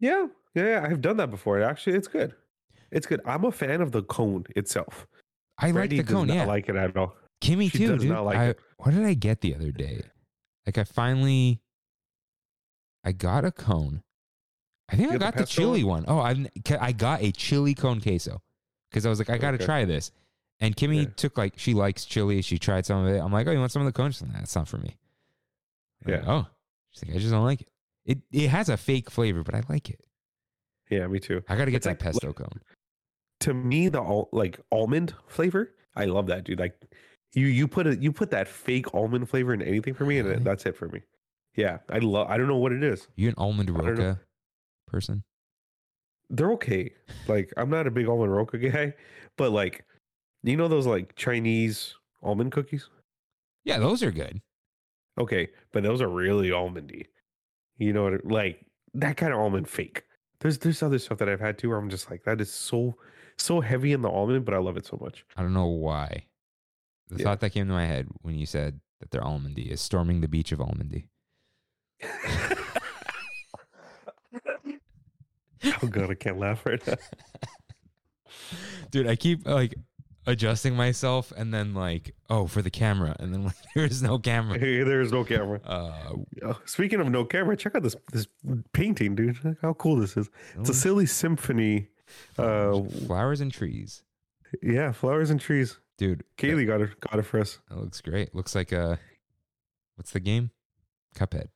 Speaker 2: yeah. Yeah. I've done that before. Actually, it's good. It's good. I'm a fan of the cone itself.
Speaker 1: I like the cone.
Speaker 2: does
Speaker 1: Yeah,
Speaker 2: not like it at all.
Speaker 1: Kimmy
Speaker 2: She
Speaker 1: too,
Speaker 2: does
Speaker 1: dude.
Speaker 2: not like
Speaker 1: I,
Speaker 2: it.
Speaker 1: What did I get the other day? Like I finally, I got a cone. I think
Speaker 2: You
Speaker 1: I
Speaker 2: got
Speaker 1: got
Speaker 2: the
Speaker 1: the
Speaker 2: pesto
Speaker 1: chili one. Oh, I I got a chili cone queso because I was like, I gotta
Speaker 2: Okay.
Speaker 1: try this. And Kimmy
Speaker 2: Yeah.
Speaker 1: took like she likes chili. She tried some of it. I'm like, oh, you want some of the cone? She's like, that's not for me. I'm like,
Speaker 2: Yeah.
Speaker 1: oh, she's like, I just don't like it. It it has a fake flavor, but I like it.
Speaker 2: Yeah. Me too.
Speaker 1: I gotta get
Speaker 2: It's
Speaker 1: that
Speaker 2: like-
Speaker 1: pesto cone.
Speaker 2: To me, the al- like almond flavor, I love that, dude. Like you, you put it, you put that fake almond flavor in anything for me, and
Speaker 1: Really?
Speaker 2: it, that's it for me. Yeah. I love, I don't know what it is.
Speaker 1: You an almond
Speaker 2: don't know.
Speaker 1: roca person?
Speaker 2: they're okay. Like I'm not a big almond roca guy, but like you know those like Chinese almond cookies?
Speaker 1: Yeah, those are good.
Speaker 2: Okay, but those are really almondy. You know what I- like that kind of almond fake. There's there's other stuff that I've had too where I'm just like that is so so heavy in the almond, but I love it so much.
Speaker 1: I don't know why. The
Speaker 2: Yeah.
Speaker 1: thought that came to my head when you said that they're Almondy is storming the beach of Almondy.
Speaker 2: Oh god, I can't laugh right now.
Speaker 1: Dude, I keep like adjusting myself and then like, oh, for the camera. And then when there is no camera.
Speaker 2: Hey, there is no camera.
Speaker 1: Uh,
Speaker 2: Oh, Speaking of no camera, check out this this painting, dude. Look how cool this is. It's
Speaker 1: Oh.
Speaker 2: a silly symphony. Uh,
Speaker 1: flowers and trees.
Speaker 2: yeah, flowers and trees.
Speaker 1: Dude, that,
Speaker 2: Kaylee got it got it for us.
Speaker 1: that looks great. Looks like uh what's the game? Cuphead.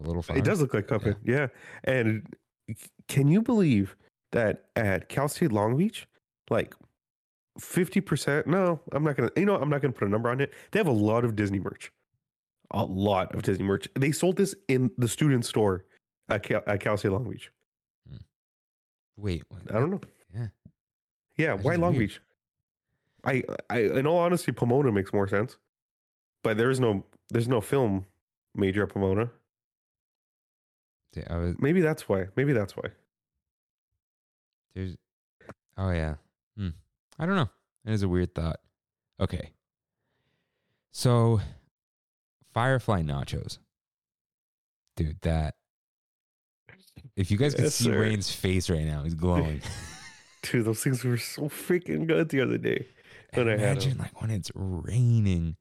Speaker 1: The little flower.
Speaker 2: It does look like
Speaker 1: Yeah.
Speaker 2: Cuphead, yeah. And c- can you believe that at Cal State Long Beach, like fifty percent? No, I'm not gonna. You know, I'm not gonna put a number on it. They have a lot of Disney merch, a lot of Disney merch. They sold this in the student store at Cal, at Cal State Long Beach.
Speaker 1: Wait, what-
Speaker 2: I don't know.
Speaker 1: Yeah.
Speaker 2: Yeah,
Speaker 1: That
Speaker 2: why
Speaker 1: is
Speaker 2: Long
Speaker 1: weird.
Speaker 2: Beach? I, I, in all honesty, Pomona makes more sense, but there is no, there's no film major at Pomona.
Speaker 1: dude, I was
Speaker 2: Maybe that's why. Maybe that's why.
Speaker 1: There's, oh yeah. Hmm. I don't know. It is a weird thought. Okay. So, Firefly nachos, dude. That if you guys could
Speaker 2: Yes,
Speaker 1: see
Speaker 2: sir.
Speaker 1: Rain's face right now, he's glowing.
Speaker 2: Dude, those things were so freaking good the other day. When I had 'em.
Speaker 1: Imagine like when it's raining.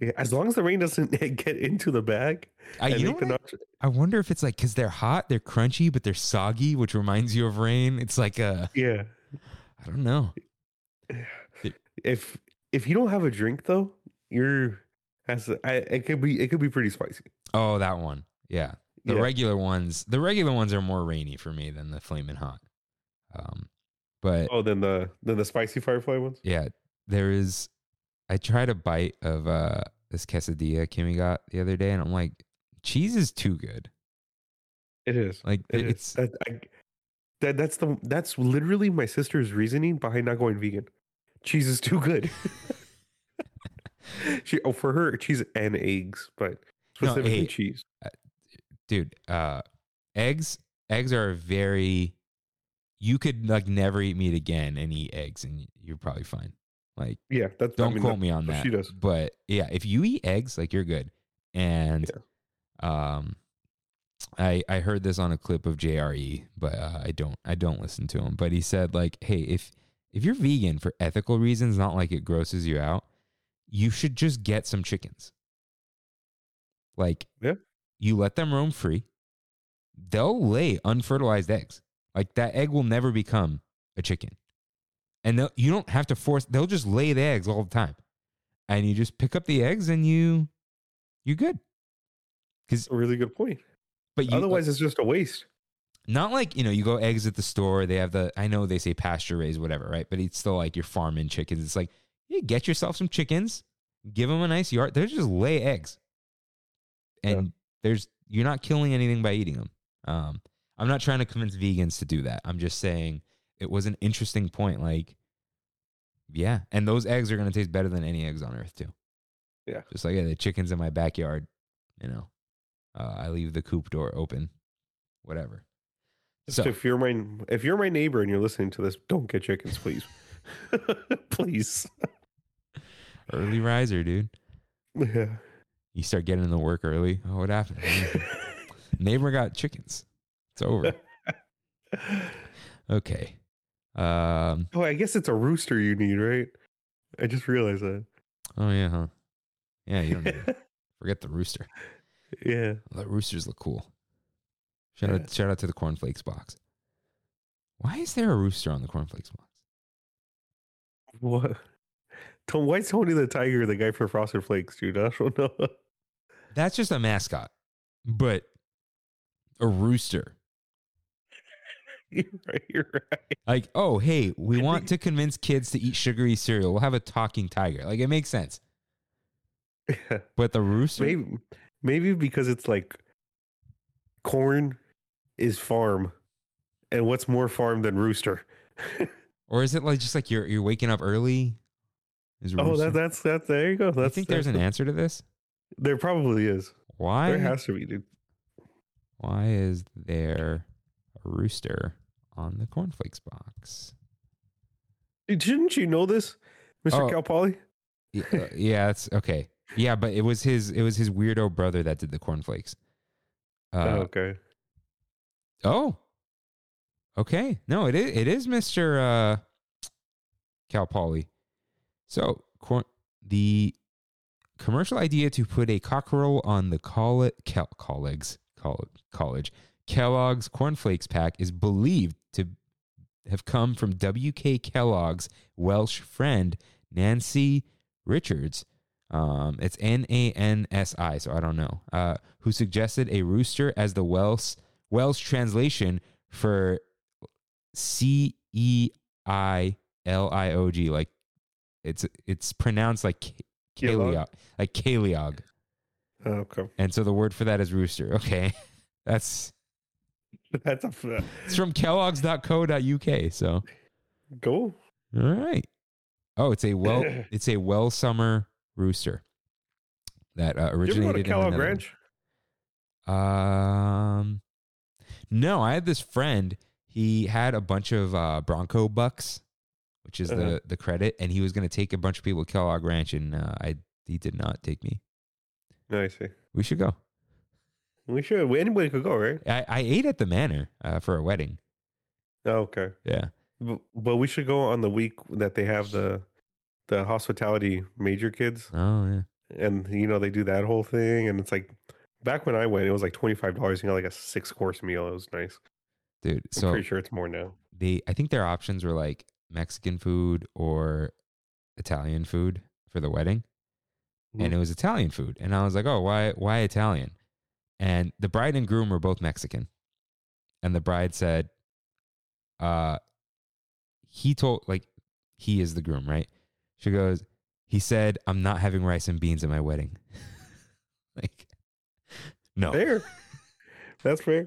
Speaker 2: Yeah, as long as the rain doesn't get into the bag,
Speaker 1: I,
Speaker 2: and
Speaker 1: Uh, you know
Speaker 2: make the
Speaker 1: what I-
Speaker 2: nacho-
Speaker 1: I wonder if it's like because they're hot, they're crunchy, but they're soggy, which reminds you of rain. It's like uh,
Speaker 2: yeah.
Speaker 1: I don't know.
Speaker 2: If if you don't have a drink though, you're as I it could be it could be pretty spicy.
Speaker 1: Oh, that one. Yeah. The
Speaker 2: Yeah.
Speaker 1: regular ones, the regular ones are more rainy for me than the flaming hot. Um, but
Speaker 2: Oh, then the then the spicy firefly ones.
Speaker 1: yeah, there is. I tried a bite of uh this quesadilla Kimmy got the other day, and I'm like, cheese is too good.
Speaker 2: It is.
Speaker 1: Like
Speaker 2: It is.
Speaker 1: it's
Speaker 2: That, I, that that's the that's literally my sister's reasoning behind not going vegan. Cheese is too good. she, oh, for her, cheese and eggs, but specifically
Speaker 1: hey,
Speaker 2: cheese.
Speaker 1: dude. Uh, eggs, eggs are very. You could like never eat meat again and eat eggs, and you're probably fine. Like,
Speaker 2: Yeah, that's
Speaker 1: don't
Speaker 2: I mean,
Speaker 1: quote me on
Speaker 2: what
Speaker 1: that.
Speaker 2: Oh, she does.
Speaker 1: But yeah, if you eat eggs, like you're good. And um, I I heard this on a clip of JRE, but uh, I don't I don't listen to him. But he said like, hey, if if you're vegan for ethical reasons, not like it grosses you out, you should just get some chickens. Like,
Speaker 2: Yeah.
Speaker 1: you let them roam free. They'll lay unfertilized eggs. Like that egg will never become a chicken, and they'll- you don't have to force. They'll just lay the eggs all the time, and you just pick up the eggs and you you're good.
Speaker 2: That's a really good point.
Speaker 1: But you,
Speaker 2: Otherwise, it's just a waste.
Speaker 1: not like you know you go eggs at the store they have the i know they say pasture raised whatever right but it's still like you're farming chickens it's like you get yourself some chickens give them a nice yard they just lay eggs and there's you're not killing anything by eating them um i'm not trying to convince vegans to do that i'm just saying it was an interesting point like yeah and those eggs are going to taste better than any eggs on earth too
Speaker 2: Yeah.
Speaker 1: just like yeah, the chickens in my backyard you know uh, i leave the coop door open whatever
Speaker 2: So, if you're my if you're my neighbor and you're listening to this, don't get chickens, please. please.
Speaker 1: Early riser, dude.
Speaker 2: Yeah.
Speaker 1: You start getting to work early. Oh, what happened? Neighbor got chickens. It's over. Okay. Um.
Speaker 2: oh, I guess it's a rooster you need, right? I just realized that.
Speaker 1: Oh yeah, huh? Yeah, you don't need it. forget the rooster.
Speaker 2: yeah.
Speaker 1: The roosters look cool. Shout out! Shout out to the cornflakes box. Why is there a rooster on the cornflakes box?
Speaker 2: What? Tom- Why Tony the Tiger, the guy for Frosted Flakes, dude? I don't know.
Speaker 1: That's just a mascot, but a rooster.
Speaker 2: you're right. You're right.
Speaker 1: Like, oh hey, we want to convince kids to eat sugary cereal. We'll have a talking tiger. Like, it makes sense.
Speaker 2: Yeah.
Speaker 1: But the rooster.
Speaker 2: Maybe, maybe because it's like corn is farm, and what's more farm than rooster?
Speaker 1: Or is it like just like you're you're waking up early? Is
Speaker 2: Oh,
Speaker 1: rooster-
Speaker 2: that, that's that's there you go.
Speaker 1: Do you
Speaker 2: That's,
Speaker 1: think there's an
Speaker 2: that's-
Speaker 1: answer to this?
Speaker 2: There probably is.
Speaker 1: Why
Speaker 2: There has to be, dude.
Speaker 1: why is there a rooster on the cornflakes box?
Speaker 2: Dude, Didn't you know this, Mr.
Speaker 1: Oh.
Speaker 2: Calpolli?
Speaker 1: Yeah, uh, yeah, it's okay. Yeah, but it was his it was his weirdo brother that did the cornflakes.
Speaker 2: oh,
Speaker 1: Uh,
Speaker 2: okay.
Speaker 1: oh. Okay. No, it is it is Mr. uh Cal Poly. So corn the commercial idea to put a cockerel on the coll- Cal- colleagues college college Kellogg's cornflakes pack is believed to have come from WK Kellogg's Welsh friend Nancy Richards. Um, it's N A N S I, so I don't know. Uh, who suggested a rooster as the Welsh Welsh translation for C E I L I O G? Like it's it's pronounced like K-
Speaker 2: Kellogg?
Speaker 1: Kaliog, like Kaliog.
Speaker 2: Oh, okay.
Speaker 1: And so the word for that is rooster. Okay. That's
Speaker 2: That's a f- uh,
Speaker 1: it's from kellogg's.co.uk. So, all
Speaker 2: go.
Speaker 1: right. Oh, it's a well it's a well summer rooster that uh,
Speaker 2: Did you ever go to
Speaker 1: originated in
Speaker 2: Kellogg
Speaker 1: the Netherlands.
Speaker 2: Ranch?
Speaker 1: Um No, I had this friend, he had a bunch of uh, Bronco bucks, which is
Speaker 2: Uh-huh.
Speaker 1: the the credit, and he was going to take a bunch of people to Kellogg Ranch and uh, I he did not take me.
Speaker 2: No, I see.
Speaker 1: We should go.
Speaker 2: We should. Anybody could go, right?
Speaker 1: I, I ate at the manor uh, for a wedding.
Speaker 2: Oh, okay.
Speaker 1: Yeah.
Speaker 2: But, but we should go on the week that they have the the hospitality major kids,
Speaker 1: Oh yeah.
Speaker 2: and you know they do that whole thing, and it's like back when I went, it was like twenty five dollars. You got like a six course meal. It was nice.
Speaker 1: Dude,
Speaker 2: I'm
Speaker 1: so
Speaker 2: pretty sure it's more now.
Speaker 1: they I think their options were like Mexican food or Italian food for the wedding. And
Speaker 2: Mhm.
Speaker 1: it was Italian food. And I was like, "Oh, why why Italian?" And the bride and groom were both Mexican. And the bride said uh he told like he is the groom, right? She goes, "He said I'm not having rice and beans at my wedding." like no.
Speaker 2: Fair. That's fair.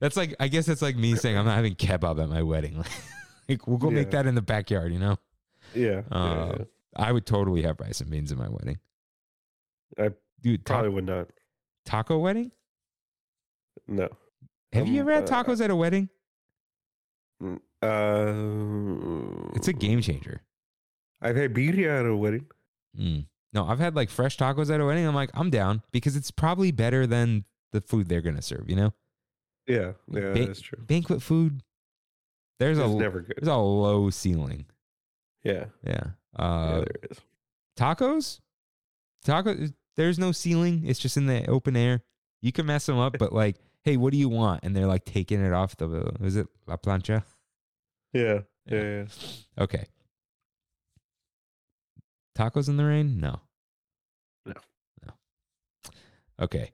Speaker 1: That's like I guess that's like me saying I'm not having kebab at my wedding. like we'll go make
Speaker 2: Yeah.
Speaker 1: that in the backyard, you know.
Speaker 2: Yeah. yeah,
Speaker 1: Uh,
Speaker 2: yeah.
Speaker 1: I would totally have rice and beans in my wedding.
Speaker 2: I
Speaker 1: Dude, ta-
Speaker 2: Probably would not.
Speaker 1: taco wedding?
Speaker 2: No.
Speaker 1: Have you
Speaker 2: Um,
Speaker 1: ever had
Speaker 2: uh,
Speaker 1: tacos at a wedding?
Speaker 2: Uh,
Speaker 1: It's a game changer.
Speaker 2: I've had birria at a wedding.
Speaker 1: Mm. No, I've had like fresh tacos at a wedding. I'm like, I'm down because it's probably better than the food they're gonna serve. You know,
Speaker 2: Yeah, yeah,
Speaker 1: Ba-
Speaker 2: that's true.
Speaker 1: banquet food. There's
Speaker 2: It's
Speaker 1: a
Speaker 2: never good.
Speaker 1: there's a low ceiling.
Speaker 2: Yeah,
Speaker 1: Yeah.
Speaker 2: yeah,
Speaker 1: Uh,
Speaker 2: there it is.
Speaker 1: tacos, tacos. There's no ceiling. It's just in the open air. You can mess them up, but like, hey, what do you want? And they're like taking it off the. Is it la plancha?
Speaker 2: Yeah,
Speaker 1: yeah.
Speaker 2: yeah, yeah.
Speaker 1: Okay. Tacos in the rain? No.
Speaker 2: No.
Speaker 1: No. Okay.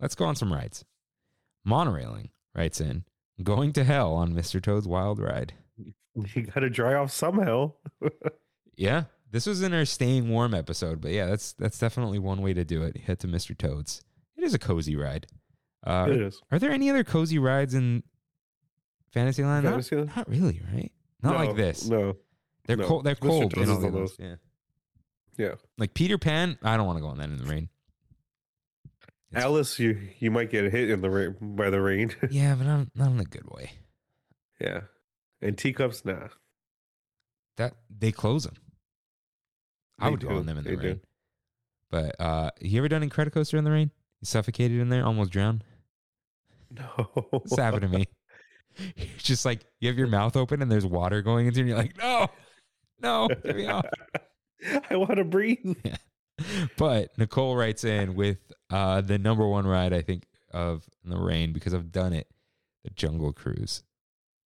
Speaker 1: Let's go on some rides. Monorailing writes in Going to hell on Mr. Toad's Wild Ride.
Speaker 2: You got to dry off somehow.
Speaker 1: Yeah. This was in our staying warm episode, but yeah, that's that's definitely one way to do it. Head to Mr. Toad's. It is a cozy ride.
Speaker 2: it
Speaker 1: Uh,
Speaker 2: is.
Speaker 1: are there any other cozy rides in Fantasyland? Not-
Speaker 2: Fantasyland?
Speaker 1: Not, really, right? Not like
Speaker 2: No,
Speaker 1: this.
Speaker 2: No,
Speaker 1: They're
Speaker 2: No.
Speaker 1: cold. They're
Speaker 2: Mr.
Speaker 1: cold.
Speaker 2: Toad's
Speaker 1: in all
Speaker 2: is the
Speaker 1: the others.
Speaker 2: most-
Speaker 1: Yeah.
Speaker 2: Yeah.
Speaker 1: Like Peter Pan, I don't want to go on that in the rain. It's-
Speaker 2: Alice, you you might get hit in the rain by the rain.
Speaker 1: yeah, but I'm not in a good way.
Speaker 2: yeah, and teacups, nah.
Speaker 1: That they close them. I
Speaker 2: They
Speaker 1: would go
Speaker 2: do,
Speaker 1: on them in the
Speaker 2: they do.
Speaker 1: rain. But uh you ever done Incredicoaster in the rain? You suffocated in there, almost drowned.
Speaker 2: No,
Speaker 1: This happened to me. You're just like you have your mouth open and there's water going into, it and you're like, no, no, get me off.
Speaker 2: I want to breathe.
Speaker 1: but Nicole writes in with uh, the number one ride I think of in the rain because I've done it, the Jungle Cruise.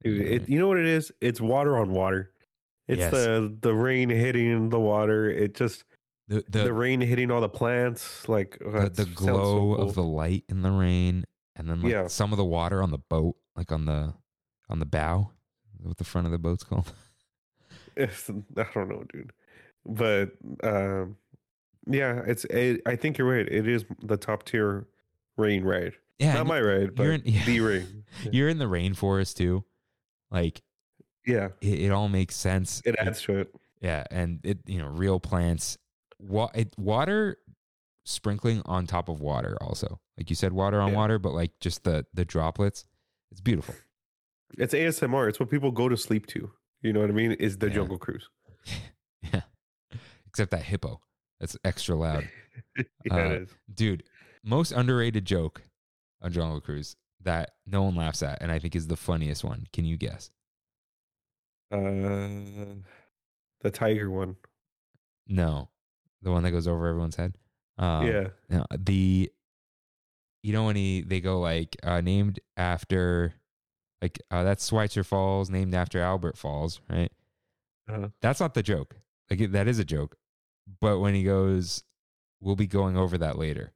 Speaker 2: Dude, it, you know what it is? It's water on water. It's
Speaker 1: Yes.
Speaker 2: the the rain hitting the water. It just
Speaker 1: the
Speaker 2: the,
Speaker 1: the the,
Speaker 2: rain hitting all the plants. Like oh,
Speaker 1: the,
Speaker 2: that sounds so
Speaker 1: glow
Speaker 2: cool.
Speaker 1: of the light in the rain, and then like
Speaker 2: Yeah.
Speaker 1: some of the water on the boat, like on the on the bow, what the front of the boat's called.
Speaker 2: It's, I don't know, dude. But um, yeah, it's. I I think you're right. It is the top tier rain ride.
Speaker 1: Yeah,
Speaker 2: Not
Speaker 1: and
Speaker 2: my ride, but
Speaker 1: you're in- yeah.
Speaker 2: the rain. Yeah.
Speaker 1: you're in the rainforest too. Like
Speaker 2: yeah,
Speaker 1: it, it all makes sense.
Speaker 2: it adds to it.
Speaker 1: Yeah, and it you know real plants, wa- it, water sprinkling on top of water also. Like you said, water on
Speaker 2: Yeah.
Speaker 1: water, but like just the the droplets. It's beautiful.
Speaker 2: It's ASMR. It's what people go to sleep to. You know what I mean? Is the
Speaker 1: Yeah.
Speaker 2: Jungle Cruise?
Speaker 1: Yeah, except that hippo. That's extra loud.
Speaker 2: Yeah,
Speaker 1: Uh,
Speaker 2: it is.
Speaker 1: dude most underrated joke on jungle cruise that no one laughs at and i think is the funniest one can you guess
Speaker 2: Uh, the tiger one.
Speaker 1: no the one that goes over everyone's head um,
Speaker 2: yeah.
Speaker 1: no, the you know when he they go like uh named after like uh that's schweitzer falls named after albert falls right
Speaker 2: Uh-huh.
Speaker 1: that's not the joke like it- that is a joke but when he goes we'll be going over that later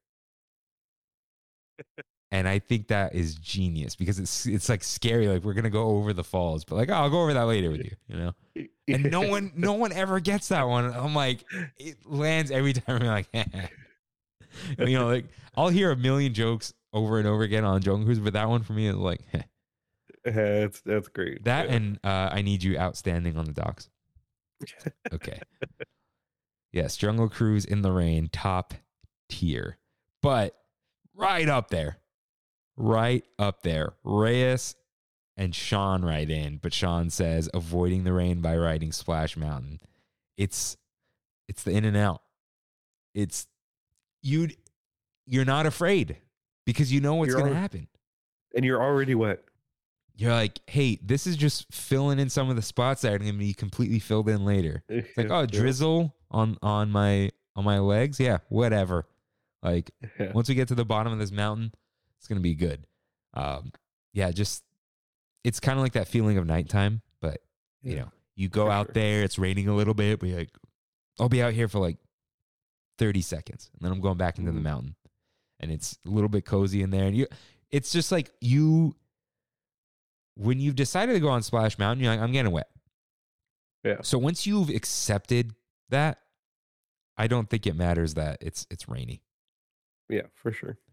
Speaker 1: and i think that is genius because it's it's like scary like we're gonna go over the falls but like oh, i'll go over that later with you you know and no one no one ever gets that one i'm like it lands every time i'm like you know like i'll hear a million jokes over and over again on Joan Cruise, but that one for me is like eh.
Speaker 2: that's that's great.
Speaker 1: that
Speaker 2: Yeah.
Speaker 1: and uh, I need you outstanding on the docks. Okay. yes, Jungle Cruise in the rain, top tier, but right up there, right up there. Reyes and Sean right in, but Sean says avoiding the rain by riding Splash Mountain. It's it's the in and out. It's you. You're not afraid because you know what's
Speaker 2: You're
Speaker 1: going to
Speaker 2: al-
Speaker 1: happen
Speaker 2: and you're already wet.
Speaker 1: you're like, hey, this is just filling in some of the spots that are going to be completely filled in later. It's like, oh, drizzle on on my on my legs, yeah, whatever. Like
Speaker 2: Yeah.
Speaker 1: once we get to the bottom of this mountain, it's going to be good. Um, yeah, just it's kind of like that feeling of nighttime, but you
Speaker 2: Yeah,
Speaker 1: know, you go
Speaker 2: for
Speaker 1: out
Speaker 2: sure.
Speaker 1: there, it's raining a little bit, but you're like, I'll be out here for like 30 seconds, and then I'm going back into the
Speaker 2: Mhm.
Speaker 1: mountain, and it's a little bit cozy in there, and you, it's just like you. When you've decided to go on Splash Mountain, you're like, I'm getting wet.
Speaker 2: Yeah.
Speaker 1: So once you've accepted that, I don't think it matters that it's it's rainy.
Speaker 2: Yeah, for sure.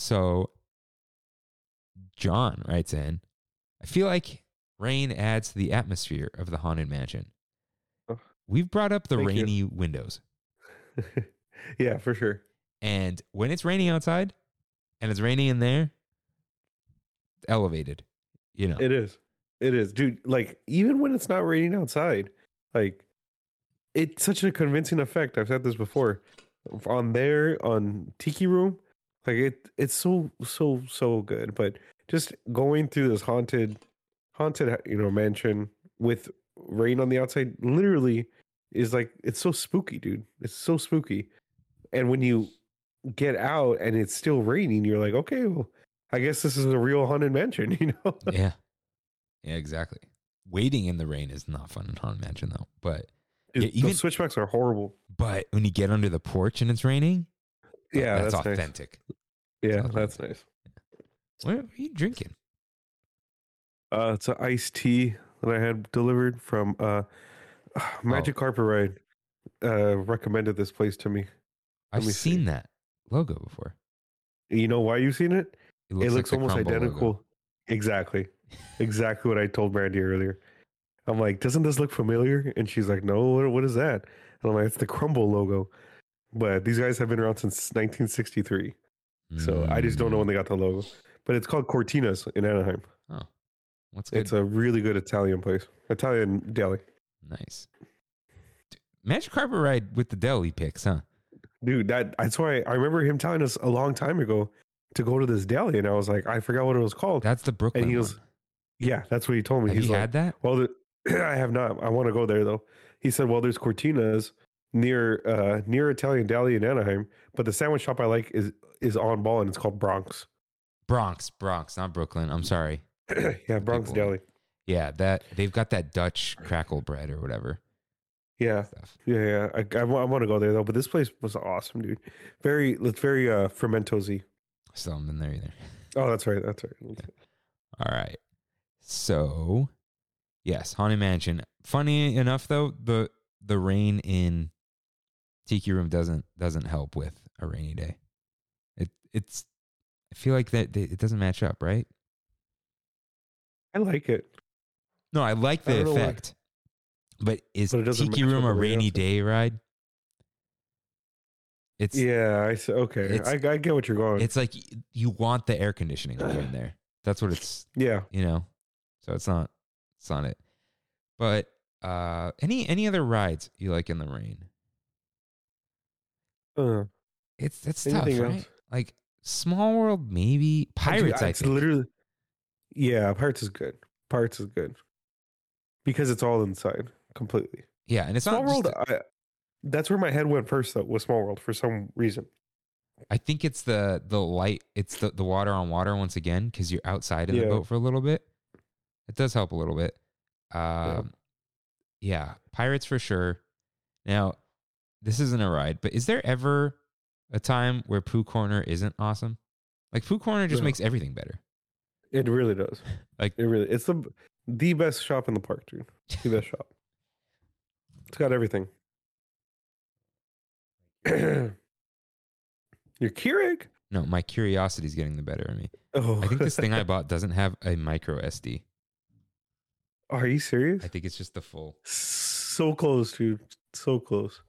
Speaker 1: So John writes in, I feel like rain adds to the atmosphere of the haunted mansion.
Speaker 2: Oh,
Speaker 1: We've brought up the
Speaker 2: Thank you.
Speaker 1: rainy windows.
Speaker 2: yeah, for sure.
Speaker 1: And when it's raining outside and it's raining in there, elevated, you know.
Speaker 2: It is. It is. Dude, like even when it's not raining outside, like it's such a convincing effect. I've said this before. On there, on Tiki Room, like it it's so so so good. But just going through this haunted haunted you know mansion with rain on the outside literally is like it's so spooky, dude. It's so spooky. And when you get out and it's still raining, you're like, okay, well, I guess this is a real haunted mansion, you know?
Speaker 1: yeah. Yeah, exactly. Waiting in the rain is not fun in Haunted Mansion though. But
Speaker 2: Dude,
Speaker 1: Yeah, even-
Speaker 2: those switchbacks are horrible.
Speaker 1: but when you get under the porch and it's raining, oh,
Speaker 2: Yeah, that's,
Speaker 1: that's,
Speaker 2: nice.
Speaker 1: authentic.
Speaker 2: Yeah,
Speaker 1: Sounds
Speaker 2: that's nice.
Speaker 1: What are you drinking?
Speaker 2: Uh, it's an iced tea that I had delivered from uh, Magic Carpet Ride. Uh, recommended this place to me.
Speaker 1: I've
Speaker 2: me see.
Speaker 1: seen that logo before.
Speaker 2: You know why you've seen it?
Speaker 1: It
Speaker 2: It looks,
Speaker 1: like the
Speaker 2: almost
Speaker 1: Crumble logo.
Speaker 2: identical. Exactly, exactly what I told Brandy earlier. I'm like, doesn't this look familiar? And she's like, no. What, what is that? And I'm like, it's the Crumble logo. But these guys have been around since 1963, so I just don't know
Speaker 1: Mm.
Speaker 2: when they got the logo. But it's called Cortinas in Anaheim.
Speaker 1: What's Mm, good?
Speaker 2: It's a really good Italian place, Italian deli.
Speaker 1: nice. D- Magic carpet ride with the deli picks, huh?
Speaker 2: Dude, that that's why I remember him telling us a long time ago to go to this deli, and I was like, I forgot what it was called.
Speaker 1: That's the Brooklyn.
Speaker 2: he was-
Speaker 1: one.
Speaker 2: yeah, that's what he told me.
Speaker 1: Have
Speaker 2: He's
Speaker 1: you
Speaker 2: like,
Speaker 1: had that?
Speaker 2: well, the, I have not. I want to go there though. He said, well, there's Cortinas near uh near Italian deli in Anaheim, but the sandwich shop I like is is on ball and it's called Bronx.
Speaker 1: Bronx, Bronx, not Brooklyn. I'm sorry.
Speaker 2: yeah, Bronx
Speaker 1: People-
Speaker 2: Deli.
Speaker 1: Yeah, that they've got that Dutch crackle bread or whatever
Speaker 2: Yeah,
Speaker 1: stuff.
Speaker 2: yeah, yeah. I, I, want to go there though, but this place was awesome, dude. Very, it's very uh fermentosy.
Speaker 1: Still haven't been there either.
Speaker 2: Oh, that's right, that's right.
Speaker 1: All right. So, yes, Haunted Mansion. Funny enough, though the the rain in Tiki Room doesn't doesn't help with a rainy day. It it's I feel like that that it doesn't match up, right?
Speaker 2: I like it.
Speaker 1: No, I like
Speaker 2: I
Speaker 1: the
Speaker 2: don't know why.
Speaker 1: effect, but is
Speaker 2: But it doesn't
Speaker 1: Tiki
Speaker 2: match
Speaker 1: Room a
Speaker 2: up with the
Speaker 1: rainy
Speaker 2: rest of-
Speaker 1: day ride? It's
Speaker 2: yeah, I see. Okay,
Speaker 1: it's-
Speaker 2: I, I get what you're going.
Speaker 1: it's like y- you want the air conditioning up in there. That's what it's
Speaker 2: yeah,
Speaker 1: you know so it's not it's not it but uh any any other rides you like in the rain
Speaker 2: uh,
Speaker 1: it's that's
Speaker 2: Anything
Speaker 1: tough right
Speaker 2: else?
Speaker 1: like small world maybe pirates i
Speaker 2: it's
Speaker 1: think
Speaker 2: literally. Yeah, Pirates is good. Pirates is good because it's all inside completely.
Speaker 1: yeah and it's
Speaker 2: Small
Speaker 1: not just
Speaker 2: World. I, that's where my head went first, though, with Small World for some reason.
Speaker 1: I think it's the the light it's the, the water on water once again because you're outside in the
Speaker 2: Yeah.
Speaker 1: boat for a little bit it does help a little bit um yeah. pirates for sure now this isn't a ride but is there ever a time where poo corner isn't awesome like poo corner just
Speaker 2: No.
Speaker 1: makes everything better
Speaker 2: It really does.
Speaker 1: Like-
Speaker 2: it really. It's the the best shop in the park, dude. The best shop. It's got everything. Your Keurig.
Speaker 1: no my curiosity's getting the better of me
Speaker 2: Oh,
Speaker 1: i think this thing i bought doesn't have a micro sd
Speaker 2: Are you serious?
Speaker 1: i think it's just the full
Speaker 2: So close, dude. So close.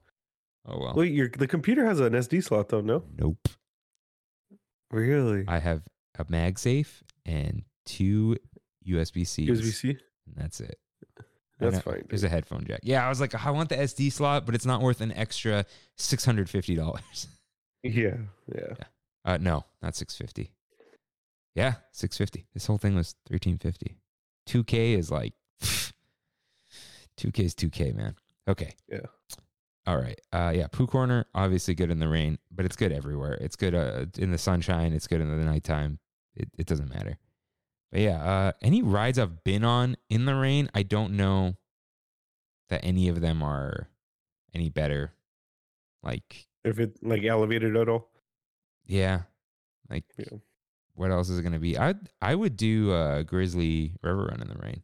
Speaker 1: oh well
Speaker 2: Wait, your the computer has an SD slot though, no?
Speaker 1: nope
Speaker 2: Really?
Speaker 1: i have a magsafe and two usb-c's
Speaker 2: USB C?
Speaker 1: and that's it I
Speaker 2: That's
Speaker 1: know-
Speaker 2: fine.
Speaker 1: There's
Speaker 2: dude.
Speaker 1: a headphone jack. Yeah, I was like, I want the SD slot, but it's not worth an extra six hundred fifty dollars.
Speaker 2: yeah, yeah.
Speaker 1: Uh, no, not six fifty. Yeah, six fifty. This whole thing was thirteen fifty. Two K is like, two K is two K, man. Okay.
Speaker 2: Yeah.
Speaker 1: All right. Uh, yeah. Pooh Corner, obviously good in the rain, but it's good everywhere. It's good uh, in the sunshine. It's good in the nighttime. It it doesn't matter. But yeah, uh, any rides I've been on in the rain, I don't know that any of them are any better. Like,
Speaker 2: If it like elevated at all.
Speaker 1: yeah, like
Speaker 2: Yeah.
Speaker 1: what else is it going to be? I I would do uh, Grizzly River Run in the rain,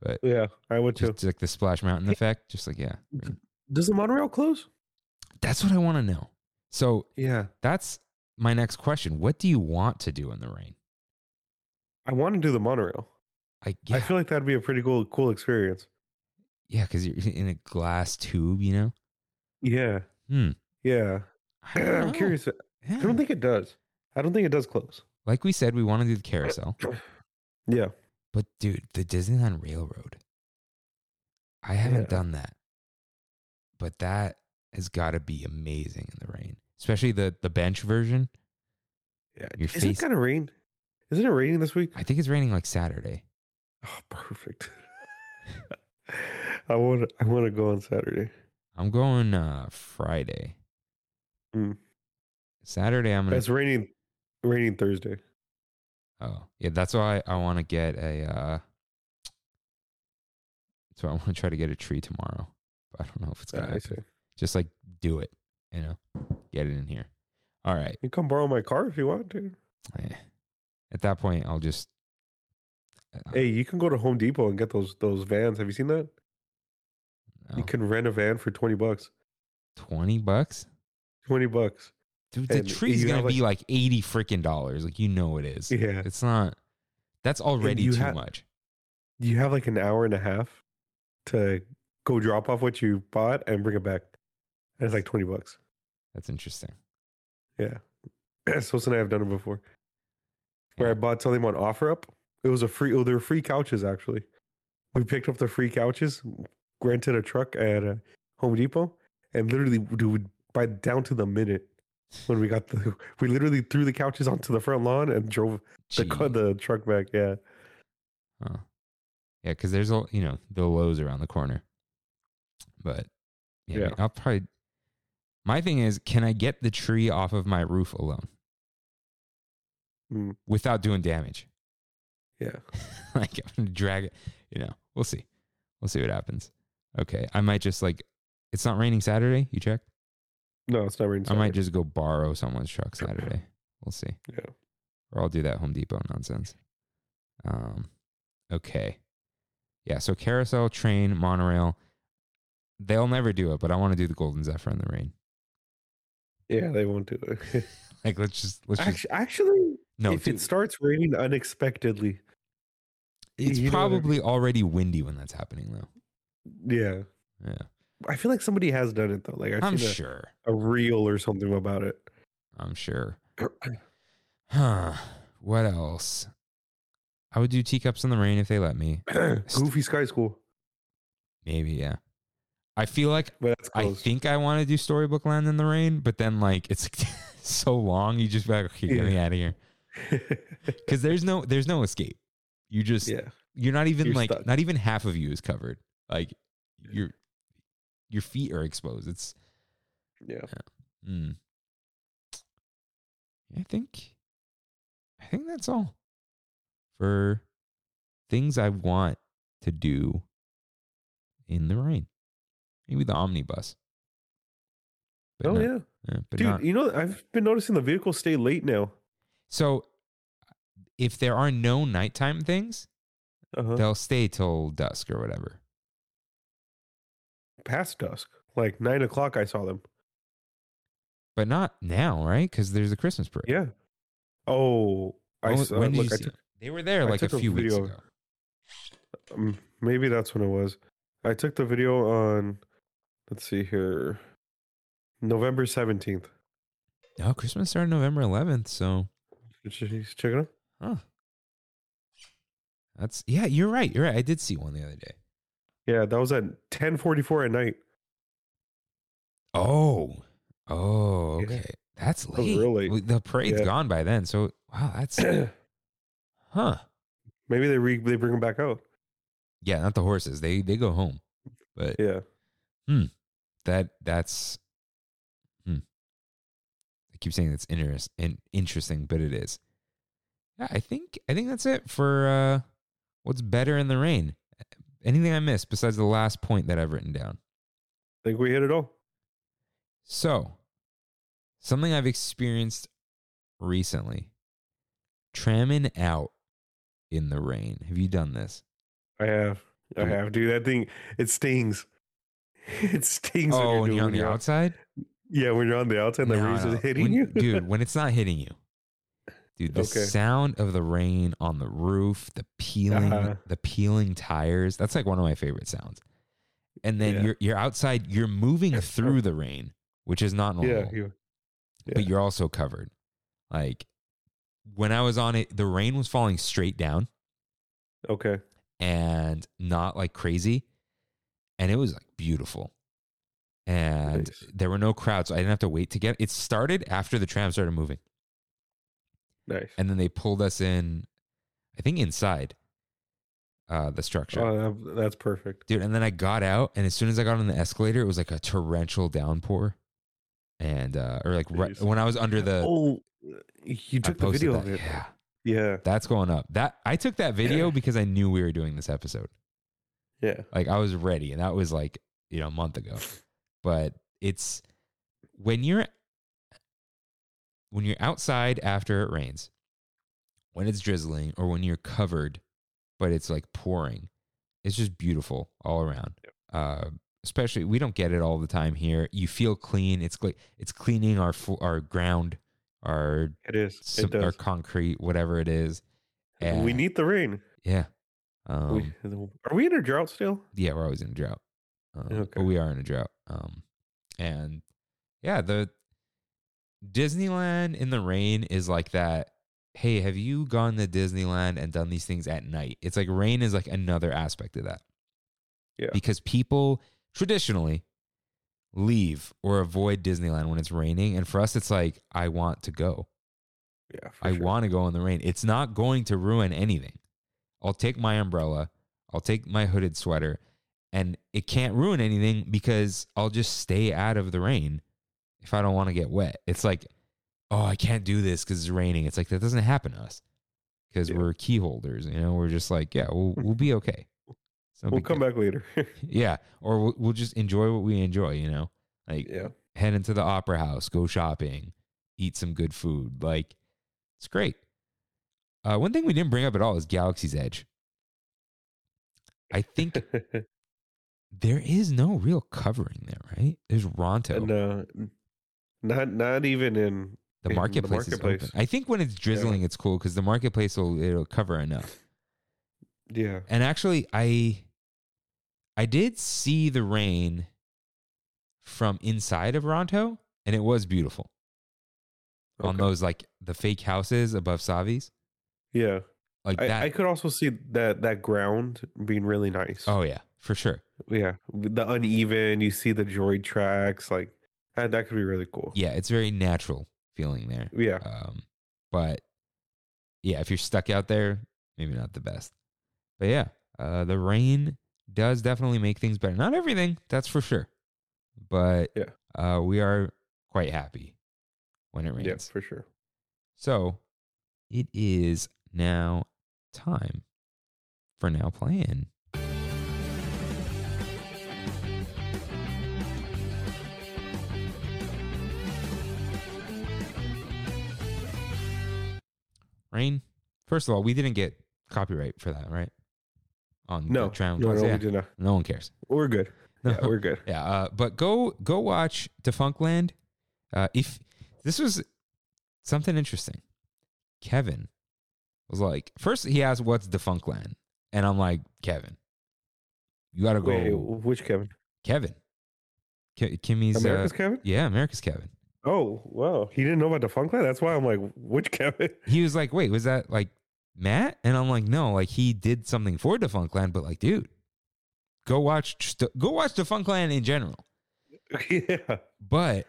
Speaker 1: but
Speaker 2: Yeah, I would too. Mm-hmm.
Speaker 1: just like the Splash Mountain effect, just like yeah, rain.
Speaker 2: Does the monorail close?
Speaker 1: that's what I want to know. So
Speaker 2: Yeah.
Speaker 1: that's my next question. What do you want to do in the rain?
Speaker 2: I want to do the monorail.
Speaker 1: I yeah,
Speaker 2: I feel like that'd be a pretty cool cool experience.
Speaker 1: Yeah, because you're in a glass tube, you know?
Speaker 2: Yeah.
Speaker 1: Hmm.
Speaker 2: Yeah.
Speaker 1: I don't
Speaker 2: I'm
Speaker 1: know.
Speaker 2: curious. I
Speaker 1: Yeah.
Speaker 2: don't think it does. I don't think it does close.
Speaker 1: Like we said, we want to do the carousel.
Speaker 2: Yeah.
Speaker 1: But dude, the Disneyland Railroad. I haven't
Speaker 2: Yeah.
Speaker 1: done that. But that has got to be amazing in the rain, especially the the bench version.
Speaker 2: Yeah.
Speaker 1: Your
Speaker 2: Is
Speaker 1: face-
Speaker 2: it kind of rain? Isn't it raining this week?
Speaker 1: I think it's raining like Saturday.
Speaker 2: Oh, perfect. I want. I want to go on Saturday.
Speaker 1: I'm going uh Friday.
Speaker 2: Hmm.
Speaker 1: Saturday I'm going
Speaker 2: That's raining. Raining Thursday.
Speaker 1: Oh, yeah, that's why I want to get a uh that's why I want to try to get a tree tomorrow. But I don't know if it's
Speaker 2: Ah,
Speaker 1: going to
Speaker 2: I
Speaker 1: happen.
Speaker 2: see.
Speaker 1: Just like do it, you know. Get it in here. All right.
Speaker 2: You can come borrow my car if you want to.
Speaker 1: Eh. At that point, I'll just. uh,
Speaker 2: Hey, you can go to Home Depot and get those those vans. Have you seen that?
Speaker 1: no.
Speaker 2: You can rent a van for twenty bucks.
Speaker 1: twenty bucks,
Speaker 2: Twenty bucks.
Speaker 1: dude. The
Speaker 2: And
Speaker 1: tree's
Speaker 2: you
Speaker 1: gonna
Speaker 2: have, like-
Speaker 1: be like eighty freaking dollars. Like you know it is.
Speaker 2: Yeah.
Speaker 1: It's not. That's already
Speaker 2: you
Speaker 1: too
Speaker 2: ha-
Speaker 1: much.
Speaker 2: You have like an hour and a half to go drop off what you bought and bring it back. And it's like twenty bucks.
Speaker 1: That's interesting.
Speaker 2: Yeah. Sos and I have done it before. Where I
Speaker 1: Yeah.
Speaker 2: bought something on OfferUp. It was a free, oh, they were free couches actually. We picked up the free couches, rented a truck at uh, Home Depot, and literally, dude, by down to the minute when we got the, we literally threw the couches onto the front lawn and drove the,
Speaker 1: Gee.
Speaker 2: cu- the truck back. Yeah.
Speaker 1: Huh. Yeah, because there's all you know the lows around the corner. But yeah,
Speaker 2: Yeah.
Speaker 1: man, I'll probably. My thing is, can I get the tree off of my roof alone
Speaker 2: Mm,
Speaker 1: without doing damage?
Speaker 2: yeah.
Speaker 1: like I'm gonna drag it. You know, we'll see. We'll see what happens. Okay, I might just like. It's not raining Saturday. You check.
Speaker 2: No, it's not raining.
Speaker 1: I might
Speaker 2: Saturday.
Speaker 1: just go borrow someone's truck Saturday. We'll see.
Speaker 2: Yeah.
Speaker 1: Or I'll do that Home Depot nonsense. Um, okay. Yeah. So carousel, train, monorail. They'll never do it, but I want to do the Golden Zephyr in the rain.
Speaker 2: Yeah, they won't do it.
Speaker 1: Like let's just let's just
Speaker 2: actually, actually
Speaker 1: no.
Speaker 2: if
Speaker 1: do-
Speaker 2: it starts raining unexpectedly,
Speaker 1: it's
Speaker 2: you know what I mean.
Speaker 1: probably already windy when that's happening though.
Speaker 2: yeah.
Speaker 1: Yeah,
Speaker 2: I feel like somebody has done it though. Like I've
Speaker 1: I'm
Speaker 2: seen a-
Speaker 1: sure.
Speaker 2: a reel or something about it.
Speaker 1: I'm sure. Huh. What else? I would do teacups in the rain if they let me.
Speaker 2: Goofy Sky School,
Speaker 1: Maybe, yeah. I feel like
Speaker 2: but that's
Speaker 1: I
Speaker 2: close.
Speaker 1: think I want to do Storybook Land in the rain, but then like it's so long, you just be like, okay, get me out of here. Because there's no there's no escape. You just
Speaker 2: yeah,
Speaker 1: you're not even
Speaker 2: You're
Speaker 1: like
Speaker 2: stuck.
Speaker 1: not even half of you is covered. Like your your feet are exposed. It's
Speaker 2: yeah.
Speaker 1: mm. I think I think that's all for things I want to do in the rain. Maybe the omnibus. But
Speaker 2: oh
Speaker 1: not-
Speaker 2: yeah,
Speaker 1: yeah, but
Speaker 2: dude. e
Speaker 1: not-
Speaker 2: You know, I've been noticing the vehicles stay late now.
Speaker 1: So if there are no nighttime things,
Speaker 2: Uh-huh.
Speaker 1: they'll stay till dusk or whatever.
Speaker 2: Past dusk, like nine o'clock, I saw them.
Speaker 1: But not now, right? Because there's a Christmas parade.
Speaker 2: Yeah. Oh, I
Speaker 1: When-
Speaker 2: saw.
Speaker 1: when did
Speaker 2: look,
Speaker 1: you
Speaker 2: I
Speaker 1: see
Speaker 2: took,
Speaker 1: They were there
Speaker 2: I
Speaker 1: like a
Speaker 2: took a
Speaker 1: few weeks
Speaker 2: video.
Speaker 1: ago.
Speaker 2: um, maybe that's when it was. I took the video on. Let's see here, November seventeenth.
Speaker 1: No, Christmas started November 11th, so
Speaker 2: Check it out.
Speaker 1: Huh. That's yeah, you're right. You're right. I did see one the other day.
Speaker 2: Yeah, that was at ten forty four at night.
Speaker 1: Oh. Oh,
Speaker 2: Yeah.
Speaker 1: okay. That's
Speaker 2: was
Speaker 1: late.
Speaker 2: real late.
Speaker 1: Well, The parade's
Speaker 2: Yeah.
Speaker 1: gone by then. So wow, that's huh.
Speaker 2: maybe they re- they bring them back out.
Speaker 1: Yeah, not the horses. They they go home. But
Speaker 2: Yeah.
Speaker 1: that that's hmm. I keep saying that's interest and interesting, but it is. Yeah, I think I think that's it for uh what's better in the rain. Anything I missed besides the last point that I've written down.
Speaker 2: think we hit it all.
Speaker 1: So, something I've experienced recently tramming out in the rain. Have you done this?
Speaker 2: I have. I
Speaker 1: Okay.
Speaker 2: have, dude. That thing, it stings. It stings.
Speaker 1: oh, when
Speaker 2: when you're,
Speaker 1: you're on
Speaker 2: doing-
Speaker 1: the
Speaker 2: when
Speaker 1: outside?
Speaker 2: Yeah, when you're on the outside, and the
Speaker 1: No,
Speaker 2: breeze
Speaker 1: no.
Speaker 2: is hitting
Speaker 1: When-
Speaker 2: you.
Speaker 1: dude, when it's not hitting you. Dude, the
Speaker 2: Okay.
Speaker 1: sound of the rain on the roof, the peeling,
Speaker 2: Uh-huh.
Speaker 1: the peeling tires. That's like one of my favorite sounds. and then
Speaker 2: Yeah.
Speaker 1: you're you're outside. You're moving through the rain, which is not normal.
Speaker 2: Yeah, you-
Speaker 1: But
Speaker 2: yeah.
Speaker 1: you're also covered. Like when I was on it, the rain was falling straight down
Speaker 2: okay.
Speaker 1: and not like crazy, and it was like beautiful. And
Speaker 2: Nice.
Speaker 1: there were no crowds, so I didn't have to wait to get. It started after the tram started moving.
Speaker 2: Nice.
Speaker 1: and then they pulled us in i think inside uh the structure
Speaker 2: Oh, that- that's perfect.
Speaker 1: dude and then i got out and as soon as i got on the escalator it was like a torrential downpour and uh or like right,
Speaker 2: Jeez.
Speaker 1: when i was under the
Speaker 2: oh,
Speaker 1: I
Speaker 2: you took the
Speaker 1: posted
Speaker 2: video
Speaker 1: that.
Speaker 2: of it.
Speaker 1: yeah
Speaker 2: Yeah.
Speaker 1: that's going up that i took that video because i knew we were doing this episode
Speaker 2: Yeah.
Speaker 1: like i was ready and that was like you know a month ago but it's when you're when you're outside after it rains when it's drizzling or when you're covered but it's like pouring it's just beautiful all around uh especially we don't get it all the time here you feel clean it's cl- it's cleaning our fo- our ground our
Speaker 2: It is.
Speaker 1: some-
Speaker 2: it does.
Speaker 1: our concrete whatever it is
Speaker 2: we
Speaker 1: And-
Speaker 2: need the rain.
Speaker 1: yeah um,
Speaker 2: we, are we in a drought still?
Speaker 1: yeah, we're always in a drought. Um,
Speaker 2: Okay.
Speaker 1: But we are in a drought. Um, and yeah, the Disneyland in the rain is like that. Hey, have you gone to Disneyland and done these things at night? It's like rain is like another aspect of that.
Speaker 2: Yeah.
Speaker 1: Because people traditionally leave or avoid Disneyland when it's raining. And for us, it's like, I want to go.
Speaker 2: Yeah. for
Speaker 1: I
Speaker 2: sure.
Speaker 1: want to go in the rain. It's not going to ruin anything. I'll take my umbrella, I'll take my hooded sweater, and it can't ruin anything because I'll just stay out of the rain if I don't want to get wet. It's like, oh, I can't do this because it's raining. It's like that doesn't happen to us because
Speaker 2: Yeah.
Speaker 1: we're key holders. You know, we're just like, yeah, we'll we'll be okay. It's no
Speaker 2: We'll
Speaker 1: big
Speaker 2: come
Speaker 1: deal.
Speaker 2: back later.
Speaker 1: Yeah, or we'll, we'll just enjoy what we enjoy. You know, like
Speaker 2: yeah.
Speaker 1: head into the opera house, go shopping, eat some good food. Like, it's great. Uh, one thing we didn't bring up at all is Galaxy's Edge. I think there is no real covering there, right? There's Ronto.
Speaker 2: and uh, not not even in
Speaker 1: the
Speaker 2: in the
Speaker 1: marketplace, is
Speaker 2: marketplace.
Speaker 1: open. I think when it's drizzling, it's cool because the marketplace will it'll cover enough.
Speaker 2: yeah.
Speaker 1: And actually, I I did see the rain from inside of Ronto, and it was beautiful on
Speaker 2: Okay.
Speaker 1: those like the fake houses above Savi's.
Speaker 2: Yeah.
Speaker 1: like that.
Speaker 2: I, I could also see that that ground being really nice.
Speaker 1: oh yeah, for sure.
Speaker 2: yeah, the uneven. You see the droid tracks, like that, that could be really cool.
Speaker 1: Yeah, it's very natural feeling there.
Speaker 2: Yeah,
Speaker 1: Um, but yeah, if you're stuck out there, maybe not the best. But yeah, uh, the rain does definitely make things better. Not everything, that's for sure. But
Speaker 2: Yeah.
Speaker 1: uh, we are quite happy when it rains.
Speaker 2: yeah, for sure.
Speaker 1: So it is now time for now playing. Rain. First of all, we didn't get copyright for that, right? On the
Speaker 2: No, no,
Speaker 1: Drowned
Speaker 2: no,
Speaker 1: Class, Oh, yeah.
Speaker 2: we did not.
Speaker 1: no one cares.
Speaker 2: We're good.
Speaker 1: No.
Speaker 2: Yeah, we're good.
Speaker 1: Yeah, uh, but go go watch Defunctland. Uh, if this was something interesting, Kevin was like, first he asked, "What's Defunctland?" And I'm like, Kevin, you gotta go,
Speaker 2: Wait, which Kevin?
Speaker 1: Kevin. Ki- Kimmy's, uh,
Speaker 2: America's Kevin?
Speaker 1: yeah, America's Kevin.
Speaker 2: Oh, wow. He didn't know about the funk line. That's why I'm like, which Kevin?
Speaker 1: He was like, "Wait, was that like Matt?" And I'm like, "No, like he did something for Defunctland, but like, dude, go watch, just go watch Defunctland in general."
Speaker 2: yeah,
Speaker 1: but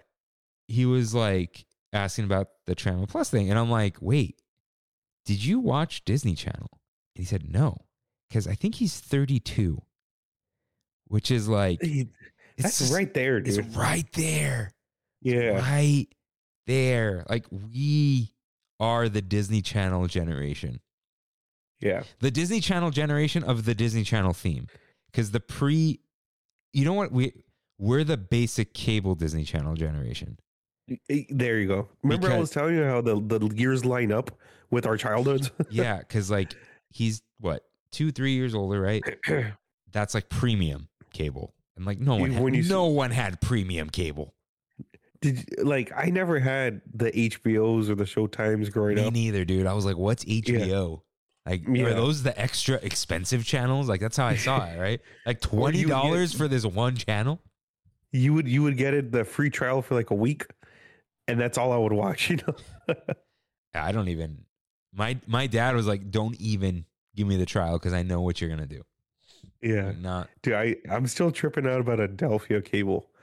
Speaker 1: he was like asking about the Trauma Plus thing, and I'm like, wait, did you watch Disney Channel? And he said no, because I think he's 32, which is like it's
Speaker 2: He- that's
Speaker 1: just-
Speaker 2: right there,
Speaker 1: It's
Speaker 2: dude.
Speaker 1: right there,
Speaker 2: Yeah,
Speaker 1: right there. Like we are the Disney Channel generation,
Speaker 2: yeah,
Speaker 1: the Disney Channel generation of the Disney Channel theme, because the pre, you know what we. We're the basic cable Disney Channel generation.
Speaker 2: Eh, there you go. Remember, I was
Speaker 1: Because-
Speaker 2: telling you how the the years line up with our childhoods.
Speaker 1: yeah, because like he's what two, three years older, right? That's like premium cable, and like no one,
Speaker 2: You-
Speaker 1: had,
Speaker 2: when you s-
Speaker 1: no one had premium cable.
Speaker 2: Did you- like I never had the HBOs or the Showtimes growing
Speaker 1: Me
Speaker 2: up.
Speaker 1: neither, dude. I was like, what's HBO? Like,
Speaker 2: Yeah.
Speaker 1: are those the extra expensive channels? Like, that's how I saw it, right? Like twenty dollars for this one channel.
Speaker 2: You would you would get it the free trial for like a week, and that's all I would watch. You know,
Speaker 1: I don't even. My my dad was like, "Don't even give me the trial because I know what you're gonna do."
Speaker 2: yeah,
Speaker 1: I'm Not.
Speaker 2: dude. I I'm still tripping out about Adelphia cable.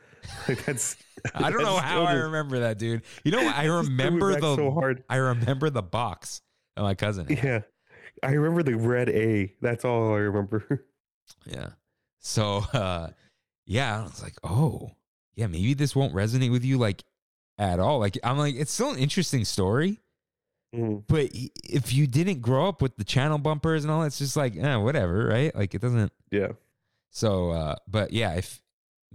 Speaker 2: Like that's
Speaker 1: I don't
Speaker 2: that's
Speaker 1: know how
Speaker 2: still
Speaker 1: I
Speaker 2: just-
Speaker 1: remember that, dude. You know, I
Speaker 2: threw me
Speaker 1: remember
Speaker 2: back
Speaker 1: the
Speaker 2: so hard.
Speaker 1: I remember the box that my cousin. had.
Speaker 2: Yeah, I remember the red A. That's all I remember.
Speaker 1: Yeah. So uh yeah, I was like, oh, yeah, maybe this won't resonate with you like at all. Like I'm like, it's still an interesting story,
Speaker 2: Mm.
Speaker 1: but i- if you didn't grow up with the channel bumpers and all, it's just like, eh, whatever, right? Like it doesn't
Speaker 2: Yeah,
Speaker 1: so uh but yeah, if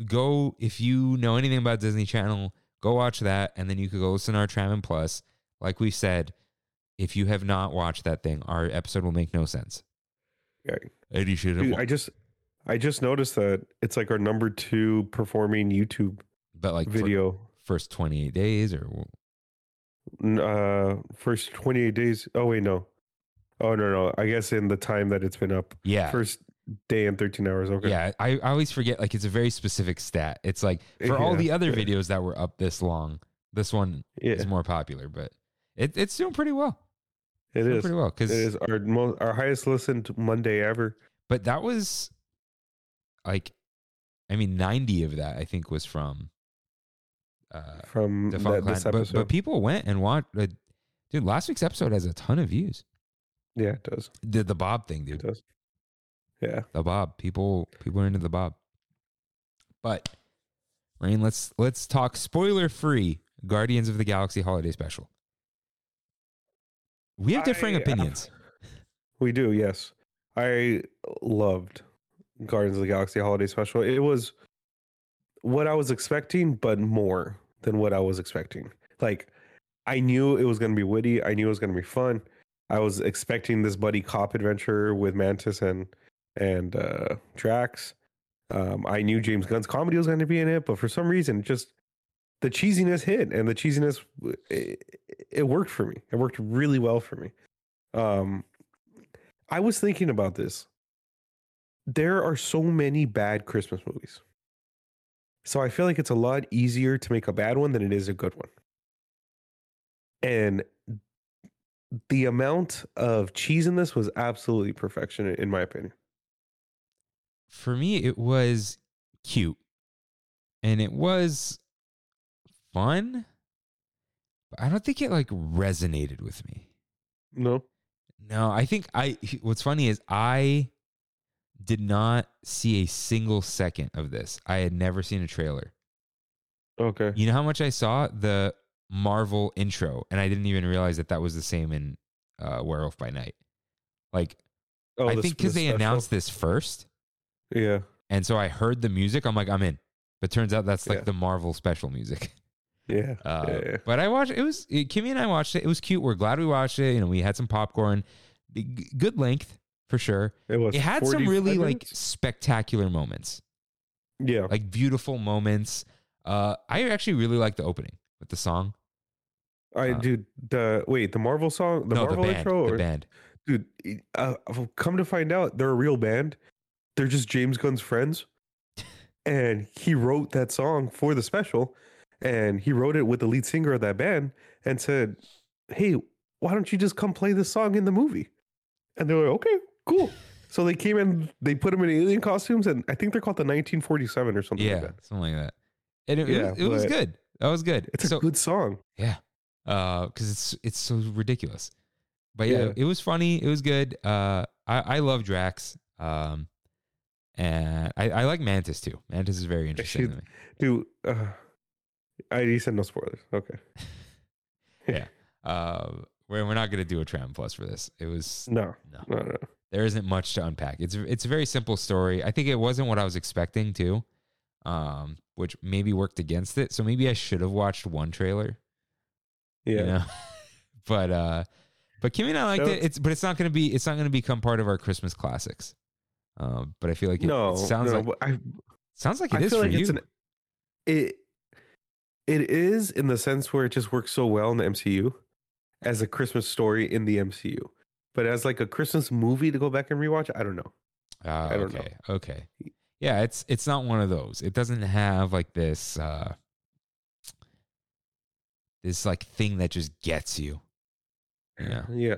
Speaker 1: go if you know anything about Disney Channel, go watch that and then you could go listen to our Tram Plus. Like we said, if you have not watched that thing, our episode will make no sense.
Speaker 2: Yeah.
Speaker 1: And you should have
Speaker 2: dude.
Speaker 1: wa-
Speaker 2: I just I just noticed that it's like our number two performing YouTube
Speaker 1: but like for
Speaker 2: video.
Speaker 1: first 28 days or
Speaker 2: N- Uh, first twenty eight days. Oh wait, no. Oh no, no. I guess in the time that it's been up,
Speaker 1: Yeah.
Speaker 2: first day and thirteen hours. Okay.
Speaker 1: Yeah. I, I always forget, like, it's a very specific stat. It's like for all
Speaker 2: Yeah,
Speaker 1: the other
Speaker 2: yeah.
Speaker 1: videos that were up this long, this one
Speaker 2: yeah.
Speaker 1: is more popular, but it, it's doing pretty well.
Speaker 2: It
Speaker 1: It's doing
Speaker 2: is.
Speaker 1: pretty well.
Speaker 2: It
Speaker 1: Cause,
Speaker 2: is our most our highest listened Monday ever.
Speaker 1: but that was like, I mean, 90 of that, I think, was from uh,
Speaker 2: from
Speaker 1: the
Speaker 2: that,
Speaker 1: Funk Clan.
Speaker 2: this
Speaker 1: But,
Speaker 2: episode.
Speaker 1: but people went and watched. Uh, dude, last week's episode has a ton of views.
Speaker 2: yeah, it does.
Speaker 1: The, the Bob thing,
Speaker 2: It
Speaker 1: dude.
Speaker 2: does. Yeah.
Speaker 1: the bob people people are into the bob but rain let's let's talk spoiler free guardians of the galaxy holiday special we have differing
Speaker 2: I-
Speaker 1: opinions
Speaker 2: We do, yes. I loved Guardians of the Galaxy Holiday Special. It was what I was expecting, but more than what I was expecting. Like, I knew it was going to be witty. I knew it was going to be fun. I was expecting this buddy cop adventure with Mantis and and uh, Drax. Um, I knew James Gunn's comedy was going to be in it, but for some reason, it just the cheesiness hit, and the cheesiness it, it worked for me. It worked really well for me. Um, I was thinking about this. There are so many bad Christmas movies. So I feel like it's a lot easier to make a bad one than it is a good one. And the amount of cheese in this was absolutely perfection, in my opinion.
Speaker 1: for me it was cute and it was fun but i don't think it like resonated with me
Speaker 2: No,
Speaker 1: No, I think I. What's funny is I did not see a single second of this. I had never seen a trailer.
Speaker 2: okay,
Speaker 1: You know how much I saw the Marvel intro, and I didn't even realize that that was the same in uh, Werewolf by Night. Like
Speaker 2: oh,
Speaker 1: I
Speaker 2: this-
Speaker 1: think because
Speaker 2: this
Speaker 1: they
Speaker 2: special?
Speaker 1: announced this first,
Speaker 2: yeah,
Speaker 1: and so I heard the music. I'm like, I'm in. But turns out that's like
Speaker 2: Yeah.
Speaker 1: the Marvel special music.
Speaker 2: yeah,
Speaker 1: Uh,
Speaker 2: yeah, yeah.
Speaker 1: But I watched it was it, Kimmy and I watched it. It was cute. We're glad we watched it. You know, we had some popcorn. G- Good length for sure.
Speaker 2: It was.
Speaker 1: it had some
Speaker 2: 45
Speaker 1: really like
Speaker 2: minutes?
Speaker 1: spectacular moments
Speaker 2: yeah,
Speaker 1: like beautiful moments uh i actually really like the opening with the song
Speaker 2: I
Speaker 1: uh,
Speaker 2: dude. The wait, the Marvel song, the
Speaker 1: no
Speaker 2: Marvel
Speaker 1: the band
Speaker 2: intro,
Speaker 1: the
Speaker 2: or-
Speaker 1: band
Speaker 2: dude it- uh, I've come to find out they're a real band they're just james gunn's friends and he wrote that song for the special and he wrote it with the lead singer of that band and said hey why don't you just come play this song in the movie and they were like okay cool so they came in they put him in alien costumes and i think they're called the 1947 or something
Speaker 1: yeah
Speaker 2: like that
Speaker 1: something like that and it, it,
Speaker 2: Yeah,
Speaker 1: was, it was
Speaker 2: but-
Speaker 1: good that was good
Speaker 2: it's a
Speaker 1: so
Speaker 2: good song
Speaker 1: uh because it's it's so ridiculous but yeah,
Speaker 2: Yeah.
Speaker 1: it was funny it was good uh i i love drax um and i i like mantis too mantis is very interesting
Speaker 2: she-
Speaker 1: to me.
Speaker 2: dude uh, i you said no spoilers okay
Speaker 1: uh we're, we're not gonna do a tram plus for this it was
Speaker 2: no
Speaker 1: no
Speaker 2: no no
Speaker 1: there isn't much to unpack. It's it's a very simple story. I think it wasn't what I was expecting to, um, which maybe worked against it. So maybe I should have watched one trailer.
Speaker 2: yeah
Speaker 1: You know? but uh, but Kimmy and I liked
Speaker 2: So-
Speaker 1: it. It's but it's not gonna be it's not gonna become part of our Christmas classics. Um, but I feel like it,
Speaker 2: no
Speaker 1: it sounds
Speaker 2: no,
Speaker 1: like
Speaker 2: but I,
Speaker 1: sounds like it
Speaker 2: I
Speaker 1: is
Speaker 2: feel
Speaker 1: for
Speaker 2: like
Speaker 1: you.
Speaker 2: it's an it it is in the sense where it just works so well in the MCU as a Christmas story in the MCU. But as like a Christmas movie to go back and rewatch, I don't know.
Speaker 1: Uh,
Speaker 2: I don't know.
Speaker 1: okay. Okay. Yeah, it's it's not one of those. It doesn't have like this uh this like thing that just gets you. Yeah.
Speaker 2: Yeah.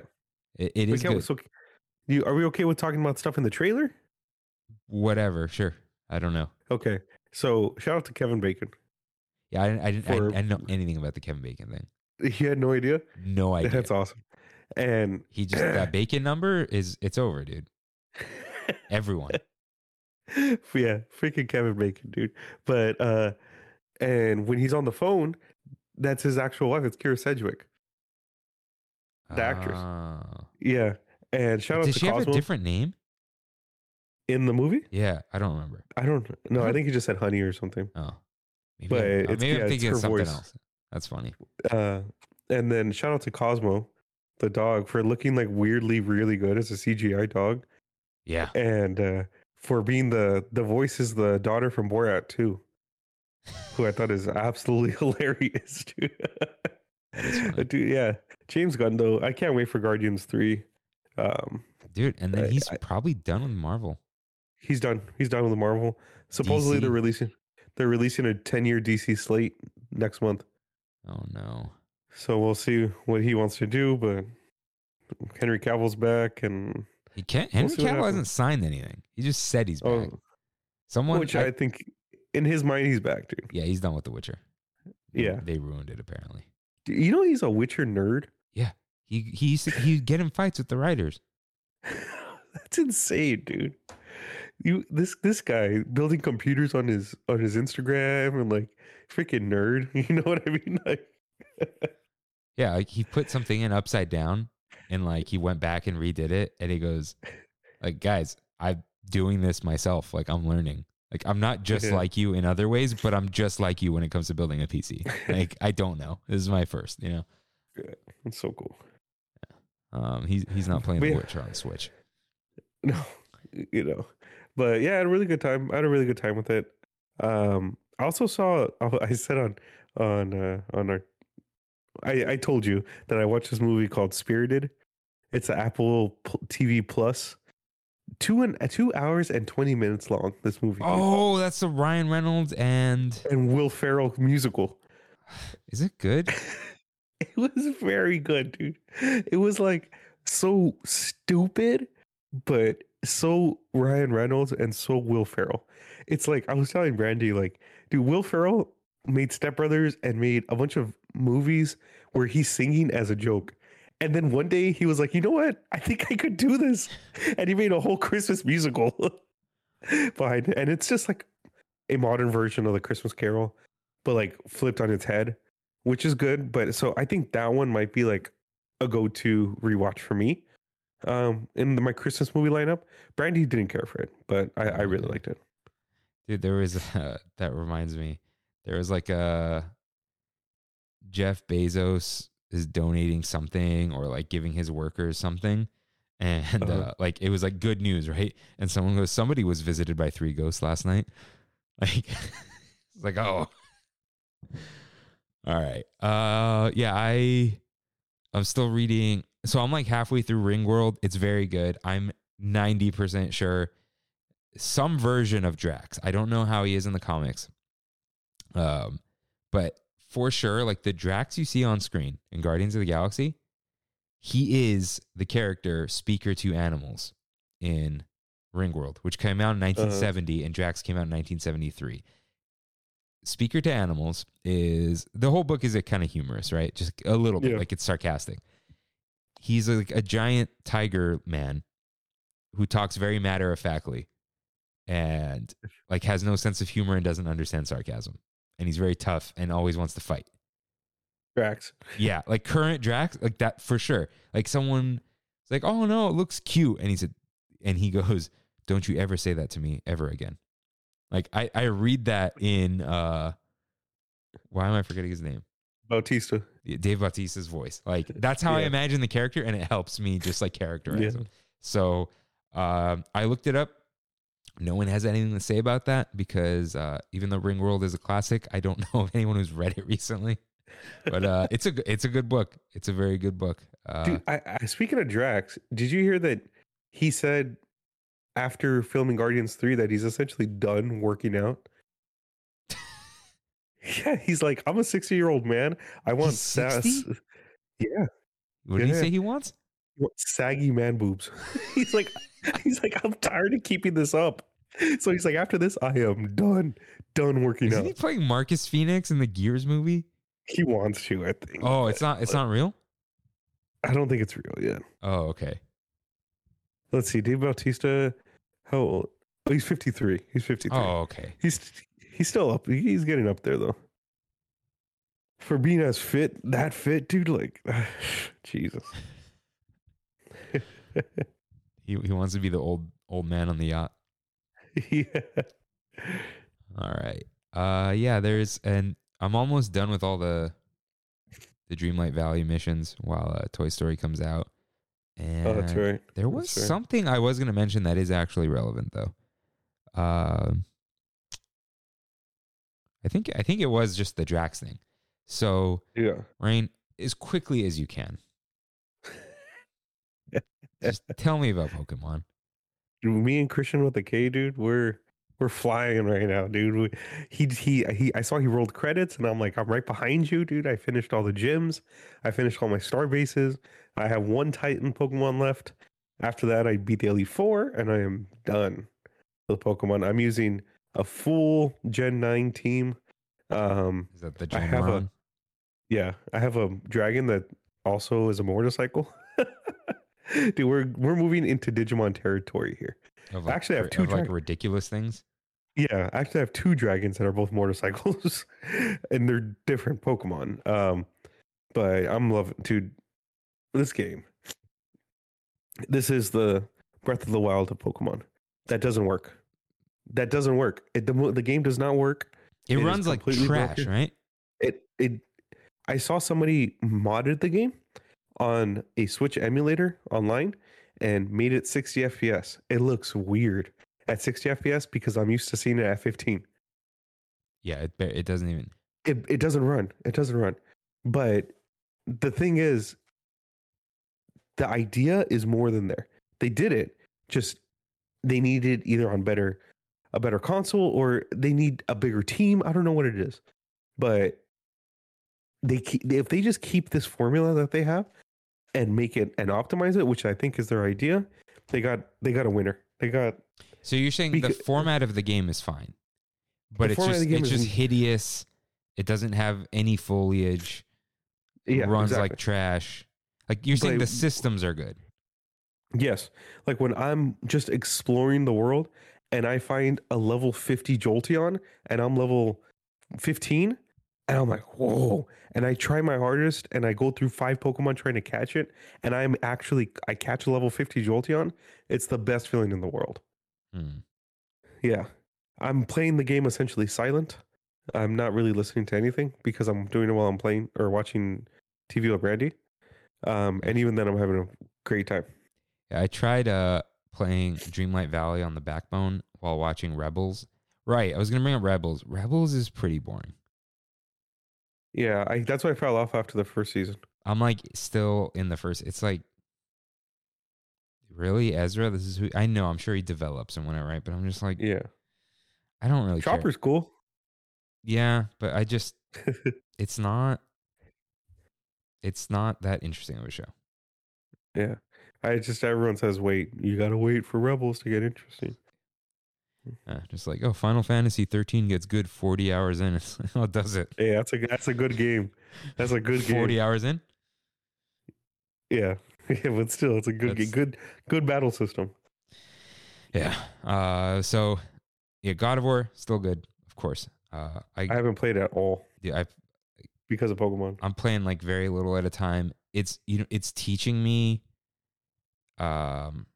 Speaker 1: It, it
Speaker 2: We
Speaker 1: is
Speaker 2: can't,
Speaker 1: good.
Speaker 2: so, you, are we okay with talking about stuff in the trailer?
Speaker 1: whatever, sure. I don't know.
Speaker 2: Okay. So shout out to Kevin Bacon.
Speaker 1: Yeah, I didn't I didn't I,
Speaker 2: For-
Speaker 1: I didn't know anything about the Kevin Bacon thing.
Speaker 2: He had no idea.
Speaker 1: No idea.
Speaker 2: That's awesome. And
Speaker 1: He just that bacon number is it's over, dude. Everyone.
Speaker 2: yeah, freaking Kevin Bacon, dude. But uh and when he's on the phone, that's his actual wife. It's Kira Sedgwick. The actress.
Speaker 1: Oh.
Speaker 2: Yeah. And shout out
Speaker 1: Did
Speaker 2: to
Speaker 1: she have
Speaker 2: Cosmo
Speaker 1: a different name?
Speaker 2: in the movie.
Speaker 1: Yeah, I don't remember.
Speaker 2: I don't know. I
Speaker 1: Mhm.
Speaker 2: think he just said honey or something.
Speaker 1: Oh. Maybe,
Speaker 2: But
Speaker 1: I'm,
Speaker 2: it's-
Speaker 1: maybe
Speaker 2: yeah,
Speaker 1: I'm
Speaker 2: it's
Speaker 1: thinking
Speaker 2: her
Speaker 1: of something
Speaker 2: voice.
Speaker 1: else. That's funny.
Speaker 2: Uh and then shout out to Cosmo, the dog, for looking like weirdly really good as a CGI dog.
Speaker 1: Yeah.
Speaker 2: And uh for being the the voice is the daughter from Borat too. who I thought is absolutely hilarious, dude.
Speaker 1: is funny.
Speaker 2: dude, yeah. James Gunn though, I can't wait for Guardians three. Um,
Speaker 1: Dude, and then
Speaker 2: I-
Speaker 1: he's
Speaker 2: I-
Speaker 1: probably done with Marvel.
Speaker 2: he's done. He's done with the Marvel. Supposedly they're
Speaker 1: DC.
Speaker 2: releasing they're releasing a ten year DC slate next month.
Speaker 1: Oh no.
Speaker 2: So we'll see what he wants to do, but Henry Cavill's back and
Speaker 1: He can't
Speaker 2: We'll
Speaker 1: Henry
Speaker 2: see what
Speaker 1: Cavill hasn't
Speaker 2: happens.
Speaker 1: signed anything. He just said he's
Speaker 2: oh,
Speaker 1: back. Someone
Speaker 2: which
Speaker 1: I-
Speaker 2: I think in his mind he's back, dude.
Speaker 1: Yeah, he's done with The Witcher. They-
Speaker 2: Yeah.
Speaker 1: They ruined it apparently.
Speaker 2: Do You know he's a Witcher nerd.
Speaker 1: He he used to he'd get in fights with the writers.
Speaker 2: That's insane, dude. You this this guy building computers on his on his Instagram and like freaking nerd. You know what I mean? Like
Speaker 1: Yeah, like he put something in upside down and like he went back and redid it and he goes, like, guys, I'm doing this myself. Like I'm learning. Like I'm not just
Speaker 2: Yeah.
Speaker 1: like you in other ways, but I'm just like you when it comes to building a PC. Like I don't know. This is my first, you know.
Speaker 2: it's so cool.
Speaker 1: Um he's he's not playing The
Speaker 2: Yeah.
Speaker 1: Witcher on Switch.
Speaker 2: No, you know. But yeah, I had a really good time. I had a really good time with it. Um I also saw oh, I I said on on uh on our I I told you that I watched this movie called Spirited. It's an Apple Pl- TV Plus. Two and two hours and twenty minutes long. This movie. dude.
Speaker 1: Oh, that's the Ryan Reynolds and
Speaker 2: and Will Ferrell musical.
Speaker 1: is it good?
Speaker 2: It was very good, dude. It was like so stupid, but so Ryan Reynolds and so Will Ferrell. It's like I was telling Brandy, like, dude, Will Ferrell made Step Brothers and made a bunch of movies where he's singing as a joke. And then one day he was like, you know what? I think I could do this. And he made a whole Christmas musical behind it. And it's just like a modern version of the Christmas Carol, but like flipped on its head which is good. But so I think that one might be like a go-to rewatch for me. Um, in the, my Christmas movie lineup, Brandy didn't care for it, but I, I really
Speaker 1: Yeah.
Speaker 2: liked it.
Speaker 1: Dude, there was uh, that reminds me. There was like a Jeff Bezos is donating something or like giving his workers something. And uh
Speaker 2: Uh-huh.
Speaker 1: like it was like good news, right? And someone goes, somebody was visited by three ghosts last night. Like it's like, oh. All right. Uh yeah, I I'm still reading. So I'm like halfway through Ringworld. It's very good. I'm 90% sure some version of Drax. I don't know how he is in the comics. Um, but for sure, like the Drax you see on screen in Guardians of the Galaxy, he is the character speaker to animals in Ringworld, which came out in 1970 and Drax came out in 1973. Speaker to Animals is the whole book is a kind of humorous, right? Just a little bit,
Speaker 2: Yeah.
Speaker 1: like it's sarcastic. He's like a giant tiger man who talks very matter of factly and like has no sense of humor and doesn't understand sarcasm. And he's very tough and always wants to fight.
Speaker 2: Drax.
Speaker 1: Yeah, like current Drax, like that for sure. Like someone it's like, oh no, it looks cute. And he said, and he goes, Don't you ever say that to me ever again. Like I, I read that in uh why am I forgetting his name?
Speaker 2: Bautista.
Speaker 1: Dave Bautista's voice. Like that's how I
Speaker 2: Yeah.
Speaker 1: imagine the character, and it helps me just like characterize
Speaker 2: Yeah.
Speaker 1: him. So um, I looked it up. No one has anything to say about that because uh, even though Ring World is a classic, I don't know of anyone who's read it recently. but uh, it's a g- it's a good book. It's a very good book. Uh,
Speaker 2: Dude, I, I, speaking of Drax, did you hear that he said after filming Guardians 3 that he's essentially done working out? yeah, he's like, I'm a 60 year old man. I want
Speaker 1: He's
Speaker 2: sass.
Speaker 1: 60?
Speaker 2: Yeah,
Speaker 1: what did he
Speaker 2: yeah.
Speaker 1: say he wants?
Speaker 2: I want saggy man boobs. he's like, he's like, I'm tired of keeping this up. So he's like, after this, I am done, done working
Speaker 1: Isn't
Speaker 2: out.
Speaker 1: he playing Marcus Phoenix in the Gears movie?
Speaker 2: He wants to, I think.
Speaker 1: Oh, it's not it's
Speaker 2: Uh,
Speaker 1: not real.
Speaker 2: I don't think it's real yet.
Speaker 1: Oh, okay.
Speaker 2: Let's see, Dave Bautista, how old? Oh, he's 53. He's 53.
Speaker 1: Oh, okay.
Speaker 2: He's he's still up. He's getting up there though. For being as fit, that fit, dude, like Jesus.
Speaker 1: He he wants to be the old old man on the yacht.
Speaker 2: yeah. oh,
Speaker 1: All right. Uh yeah, there's and I'm almost done with all the the Dreamlight Valley missions while uh, Toy Story comes out. And
Speaker 2: Oh, that's right.
Speaker 1: there was
Speaker 2: right.
Speaker 1: something I was going to mention that is actually relevant though. Um I think I think it was just the Drax thing. So,
Speaker 2: Yeah.
Speaker 1: Rain, as quickly as you can. just tell me about Pokemon.
Speaker 2: Dude, me and Christian with the K, dude, we're we're flying right now, dude. We, he he he. I saw he rolled credits, and I'm like, I'm right behind you, dude. I finished all the gyms. I finished all my star bases. I have one Titan Pokemon left. After that, I beat the Elite Four, and I am done with Pokemon. I'm using a full Gen Nine team. Um,
Speaker 1: Is that the
Speaker 2: I have a-
Speaker 1: Dreamlight?
Speaker 2: yeah, I have a dragon that also is a motorcycle. Dude, we're we're moving into Digimon territory here.
Speaker 1: Of like,
Speaker 2: actually, I have
Speaker 1: cra-
Speaker 2: two
Speaker 1: of like
Speaker 2: dra-
Speaker 1: ridiculous things.
Speaker 2: Yeah, I actually have two dragons that are both motorcycles, and they're different Pokemon. Um, but I'm loving, dude, this game. This is the Breath of the Wild of Pokemon. That doesn't work. That doesn't work. It, the mo- the game does not work.
Speaker 1: It,
Speaker 2: It is
Speaker 1: runs like
Speaker 2: completely
Speaker 1: trash,
Speaker 2: broken.
Speaker 1: right?
Speaker 2: it it I saw somebody modded the game on a Switch emulator online and made it 60 FPS. It looks weird at 60 FPS because I'm used to seeing it at 15.
Speaker 1: Yeah, it ba- it doesn't even.
Speaker 2: It it doesn't run. It doesn't run. But the thing is the idea is more than there. They did it just they needed either on better a better console or they need a bigger team. I don't know what it is. but they keep, if they just keep this formula that they have and make it and optimize it, which I think is their idea, they got they got a winner. They got
Speaker 1: So you're saying the
Speaker 2: Becau-
Speaker 1: format of the game is fine, but it's
Speaker 2: format of
Speaker 1: just
Speaker 2: the game
Speaker 1: it's
Speaker 2: is-
Speaker 1: just hideous. It doesn't have any foliage. It
Speaker 2: yeah
Speaker 1: runs
Speaker 2: exactly.
Speaker 1: like trash. Like you're saying,
Speaker 2: But-
Speaker 1: the systems are good.
Speaker 2: yes, like when I'm just exploring the world and I find a level fifty Jolteon and I'm level fifteen. And I'm like, whoa. And I try my hardest and I go through five Pokemon trying to catch it. And I'm actually, I catch a level 50 Jolteon. It's the best feeling in the world.
Speaker 1: Hmm.
Speaker 2: Yeah. I'm playing the game essentially silent. I'm not really listening to anything because I'm doing it while I'm playing or watching TV with Brandy. Um, and even then, I'm having a great time.
Speaker 1: Yeah, I tried uh, playing Dreamlight Valley on the backbone while watching Rebels. Right, I was gonna bring up Rebels. Rebels is pretty boring.
Speaker 2: Yeah, I, that's why I fell off after the first season.
Speaker 1: I'm like still in the first. It's like, really, Ezra? This is who I know. I'm sure he develops and whatnot, right? But I'm just like,
Speaker 2: Yeah.
Speaker 1: I don't really. care.
Speaker 2: Chopper's cool.
Speaker 1: Yeah, but I just it's not it's not that interesting of a show.
Speaker 2: yeah. I just, everyone says, wait, you got to wait for Rebels to get interesting.
Speaker 1: Uh, just like, oh, Final Fantasy 13 gets good 40 hours in. It's like, oh, does it?
Speaker 2: Yeah, that's a, that's a good game. That's a good
Speaker 1: 40
Speaker 2: game.
Speaker 1: hours in?
Speaker 2: Yeah. Yeah, but still, it's a good,
Speaker 1: That's-
Speaker 2: game. good, good battle system.
Speaker 1: Yeah. Uh so yeah, God of War still good, of course. Uh I,
Speaker 2: I haven't played at all
Speaker 1: yeah, I
Speaker 2: because of Pokemon.
Speaker 1: I'm playing like very little at a time. It's you know it's teaching me um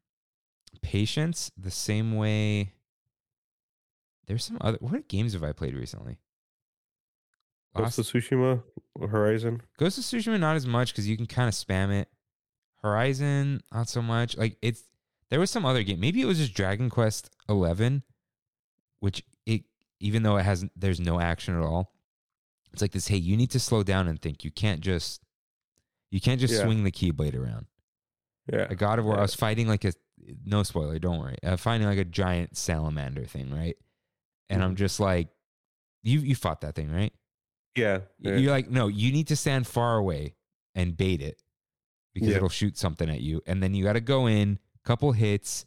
Speaker 1: patience the same way there's some other what games have I played recently?
Speaker 2: Ghost of Tsushima Horizon.
Speaker 1: Ghost of Tsushima not as much because you can kind of spam it. Horizon not so much. Like it's there was some other game. Maybe it was just Dragon Quest Eleven, which it even though it has there's no action at all, It's like this, hey, you need to slow down and think. You can't just you can't just
Speaker 2: Yeah.
Speaker 1: swing the keyblade around.
Speaker 2: Yeah.
Speaker 1: A God of War,
Speaker 2: Yeah.
Speaker 1: I was fighting like a no spoiler, don't worry. Uh, fighting like a giant salamander thing, right? And
Speaker 2: Mm-hmm.
Speaker 1: I'm just like, you you fought that thing, right?
Speaker 2: Yeah.
Speaker 1: Y-
Speaker 2: yeah.
Speaker 1: You're like, no, you need to stand far away and bait it because
Speaker 2: Yeah.
Speaker 1: it'll shoot something at you. And then you got to go in, couple hits,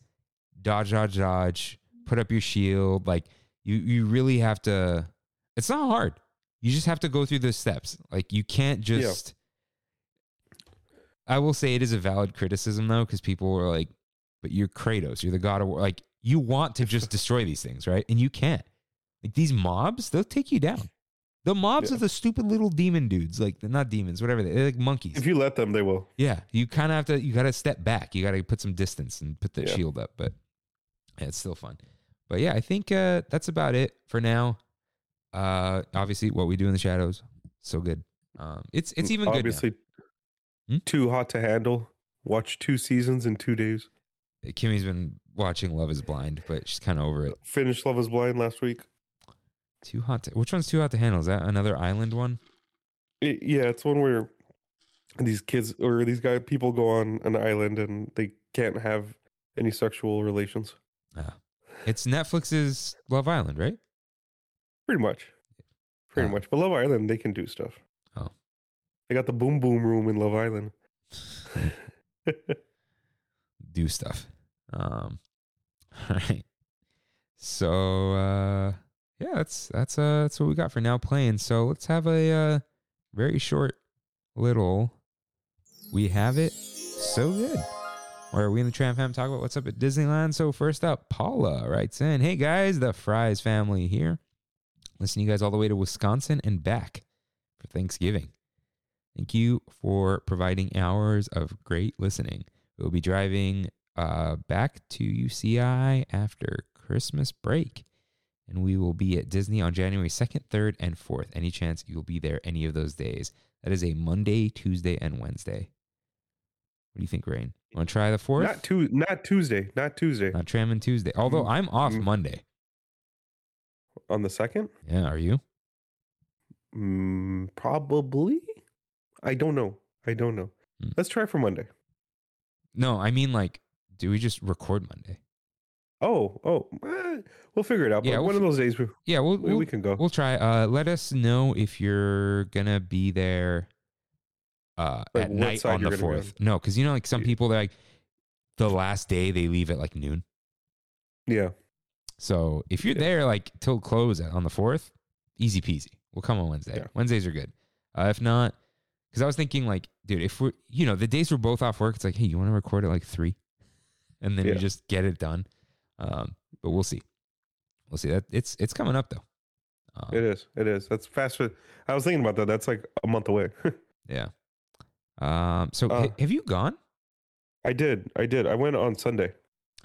Speaker 1: dodge, dodge, dodge, put up your shield. Like you, you really have to. It's not hard. You just have to go through the steps. Like you can't
Speaker 2: Yeah.
Speaker 1: just. I will say it is a valid criticism though, because people were like, "But you're Kratos. You're the god of war. Like you want to just destroy these things, right? And you can't. Like these mobs, they'll take you down. The mobs
Speaker 2: Yeah.
Speaker 1: are the stupid little demon dudes, like they're not demons, whatever they, they're like monkeys.
Speaker 2: If you let them, they will.
Speaker 1: yeah, you kind of have to. You got to step back. You got to put some distance and put the
Speaker 2: Yeah.
Speaker 1: shield up, but yeah, it's still fun. But yeah, I think uh, that's about it for now. Uh, obviously, what we do in the shadows, so good. Um, it's it's even
Speaker 2: Mm, obviously
Speaker 1: Hmm?
Speaker 2: too hot to handle. Watch two seasons in two days.
Speaker 1: good. Now. Kimmy's been watching Love Is Blind, but she's kind of over it.
Speaker 2: Finished Love Is Blind last week.
Speaker 1: Too hot. To, which one's too hot to handle? Is that another island one?
Speaker 2: I- yeah, it's one where these kids or these guy people go on an island and they can't have any sexual relations.
Speaker 1: It's Netflix's Love Island, right?
Speaker 2: Pretty much. Pretty
Speaker 1: Uh,
Speaker 2: much. But Love Island, they can do stuff.
Speaker 1: Oh.
Speaker 2: They got the boom boom room in Love Island.
Speaker 1: do stuff. Um, all right. So uh, yeah, that's that's uh that's what we got for now playing. So let's have a uh, very short little. We have it so good. Where we in the Tram Fam talk about what's up at Disneyland. So first up, Paula writes in, "Hey guys, the Fries family here. Listen, to you guys all the way to Wisconsin and back for Thanksgiving. Thank you for providing hours of great listening. We'll be driving uh, back to UCI after Christmas break. And we will be at Disney on January 2nd, 3rd, and 4th. Any chance you'll be there any of those days? That is a Monday, Tuesday, and Wednesday. What do you think, Rain? Want to try the 4th?
Speaker 2: Not tu- not Tuesday. Not Tuesday.
Speaker 1: Not Tram and Tuesday. Although I'm off
Speaker 2: Mm.
Speaker 1: Monday.
Speaker 2: on the second?
Speaker 1: Yeah, are you?
Speaker 2: Mm, probably. I don't know. I don't know.
Speaker 1: Hmm.
Speaker 2: Let's try for Monday.
Speaker 1: No, I mean, like, do we just record Monday?
Speaker 2: Oh, oh, eh, we'll figure it out.
Speaker 1: Yeah,
Speaker 2: but
Speaker 1: we'll
Speaker 2: one of
Speaker 1: fi-
Speaker 2: those days we,
Speaker 1: Yeah, we'll,
Speaker 2: we,
Speaker 1: we'll,
Speaker 2: we can go.
Speaker 1: we'll try. Uh, let us know if you're gonna be there uh,
Speaker 2: Like,
Speaker 1: at
Speaker 2: what
Speaker 1: night
Speaker 2: side
Speaker 1: on
Speaker 2: you're
Speaker 1: the
Speaker 2: gonna be on.
Speaker 1: fourth. No, because you know, like some
Speaker 2: Yeah.
Speaker 1: people, they're like the last day they leave at like noon.
Speaker 2: yeah,
Speaker 1: So if you're
Speaker 2: Yeah.
Speaker 1: there like till close on the fourth, easy peasy. We'll come on Wednesday.
Speaker 2: Yeah.
Speaker 1: Wednesdays are good. Uh, if not, because I was thinking like, dude, if we're you know the days we're both off work, it's like, hey, you want to record at like three, and then we
Speaker 2: Yeah.
Speaker 1: just get it done. Um, but we'll see. We'll see. That it's it's coming up though. Um,
Speaker 2: it is. It is. That's faster. I was thinking about that. That's like a month away.
Speaker 1: Yeah. Um. So
Speaker 2: Uh,
Speaker 1: ha- have you gone?
Speaker 2: I did. I did. I went on Sunday.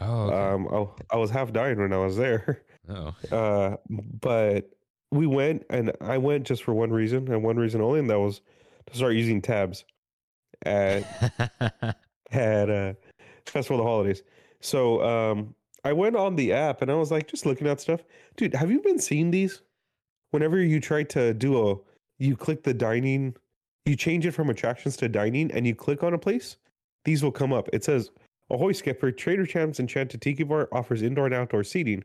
Speaker 1: Oh.
Speaker 2: Um, I, I was half dying when I was there.
Speaker 1: oh.
Speaker 2: Uh, but we went, and I went just for one reason, and one reason only, and that was to start using tabs at at uh, Festival of the Holidays. So um, I went on the app and I was like, just looking at stuff. Dude, have you been seeing these? Whenever you try to do a, you click the dining, you change it from attractions to dining, and you click on a place, these will come up. It says, Ahoy Skipper, Trader Champs Enchanted Tiki Bar offers indoor and outdoor seating.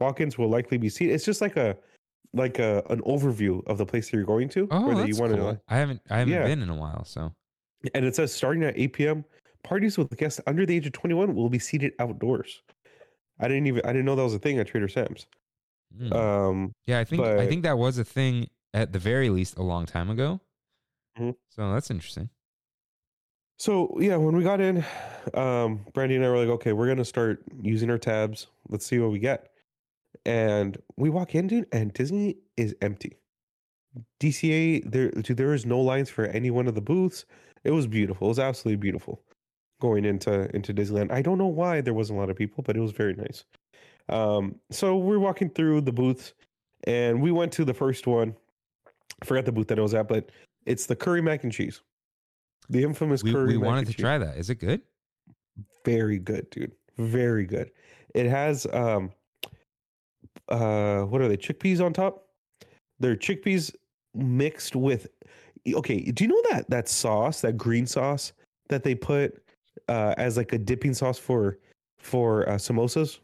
Speaker 2: Walk-ins will likely be seated. It's just like a, like a an overview of the place that you're going to,
Speaker 1: oh.
Speaker 2: that
Speaker 1: that's
Speaker 2: you
Speaker 1: cool.
Speaker 2: wanna-
Speaker 1: I haven't. I haven't
Speaker 2: Yeah.
Speaker 1: been in a while. So.
Speaker 2: and it says starting at 8 p.m. Parties with guests under the age of 21 will be seated outdoors. I didn't even I didn't know that was a thing at Trader Sam's.
Speaker 1: hmm.
Speaker 2: Um,
Speaker 1: yeah. I think. I
Speaker 2: but-
Speaker 1: think that was a thing at the very least a long time ago.
Speaker 2: Mhm.
Speaker 1: So that's interesting.
Speaker 2: so yeah, when we got in, um, Brandy and I were like, okay, we're gonna start using our tabs. Let's see what we get. And we walk in, dude, and Disney is empty. DCA, there, dude, there is no lines for any one of the booths. It was beautiful. It was absolutely beautiful going into into Disneyland. I don't know why there wasn't a lot of people, but it was very nice. Um, so we're walking through the booths, and we went to the first one. I forgot the booth that it was at, but it's the curry mac and cheese, the infamous
Speaker 1: We,
Speaker 2: curry.
Speaker 1: we
Speaker 2: mac
Speaker 1: wanted
Speaker 2: and
Speaker 1: to
Speaker 2: cheese
Speaker 1: try that. Is it good?
Speaker 2: very good, dude. Very good. It has um uh what are they? Chickpeas on top. They're chickpeas mixed with okay do you know that that sauce that green sauce that they put uh as like a dipping sauce for for uh, samosas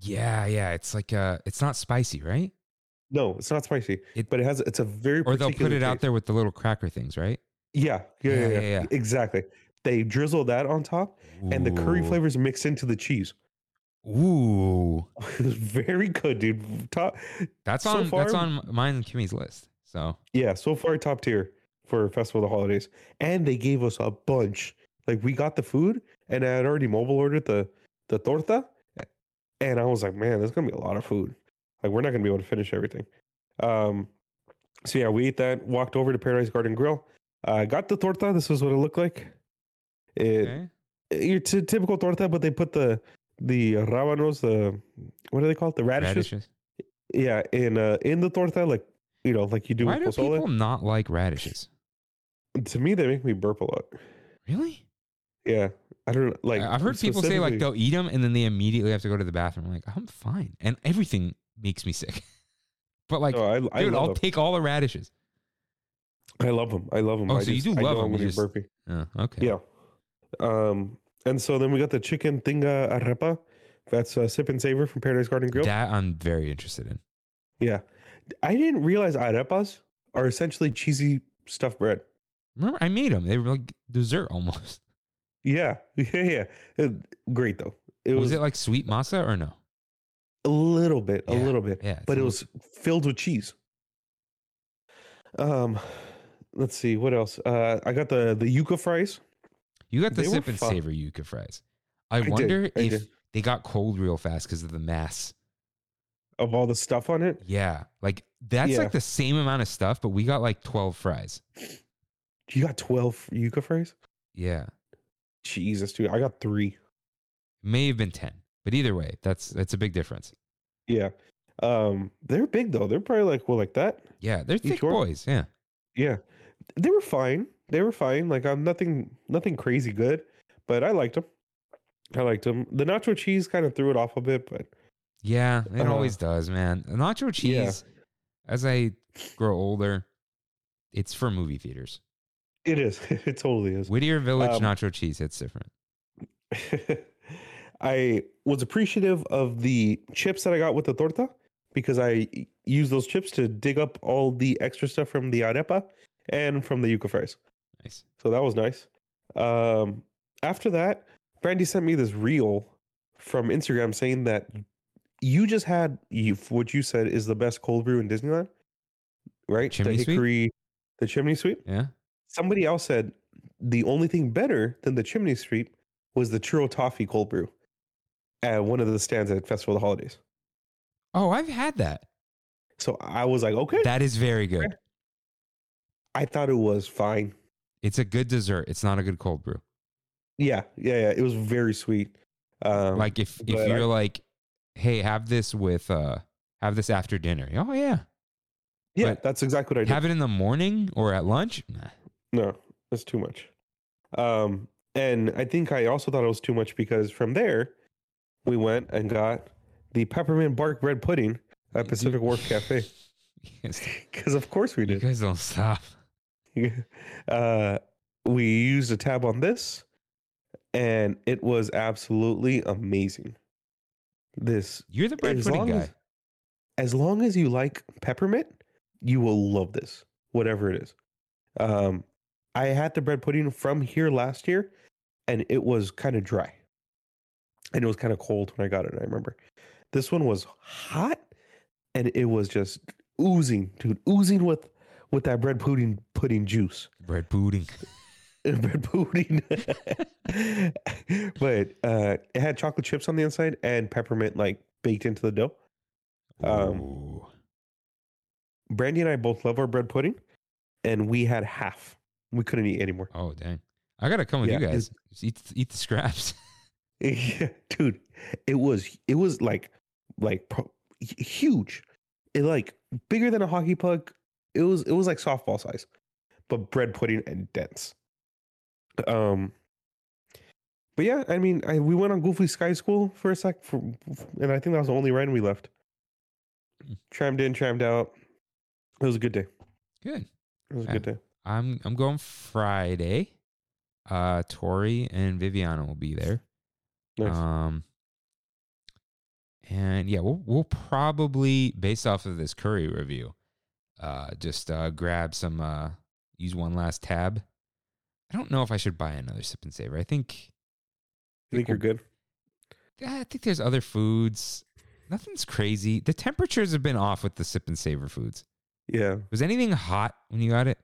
Speaker 1: Yeah, yeah. It's like uh it's not spicy, right?
Speaker 2: no it's not spicy
Speaker 1: It-
Speaker 2: but it has it's a very
Speaker 1: Or they'll put
Speaker 2: particular
Speaker 1: it out
Speaker 2: taste.
Speaker 1: there with the little cracker things, right?
Speaker 2: yeah yeah yeah, yeah.
Speaker 1: yeah.
Speaker 2: exactly they drizzle that on top and the curry
Speaker 1: Ooh.
Speaker 2: flavors mix into the cheese
Speaker 1: Ooh.
Speaker 2: it's very good dude top
Speaker 1: That's
Speaker 2: So
Speaker 1: on that's
Speaker 2: far-
Speaker 1: on mine and Kimmy's list. So
Speaker 2: yeah so far top tier for festival of the holidays and they gave us a bunch like we got the food and i had already mobile ordered the the torta and i was like man there's gonna be a lot of food like we're not gonna be able to finish everything um so yeah we ate that walked over to paradise garden grill uh, got the torta this is what it looked like it
Speaker 1: okay.
Speaker 2: your t- typical torta but they put the the rabanos the what do they call it the radishes,
Speaker 1: radishes.
Speaker 2: yeah in uh in the torta like you know like you do
Speaker 1: Why do
Speaker 2: with pozole
Speaker 1: people not like radishes?
Speaker 2: to me they make me burp a lot
Speaker 1: Really?
Speaker 2: yeah i don't know like
Speaker 1: I- I've heard people say like
Speaker 2: specifically-
Speaker 1: they'll eat them and then they immediately have to go to the bathroom. Like I'm fine, and everything makes me sick. But like,
Speaker 2: no, Oh, I, I
Speaker 1: dude, I'll
Speaker 2: love them.
Speaker 1: take all the radishes.
Speaker 2: I love them i love them
Speaker 1: Oh,
Speaker 2: I
Speaker 1: so you
Speaker 2: just-
Speaker 1: do
Speaker 2: I
Speaker 1: love
Speaker 2: know I'm
Speaker 1: 'em,
Speaker 2: gonna
Speaker 1: you
Speaker 2: be
Speaker 1: just-
Speaker 2: burpy
Speaker 1: Oh, okay.
Speaker 2: yeah um and so then we got the chicken tinga arepa that's uh, sip and savor from paradise garden grill
Speaker 1: That I'm very interested in.
Speaker 2: yeah i didn't realize arepas are essentially cheesy stuffed bread
Speaker 1: Remember, I made them. They were like dessert almost.
Speaker 2: yeah yeah yeah It- great though it
Speaker 1: was,
Speaker 2: was,
Speaker 1: it like sweet masa or no?
Speaker 2: a little bit a
Speaker 1: Yeah,
Speaker 2: little bit
Speaker 1: Yeah, it's
Speaker 2: but
Speaker 1: a
Speaker 2: it
Speaker 1: little-
Speaker 2: was filled with cheese. Um, let's see what else. Uh, I got the the yuca fries.
Speaker 1: You got the
Speaker 2: they were
Speaker 1: sip and
Speaker 2: fu-
Speaker 1: savor yuca fries. I,
Speaker 2: did,
Speaker 1: wonder
Speaker 2: I
Speaker 1: if
Speaker 2: did.
Speaker 1: they got cold real fast because of the mass.
Speaker 2: Of all the stuff on it,
Speaker 1: Yeah, like that's
Speaker 2: Yeah.
Speaker 1: like the same amount of stuff, but we got like twelve fries.
Speaker 2: you got twelve yuca fries.
Speaker 1: Yeah,
Speaker 2: Jesus, dude, I got three.
Speaker 1: may have been ten, but either way, that's that's a big difference.
Speaker 2: Yeah, um, they're big though. They're probably like well, like that.
Speaker 1: Yeah, they're thick
Speaker 2: sure?
Speaker 1: boys. Yeah.
Speaker 2: Yeah, they were fine. They were fine. Like I'm nothing, nothing crazy good, but I liked them. I liked them. The nacho cheese kind of threw it off a bit, but
Speaker 1: Yeah, it
Speaker 2: Uh,
Speaker 1: always does, man. Nacho
Speaker 2: yeah.
Speaker 1: cheese, as I grow older, it's for movie theaters.
Speaker 2: it is. it totally is.
Speaker 1: Whittier Village
Speaker 2: Um,
Speaker 1: nacho cheese, it's different.
Speaker 2: I was appreciative of the chips that I got with the torta because I y- used those chips to dig up all the extra stuff from the arepa and from the yuca fries.
Speaker 1: Nice.
Speaker 2: So that was nice. Um, after that, Brandy sent me this reel from Instagram saying that you just had you, what you said is the best cold brew in Disneyland, right?
Speaker 1: Chimney
Speaker 2: the
Speaker 1: sweep?
Speaker 2: hickory, the chimney sweep.
Speaker 1: Yeah.
Speaker 2: Somebody else said the only thing better than the chimney sweep was the churro toffee cold brew at one of the stands at Festival of the Holidays.
Speaker 1: Oh, I've had that.
Speaker 2: So I was like, okay.
Speaker 1: That is very good.
Speaker 2: I thought it was fine.
Speaker 1: It's a good dessert. It's not a good cold brew.
Speaker 2: Yeah, yeah, yeah. It was very sweet. Um,
Speaker 1: Like if if
Speaker 2: but I-
Speaker 1: you're like, hey, have this with uh have this after dinner. Oh yeah.
Speaker 2: yeah,
Speaker 1: but
Speaker 2: that's exactly what I did.
Speaker 1: Have it in the morning or at lunch? Nah.
Speaker 2: No, that's too much. Um, and I think I also thought it was too much because from there, we went and got the peppermint bark bread pudding at
Speaker 1: Dude.
Speaker 2: Pacific Wharf Cafe.
Speaker 1: You guys,
Speaker 2: Because of course we
Speaker 1: you
Speaker 2: did.
Speaker 1: guys don't stop.
Speaker 2: uh, we used a tab on this, and it was absolutely amazing. This,
Speaker 1: You're the bread
Speaker 2: As
Speaker 1: pudding
Speaker 2: long
Speaker 1: guy.
Speaker 2: as- as long as you like peppermint, you will love this, whatever it is. Um, I had the bread pudding from here last year, and it was kind of dry, and it was kind of cold when I got it. I remember this one was hot, and it was just oozing, dude, oozing with with that bread pudding pudding juice.
Speaker 1: bread pudding.
Speaker 2: bread pudding. but uh, it had chocolate chips on the inside and peppermint like baked into the dough. Um,
Speaker 1: Ooh.
Speaker 2: Brandy and I both love our bread pudding, and we had half. We couldn't eat anymore.
Speaker 1: Oh dang! I gotta come with you
Speaker 2: Yeah,
Speaker 1: guys. Just eat eat the scraps.
Speaker 2: Yeah, dude, it was it was like like pro- hu- huge. It like bigger than a hockey puck. It was it was like softball size, but bread pudding and dense. Um, but yeah, I mean, I we went on Goofy Sky School for a sec, for, and I think that was the only ride we left. Trammed in, trammed out. It was a good day.
Speaker 1: Good.
Speaker 2: It was a good day.
Speaker 1: I'm I'm going Friday. Uh Tori and Viviana will be there.
Speaker 2: Nice.
Speaker 1: Um and yeah, we'll we'll probably based off of this curry review, uh just uh grab some uh use one last tab. I don't know if I should buy another sip and saver. I think
Speaker 2: I think you're good.
Speaker 1: I think there's other foods. Nothing's crazy. The temperatures have been off with the sip and saver foods.
Speaker 2: Yeah.
Speaker 1: Was anything hot when you got it?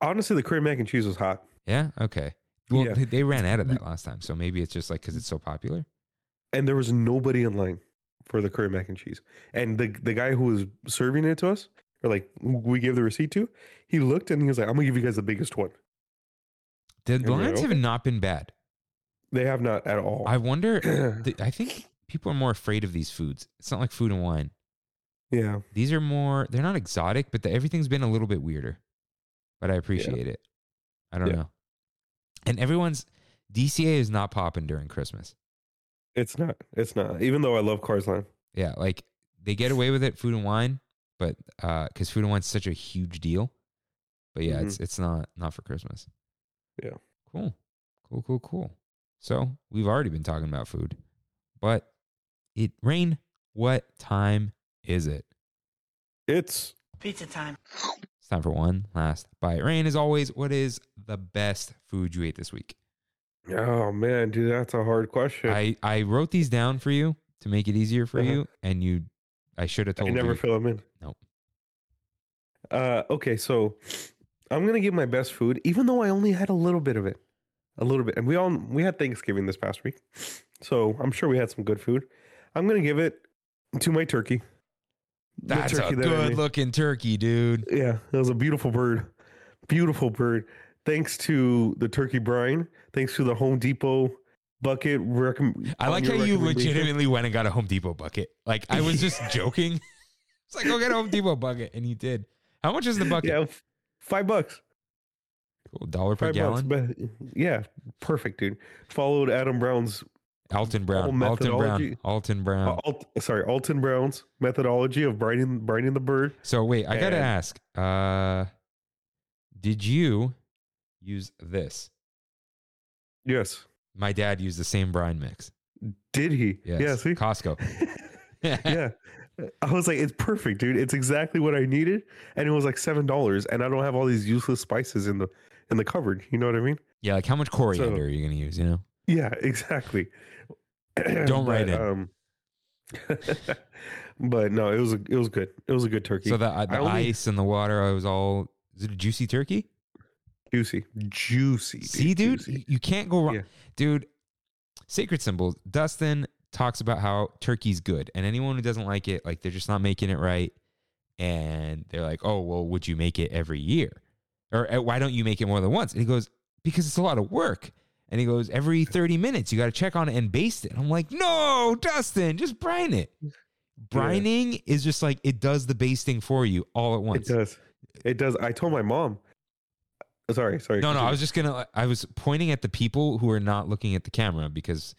Speaker 2: Honestly, the curry mac and cheese was hot.
Speaker 1: Yeah. Okay. Well,
Speaker 2: Yeah.
Speaker 1: they, they ran out of that last time, so maybe it's just like because it's so popular.
Speaker 2: and there was nobody in line for the curry mac and cheese. And the the guy who was serving it to us, or like we gave the receipt to, he looked and he was like, "I'm gonna give you guys the biggest one."
Speaker 1: The
Speaker 2: Yeah,
Speaker 1: lines have
Speaker 2: okay.
Speaker 1: not been bad.
Speaker 2: They have not at all.
Speaker 1: I wonder. th- I think people are more afraid of these foods. It's not like food and wine.
Speaker 2: yeah,
Speaker 1: These are more. They're not exotic, but the, everything's been a little bit weirder. But I appreciate it. I don't
Speaker 2: Yeah.
Speaker 1: know. And everyone's DCA is not popping during Christmas.
Speaker 2: it's not. It's not. Even though I love Cars Line,
Speaker 1: Yeah, like they get away with it, food and wine, but because food and wine's such a huge deal. But yeah, it's it's not not for Christmas.
Speaker 2: Mm-hmm. Yeah.
Speaker 1: Cool. Cool. Cool. Cool. So we've already been talking about food, but it rain. What time is it?
Speaker 2: it's
Speaker 4: Pizza time.
Speaker 1: It's time for one last bite. Rain, as always, what is the best food you ate this week?
Speaker 2: oh man, dude, that's a hard question. I,
Speaker 1: I I wrote these down for you to make it easier for
Speaker 2: Uh-huh.
Speaker 1: you, and you. I should have told
Speaker 2: never
Speaker 1: you.
Speaker 2: fill them in.
Speaker 1: Nope.
Speaker 2: Uh, okay, so I'm gonna give my best food, even though I only had a little bit of it, a little bit. And we all we had Thanksgiving this past week, so I'm sure we had some good food. I'm gonna give it to my turkey. The
Speaker 1: That's a
Speaker 2: turkey that I
Speaker 1: good
Speaker 2: made.
Speaker 1: looking turkey, dude.
Speaker 2: Yeah, that was a beautiful bird. Beautiful bird. Thanks to the turkey brine. Thanks to the Home Depot bucket. Recomm-
Speaker 1: I like
Speaker 2: on
Speaker 1: how
Speaker 2: your
Speaker 1: you
Speaker 2: recommendation.
Speaker 1: legitimately went and got a Home Depot bucket. Like I was just joking. It's like go get a Home Depot bucket, and you did. How much is the bucket?
Speaker 2: Yeah, f- five bucks.
Speaker 1: Cool, dollar per
Speaker 2: Five
Speaker 1: gallon.
Speaker 2: bucks. But yeah, perfect, dude. Followed Adam Brown's,
Speaker 1: Alton Brown.
Speaker 2: Whole
Speaker 1: Alton Brown.
Speaker 2: methodology.
Speaker 1: Alton Brown.
Speaker 2: uh, Alt, sorry, Alton Brown's methodology of brining, brining the bird.
Speaker 1: So wait, I gotta
Speaker 2: and-
Speaker 1: ask. Uh, did you use this?
Speaker 2: Yes.
Speaker 1: My dad used the same brine mix.
Speaker 2: Did he?
Speaker 1: Yes.
Speaker 2: Yeah, see?
Speaker 1: Costco.
Speaker 2: yeah. I was like, it's perfect, dude. It's exactly what I needed. And it was like seven dollars. And I don't have all these useless spices in the in the cupboard. You know what I mean?
Speaker 1: Yeah, like how much coriander are you gonna use? You know,
Speaker 2: Yeah, exactly.
Speaker 1: Don't write
Speaker 2: But,
Speaker 1: in.
Speaker 2: Um, but no, it was a, it was good. It was a good turkey.
Speaker 1: so the, uh, the
Speaker 2: I only-
Speaker 1: ice and the water, I was all is it a juicy turkey.
Speaker 2: juicy, juicy.
Speaker 1: See, dude,
Speaker 2: juicy.
Speaker 1: you can't go wrong.
Speaker 2: Yeah.
Speaker 1: Dude, sacred symbols. Dustin talks about how turkey's good, and anyone who doesn't like it, like they're just not making it right. And they're like, oh, well, would you make it every year? Or uh, why don't you make it more than once? And he goes, because it's a lot of work. And he goes, every 30 minutes, you got to check on it and baste it. And I'm like, no, Dustin, just brine it. Brining is just like it does the basting for you all at
Speaker 2: It
Speaker 1: once.
Speaker 2: does. It does. I told my mom. Oh, Sorry, sorry.
Speaker 1: No, no, I
Speaker 2: continue.
Speaker 1: was just gonna. I was pointing at the people who are not looking at the camera because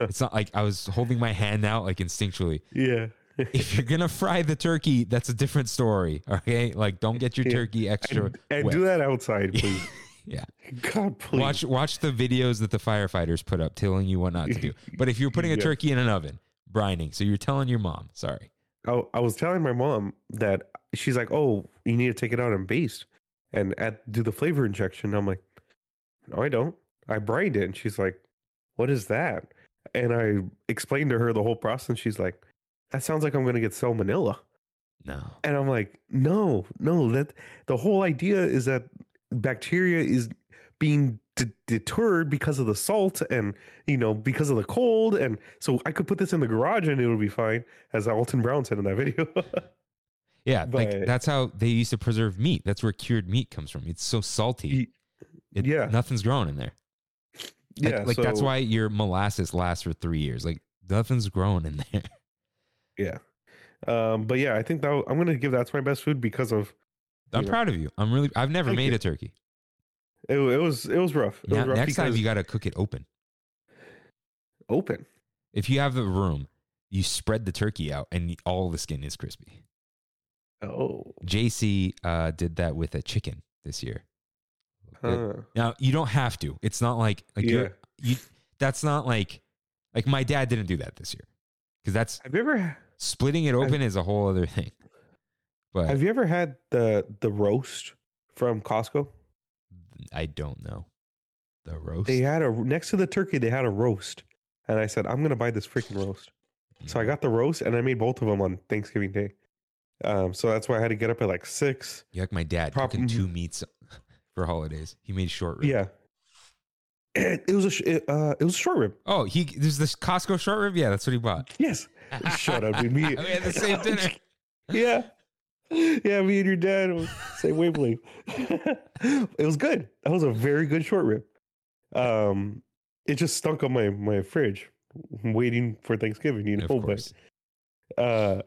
Speaker 1: it's not like I was holding my hand out like instinctually.
Speaker 2: yeah.
Speaker 1: If you're gonna fry the turkey, that's a different story. Okay, like don't get your
Speaker 2: Yeah.
Speaker 1: turkey extra
Speaker 2: And, and
Speaker 1: wet.
Speaker 2: do that outside, please.
Speaker 1: Yeah.
Speaker 2: God, please.
Speaker 1: Watch watch the videos that the firefighters put up telling you what not to do. But if you're putting a
Speaker 2: Yeah.
Speaker 1: turkey in an oven, brining, so you're telling your mom. Sorry.
Speaker 2: I, I was telling my mom that she's like, "Oh, you need to take it out and baste, and at, do the flavor injection." I'm like, "No, I don't. I brined it." And she's like, "What is that?" And I explained to her the whole process. And she's like, "That sounds like I'm going to get salmonella."
Speaker 1: No.
Speaker 2: And I'm like, "No, no. That the whole idea is that bacteria is being d- deterred because of the salt and you know because of the cold and so i could put this in the garage and it would be fine as alton brown said in that video
Speaker 1: Yeah, like
Speaker 2: But-
Speaker 1: that's how they used to preserve meat. That's where cured meat comes from. It's so
Speaker 2: Ye-
Speaker 1: salty. It,
Speaker 2: yeah.
Speaker 1: nothing's growing in there. Like,
Speaker 2: Yeah,
Speaker 1: like that's
Speaker 2: so-
Speaker 1: why your molasses lasts for three years. Like nothing's grown in there.
Speaker 2: Yeah, um, but yeah, I think that I'm gonna give that's my best food because of
Speaker 1: I'm
Speaker 2: Yeah.
Speaker 1: proud of you. I'm really. I've never
Speaker 2: Thank
Speaker 1: made
Speaker 2: you.
Speaker 1: a turkey.
Speaker 2: it, it was it was rough. It
Speaker 1: Now,
Speaker 2: was rough
Speaker 1: next time
Speaker 2: because
Speaker 1: you got to cook it open.
Speaker 2: open.
Speaker 1: If you have the room, you spread the turkey out, and all the skin is crispy.
Speaker 2: Oh,
Speaker 1: JC uh, did that with a chicken this year. Good.
Speaker 2: huh.
Speaker 1: Now you don't have to. It's not like like
Speaker 2: yeah.
Speaker 1: you're, you. That's not like like my dad didn't do that this year because that's
Speaker 2: Have you ever
Speaker 1: splitting it open is a whole other thing. But
Speaker 2: have you ever had the the roast from Costco?
Speaker 1: I don't know the roast.
Speaker 2: They had a next to the turkey. They had a roast, and I said, "I'm gonna buy this freaking roast." So I got the roast, and I made both of them on Thanksgiving Day. Um, so that's why I had to get up at like six.
Speaker 1: you like my dad
Speaker 2: Prop- mm-hmm.
Speaker 1: cooking two meats for holidays. He made short rib.
Speaker 2: Yeah, it, it was a sh- it, uh, it was a short rib.
Speaker 1: Oh, he there's this Costco short rib. Yeah, that's what he bought.
Speaker 2: Yes, shut up, dude. Me,
Speaker 1: we had the same dinner.
Speaker 2: yeah, yeah. Me and your dad were same wavelength. it was good. That was a very good short rib. Um, it just stunk on my my fridge, waiting for Thanksgiving. You know,
Speaker 1: Of
Speaker 2: but
Speaker 1: course.
Speaker 2: uh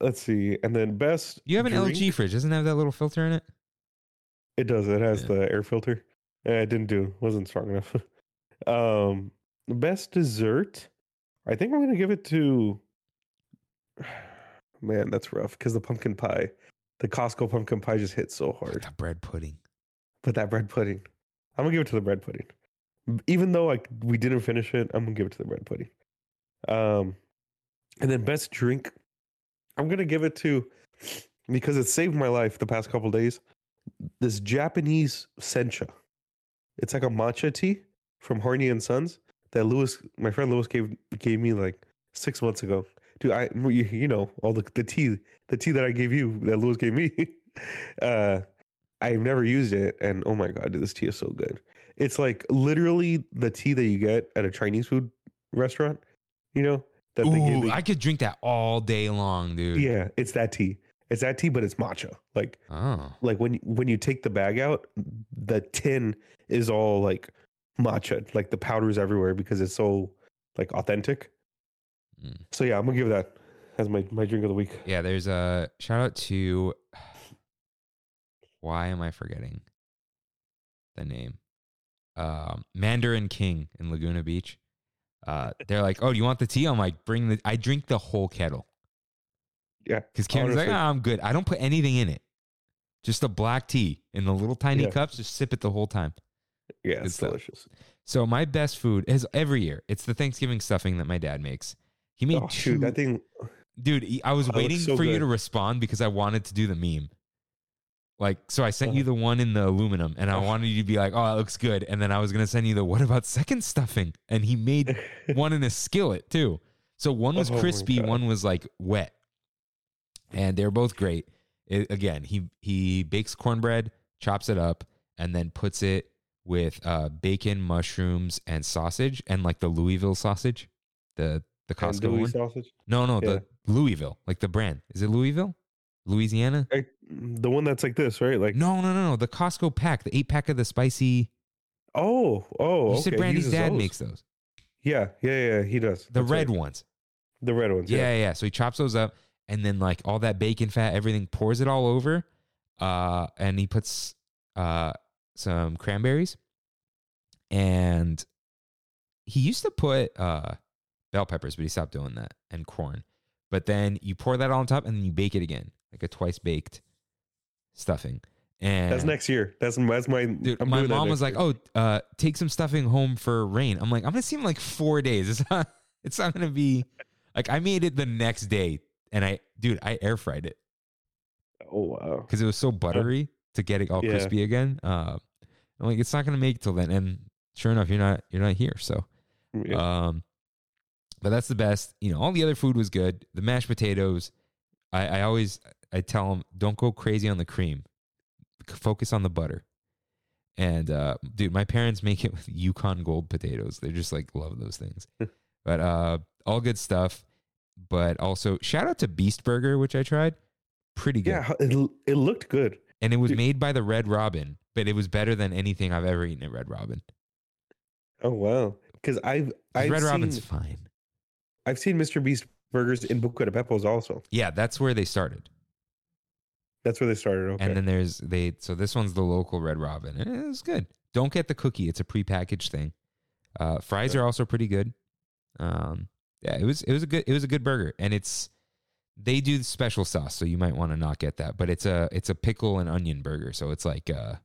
Speaker 2: let's see and then best
Speaker 1: You have an
Speaker 2: drink-
Speaker 1: LG fridge. Doesn't it have that little filter in it.
Speaker 2: it does it has
Speaker 1: Yeah.
Speaker 2: the air filter uh, it didn't do wasn't strong enough um best dessert i think i'm gonna give it to man that's rough because the pumpkin pie the costco pumpkin pie just hit so
Speaker 1: But
Speaker 2: hard
Speaker 1: the bread pudding.
Speaker 2: but that bread pudding i'm gonna give it to the bread pudding M- even though like we didn't finish it i'm gonna give it to the bread pudding um and then best drink i'm gonna give it to because it saved my life the past couple days this japanese sencha it's like a matcha tea from horny and sons that lewis my friend lewis gave gave me like six months ago dude i you, you know all the, the tea the tea that i gave you that lewis gave me uh I've never used it, and oh my god, dude, this tea is so good. It's like literally the tea that you get at a Chinese food restaurant, you know, that they give.
Speaker 1: Ooh,
Speaker 2: you-
Speaker 1: I could drink that all day long, dude.
Speaker 2: yeah, it's that tea. It's that tea, but it's matcha. Like,
Speaker 1: Oh.
Speaker 2: like when when you take the bag out, the tin is all like matcha, like the powders everywhere because it's so like authentic.
Speaker 1: Mm.
Speaker 2: So yeah, I'm gonna give that as my my drink of the week.
Speaker 1: Yeah, there's a shout out to why am I forgetting the name? Um, Mandarin King in Laguna Beach. Uh, they're like, "Oh, do you want the tea?" I'm like, "Bring the." I drink the whole kettle
Speaker 2: Yeah,
Speaker 1: because Karen's like,
Speaker 2: Honestly.
Speaker 1: "Ah, "I'm good. I don't put anything in it. Just the black tea in the little tiny
Speaker 2: Yeah.
Speaker 1: cups. Just sip it the whole time."
Speaker 2: yeah,
Speaker 1: Good
Speaker 2: it's
Speaker 1: stuff.
Speaker 2: delicious.
Speaker 1: So my best food is every year. It's the Thanksgiving stuffing that my dad makes. He made
Speaker 2: Oh,
Speaker 1: two.
Speaker 2: shoot, that thing.
Speaker 1: Dude, e- I was
Speaker 2: Oh, it looks
Speaker 1: waiting
Speaker 2: so
Speaker 1: for you
Speaker 2: good.
Speaker 1: to respond because I wanted to do the meme. Like, so I
Speaker 2: Uh-huh.
Speaker 1: sent you the one in the aluminum and I
Speaker 2: Oh.
Speaker 1: wanted you to be like, oh, that looks good. And then I was going to send you the what about second stuffing? And he made one in a skillet too. So one was
Speaker 2: Oh my
Speaker 1: crispy,
Speaker 2: God.
Speaker 1: one was like wet. And they're both great. I- again, he, he bakes cornbread, chops it up, and then puts it with uh, bacon, mushrooms, and sausage and like the Louisville sausage, the, the Costco
Speaker 2: Andouille
Speaker 1: one.
Speaker 2: sausage.
Speaker 1: No, no, the Louisville, like the brand. Is it Louisville? Louisiana?
Speaker 2: I- Eh, the one that's like this, right? Like
Speaker 1: No, no, no, no. The Costco pack, the eight pack of the spicy.
Speaker 2: oh, oh,
Speaker 1: you
Speaker 2: okay.
Speaker 1: said
Speaker 2: he
Speaker 1: Brandy's
Speaker 2: uses
Speaker 1: dad
Speaker 2: those.
Speaker 1: makes those.
Speaker 2: Yeah, yeah, yeah. He does
Speaker 1: The
Speaker 2: That's
Speaker 1: red
Speaker 2: right.
Speaker 1: ones.
Speaker 2: the red ones.
Speaker 1: Yeah,
Speaker 2: Yeah,
Speaker 1: yeah, yeah. So he chops those up and then like all that bacon fat, everything pours it all over. Uh, and he puts uh some cranberries. And he used to put uh bell peppers, but he stopped doing that and corn. But then you pour that all on top and then you bake it again, like a twice baked stuffing. And
Speaker 2: that's next year. That's that's my.
Speaker 1: Dude,
Speaker 2: I'm
Speaker 1: my
Speaker 2: doing that
Speaker 1: mom was like,
Speaker 2: next year.
Speaker 1: "Oh, uh, take some stuffing home for rain." I'm like, "I'm gonna see him like four days. It's not. It's not gonna be like I made it the next day, and I, dude, I air fried it
Speaker 2: oh wow,
Speaker 1: because it was so buttery to get it all
Speaker 2: Yeah.
Speaker 1: crispy again. Uh, I'm like, it's not gonna make it till then. And sure enough, you're not you're not here. So,
Speaker 2: Yeah.
Speaker 1: um, but that's the best. You know, all the other food was good. The mashed potatoes, I, I always I tell them don't go crazy on the cream, C- focus on the butter. And uh, dude, my parents make it with Yukon Gold potatoes. They just like love those things. but uh, all good stuff. But also shout out to Beast Burger, which I tried, pretty good,
Speaker 2: yeah, it it looked good.
Speaker 1: and it was
Speaker 2: Dude.
Speaker 1: made by the Red Robin, but it was better than anything I've ever eaten at Red Robin.
Speaker 2: Oh wow, because I've
Speaker 1: 'Cause
Speaker 2: I've
Speaker 1: Red
Speaker 2: seen,
Speaker 1: Robin's fine.
Speaker 2: I've seen Mr. Beast burgers in Buca de Beppo's also.
Speaker 1: Yeah, that's where they started.
Speaker 2: That's where they started. Okay,
Speaker 1: And then there's they so this one's the local Red Robin. and It's good. Don't get the cookie. It's a prepackaged thing. Uh, fries
Speaker 2: Okay.
Speaker 1: are also pretty good. Um, yeah, it was it was a good it was a good burger, and it's They do the special sauce, so you might want to not get that. But it's a it's a pickle and onion burger, so it's like a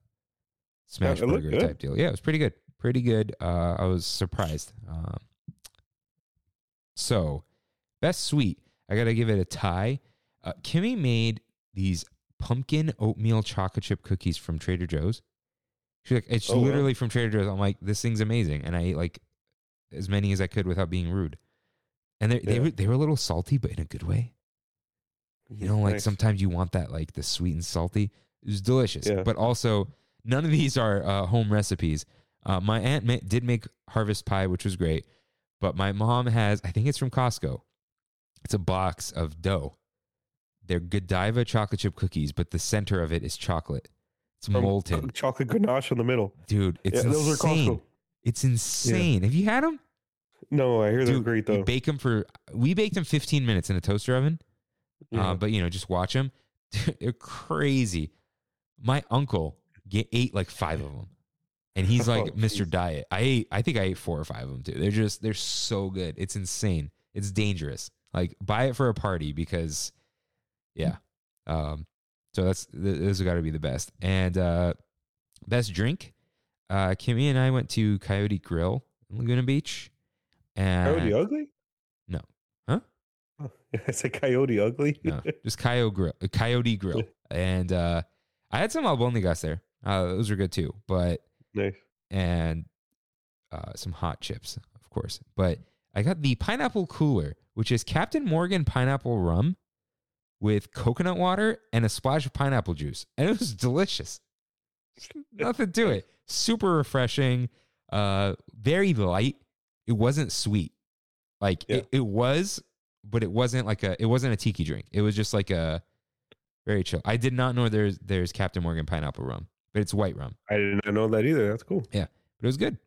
Speaker 1: smash
Speaker 2: it looked
Speaker 1: burger
Speaker 2: good.
Speaker 1: type deal. Yeah, it was pretty good, pretty good. Uh, I was surprised. Um, so best sweet, I gotta give it a tie. Uh, Kimmy made these pumpkin oatmeal chocolate chip cookies from Trader Joe's. She's like, it's
Speaker 2: Oh, wow.
Speaker 1: literally from Trader Joe's. I'm like, this thing's amazing, and I ate like as many as I could without being rude. And they they
Speaker 2: Yeah.
Speaker 1: were they were a little salty, but in a good way. You know, like
Speaker 2: Nice.
Speaker 1: sometimes you want that like the sweet and salty. It was delicious,
Speaker 2: Yeah.
Speaker 1: but also none of these are uh, home recipes. Uh, my aunt ma- did make harvest pie, which was great, but my mom has I think it's from Costco. It's a box of dough. They're Godiva chocolate chip cookies, but the center of it is chocolate. It's
Speaker 2: From
Speaker 1: molten,
Speaker 2: c- chocolate ganache in the middle.
Speaker 1: dude. It's
Speaker 2: Oh, yeah,
Speaker 1: insane.
Speaker 2: those are Costco.
Speaker 1: It's insane. Have you had them?
Speaker 2: No, I hear they're
Speaker 1: Dude,
Speaker 2: great
Speaker 1: we
Speaker 2: though.
Speaker 1: bake 'em for we baked them 15 minutes in a toaster oven.
Speaker 2: Yeah.
Speaker 1: Uh, but you know, just watch them. They're crazy. My uncle get, ate like five of them, and he's like
Speaker 2: Oh,
Speaker 1: Mr.
Speaker 2: jeez.
Speaker 1: Diet. I ate. I think I ate four or five of them too. They're just they're so good. It's insane. It's dangerous. Like buy it for a party because, yeah. Um, so that's th- those got to be the best and uh, best drink. Uh, Kimmy and I went to Coyote Grill in Laguna Beach. And
Speaker 2: Coyote Ugly?
Speaker 1: No. Huh?
Speaker 2: Oh, It's a Coyote Ugly.
Speaker 1: no, just Coyote Grill, uh, Coyote Grill, and uh, I had some albondigas there. Uh, those were good too, but
Speaker 2: nice.
Speaker 1: and uh, some hot chips, of course. But I got the pineapple cooler, which is Captain Morgan pineapple rum with coconut water and a splash of pineapple juice, and it was delicious. Nothing to it. Super refreshing. Uh, very light. It wasn't sweet. Like
Speaker 2: Yeah.
Speaker 1: it, it was, but it wasn't like a. It wasn't a tiki drink. It was just like a very chill. I did not know there's there's Captain Morgan pineapple rum, but it's white rum
Speaker 2: I did not know that either. That's cool.
Speaker 1: but it was good.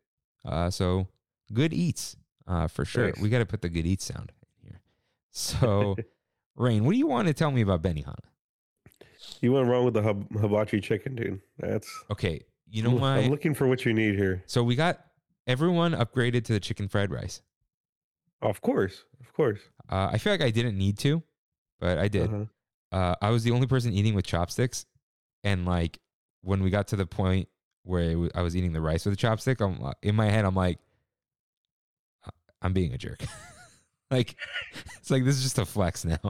Speaker 1: Uh, so good eats uh, for sure.
Speaker 2: Nice.
Speaker 1: We got to put the good eats sound in here. So, Rain, what do you want to tell me about Benihana?
Speaker 2: You went wrong with the hib- hibachi chicken, dude. That's
Speaker 1: Okay, you know
Speaker 2: I'm- I'm
Speaker 1: why?
Speaker 2: looking for what you need here.
Speaker 1: So we got everyone upgraded to the chicken fried rice.
Speaker 2: Of course, of course.
Speaker 1: Uh, I feel like I didn't need to, but I did.
Speaker 2: Uh-huh.
Speaker 1: uh, I was the only person eating with chopsticks, and like when we got to the point where it wa- I was eating the rice with a chopstick, I'm li- in my head, I'm like, "I- I'm being a jerk. like it's like this is just a flex now,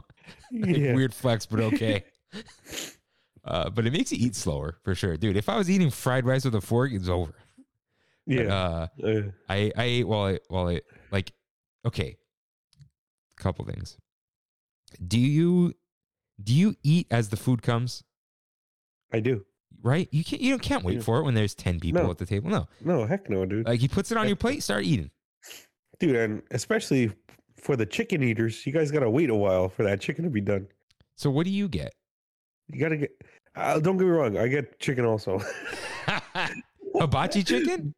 Speaker 1: Like,
Speaker 2: Yeah.
Speaker 1: weird flex, but okay. uh, but it makes you eat slower for sure, dude. If I was eating fried rice with a fork, it's over. But,
Speaker 2: Yeah.
Speaker 1: uh,
Speaker 2: Uh,
Speaker 1: I I ate while I while I like okay. Couple things. Do you do you eat as the food comes?
Speaker 2: I do.
Speaker 1: Right? You can't you don't can't wait
Speaker 2: Yeah.
Speaker 1: for it when there's ten people
Speaker 2: No.
Speaker 1: at the table. No.
Speaker 2: No, heck no, dude.
Speaker 1: Like he puts it on your plate, start eating.
Speaker 2: dude, and especially for the chicken eaters, you guys gotta wait a while for that chicken to be done.
Speaker 1: So what do you get?
Speaker 2: You gotta get. Uh, don't get me wrong. I get chicken also.
Speaker 1: Hibachi chicken?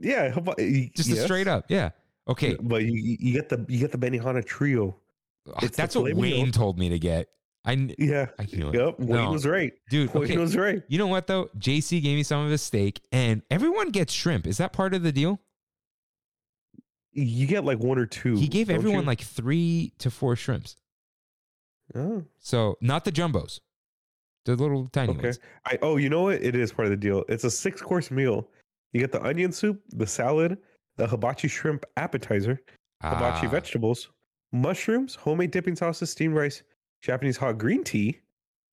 Speaker 2: yeah, hiba- y-
Speaker 1: Just
Speaker 2: yes.
Speaker 1: a straight up. Yeah. Okay.
Speaker 2: But you, you you get the you get the Benihana trio.
Speaker 1: Ugh,
Speaker 2: It's the
Speaker 1: Ah, That's what
Speaker 2: filet
Speaker 1: Wayne
Speaker 2: mignon.
Speaker 1: told me to get. I kn-
Speaker 2: Yeah.
Speaker 1: I knew it.
Speaker 2: Yep. Wayne
Speaker 1: No.
Speaker 2: was right.
Speaker 1: Dude,
Speaker 2: Wayne
Speaker 1: okay.
Speaker 2: was right.
Speaker 1: You know what though? JC gave me some of his steak and everyone gets shrimp. Is that part of the deal?
Speaker 2: You get like one or two.
Speaker 1: He gave
Speaker 2: don't
Speaker 1: everyone
Speaker 2: you?
Speaker 1: like three to four shrimps.
Speaker 2: Oh,
Speaker 1: So not the jumbos, the little tiny
Speaker 2: okay.
Speaker 1: ones.
Speaker 2: I oh, you know what? It is part of the deal. It's a six course meal. You get the onion soup, the salad, the hibachi shrimp appetizer, hibachi
Speaker 1: Ah,
Speaker 2: vegetables, mushrooms, homemade dipping sauces, steamed rice, Japanese hot green tea.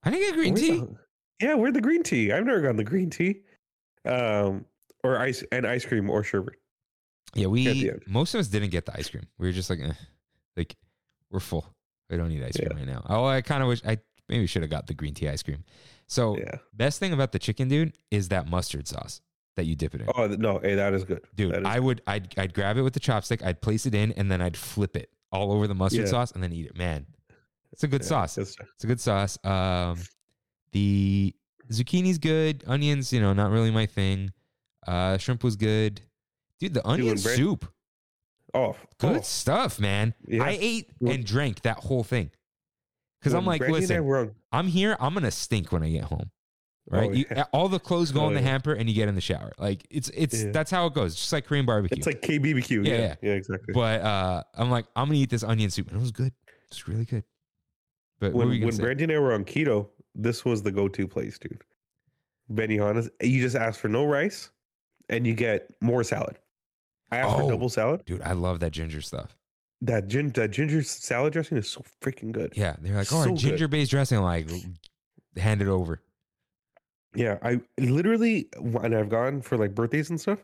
Speaker 1: I didn't get green
Speaker 2: Where's
Speaker 1: tea.
Speaker 2: the- yeah, where the green tea? I've never gotten the green tea. Um, or ice and ice cream or sherbet.
Speaker 1: Yeah,
Speaker 2: at the
Speaker 1: we
Speaker 2: end.
Speaker 1: most of us didn't get the ice cream. We were just like, eh, like we're full. We don't need ice cream
Speaker 2: Yeah.
Speaker 1: right now. Oh, I kind of wish I maybe should have got the green tea ice cream. So
Speaker 2: Yeah.
Speaker 1: best thing about the chicken, dude, is that mustard sauce that you dip it in.
Speaker 2: Oh th- no, hey, that is good. that
Speaker 1: dude,
Speaker 2: is
Speaker 1: I would I'd I'd grab it with the chopstick, I'd place it in, and then I'd flip it all over the mustard
Speaker 2: Yeah.
Speaker 1: sauce and then eat it. Man, it's a good
Speaker 2: yeah,
Speaker 1: sauce.
Speaker 2: that's-
Speaker 1: It's a good sauce. Um, the zucchini's good. Onions, you know, not really my thing. Uh, shrimp was good. Dude, the
Speaker 2: and
Speaker 1: onion
Speaker 2: bread-
Speaker 1: soup,
Speaker 2: oh,
Speaker 1: good
Speaker 2: oh,
Speaker 1: stuff, man.
Speaker 2: yeah.
Speaker 1: I ate
Speaker 2: Well-
Speaker 1: and drank that whole thing because
Speaker 2: When
Speaker 1: I'm like,
Speaker 2: Brandy and I
Speaker 1: listen,
Speaker 2: were on-
Speaker 1: I'm here. I'm gonna stink when I get home,
Speaker 2: oh,
Speaker 1: right? You,
Speaker 2: yeah.
Speaker 1: All the clothes go
Speaker 2: Oh,
Speaker 1: in the
Speaker 2: yeah.
Speaker 1: hamper, and you get in the shower. Like it's it's
Speaker 2: Yeah.
Speaker 1: that's how it goes. Just like Korean barbecue.
Speaker 2: It's like KBBQ.
Speaker 1: Yeah,
Speaker 2: Yeah,
Speaker 1: yeah.
Speaker 2: yeah, exactly.
Speaker 1: but uh, I'm like, I'm gonna eat this onion soup, and it was good. It's really good. But what
Speaker 2: when
Speaker 1: were you gonna
Speaker 2: when
Speaker 1: say?
Speaker 2: Brandy and I were on keto, this was the go-to place, dude. Benihana's. You just ask for no rice, and you get more salad. I asked
Speaker 1: Oh.
Speaker 2: for double salad.
Speaker 1: dude, I love that ginger stuff.
Speaker 2: That gin, that ginger salad dressing is so freaking good.
Speaker 1: Yeah, they're like, oh,
Speaker 2: So good.
Speaker 1: ginger based dressing. I'm like, hand it over.
Speaker 2: Yeah, I literally when I've gone for like birthdays and stuff,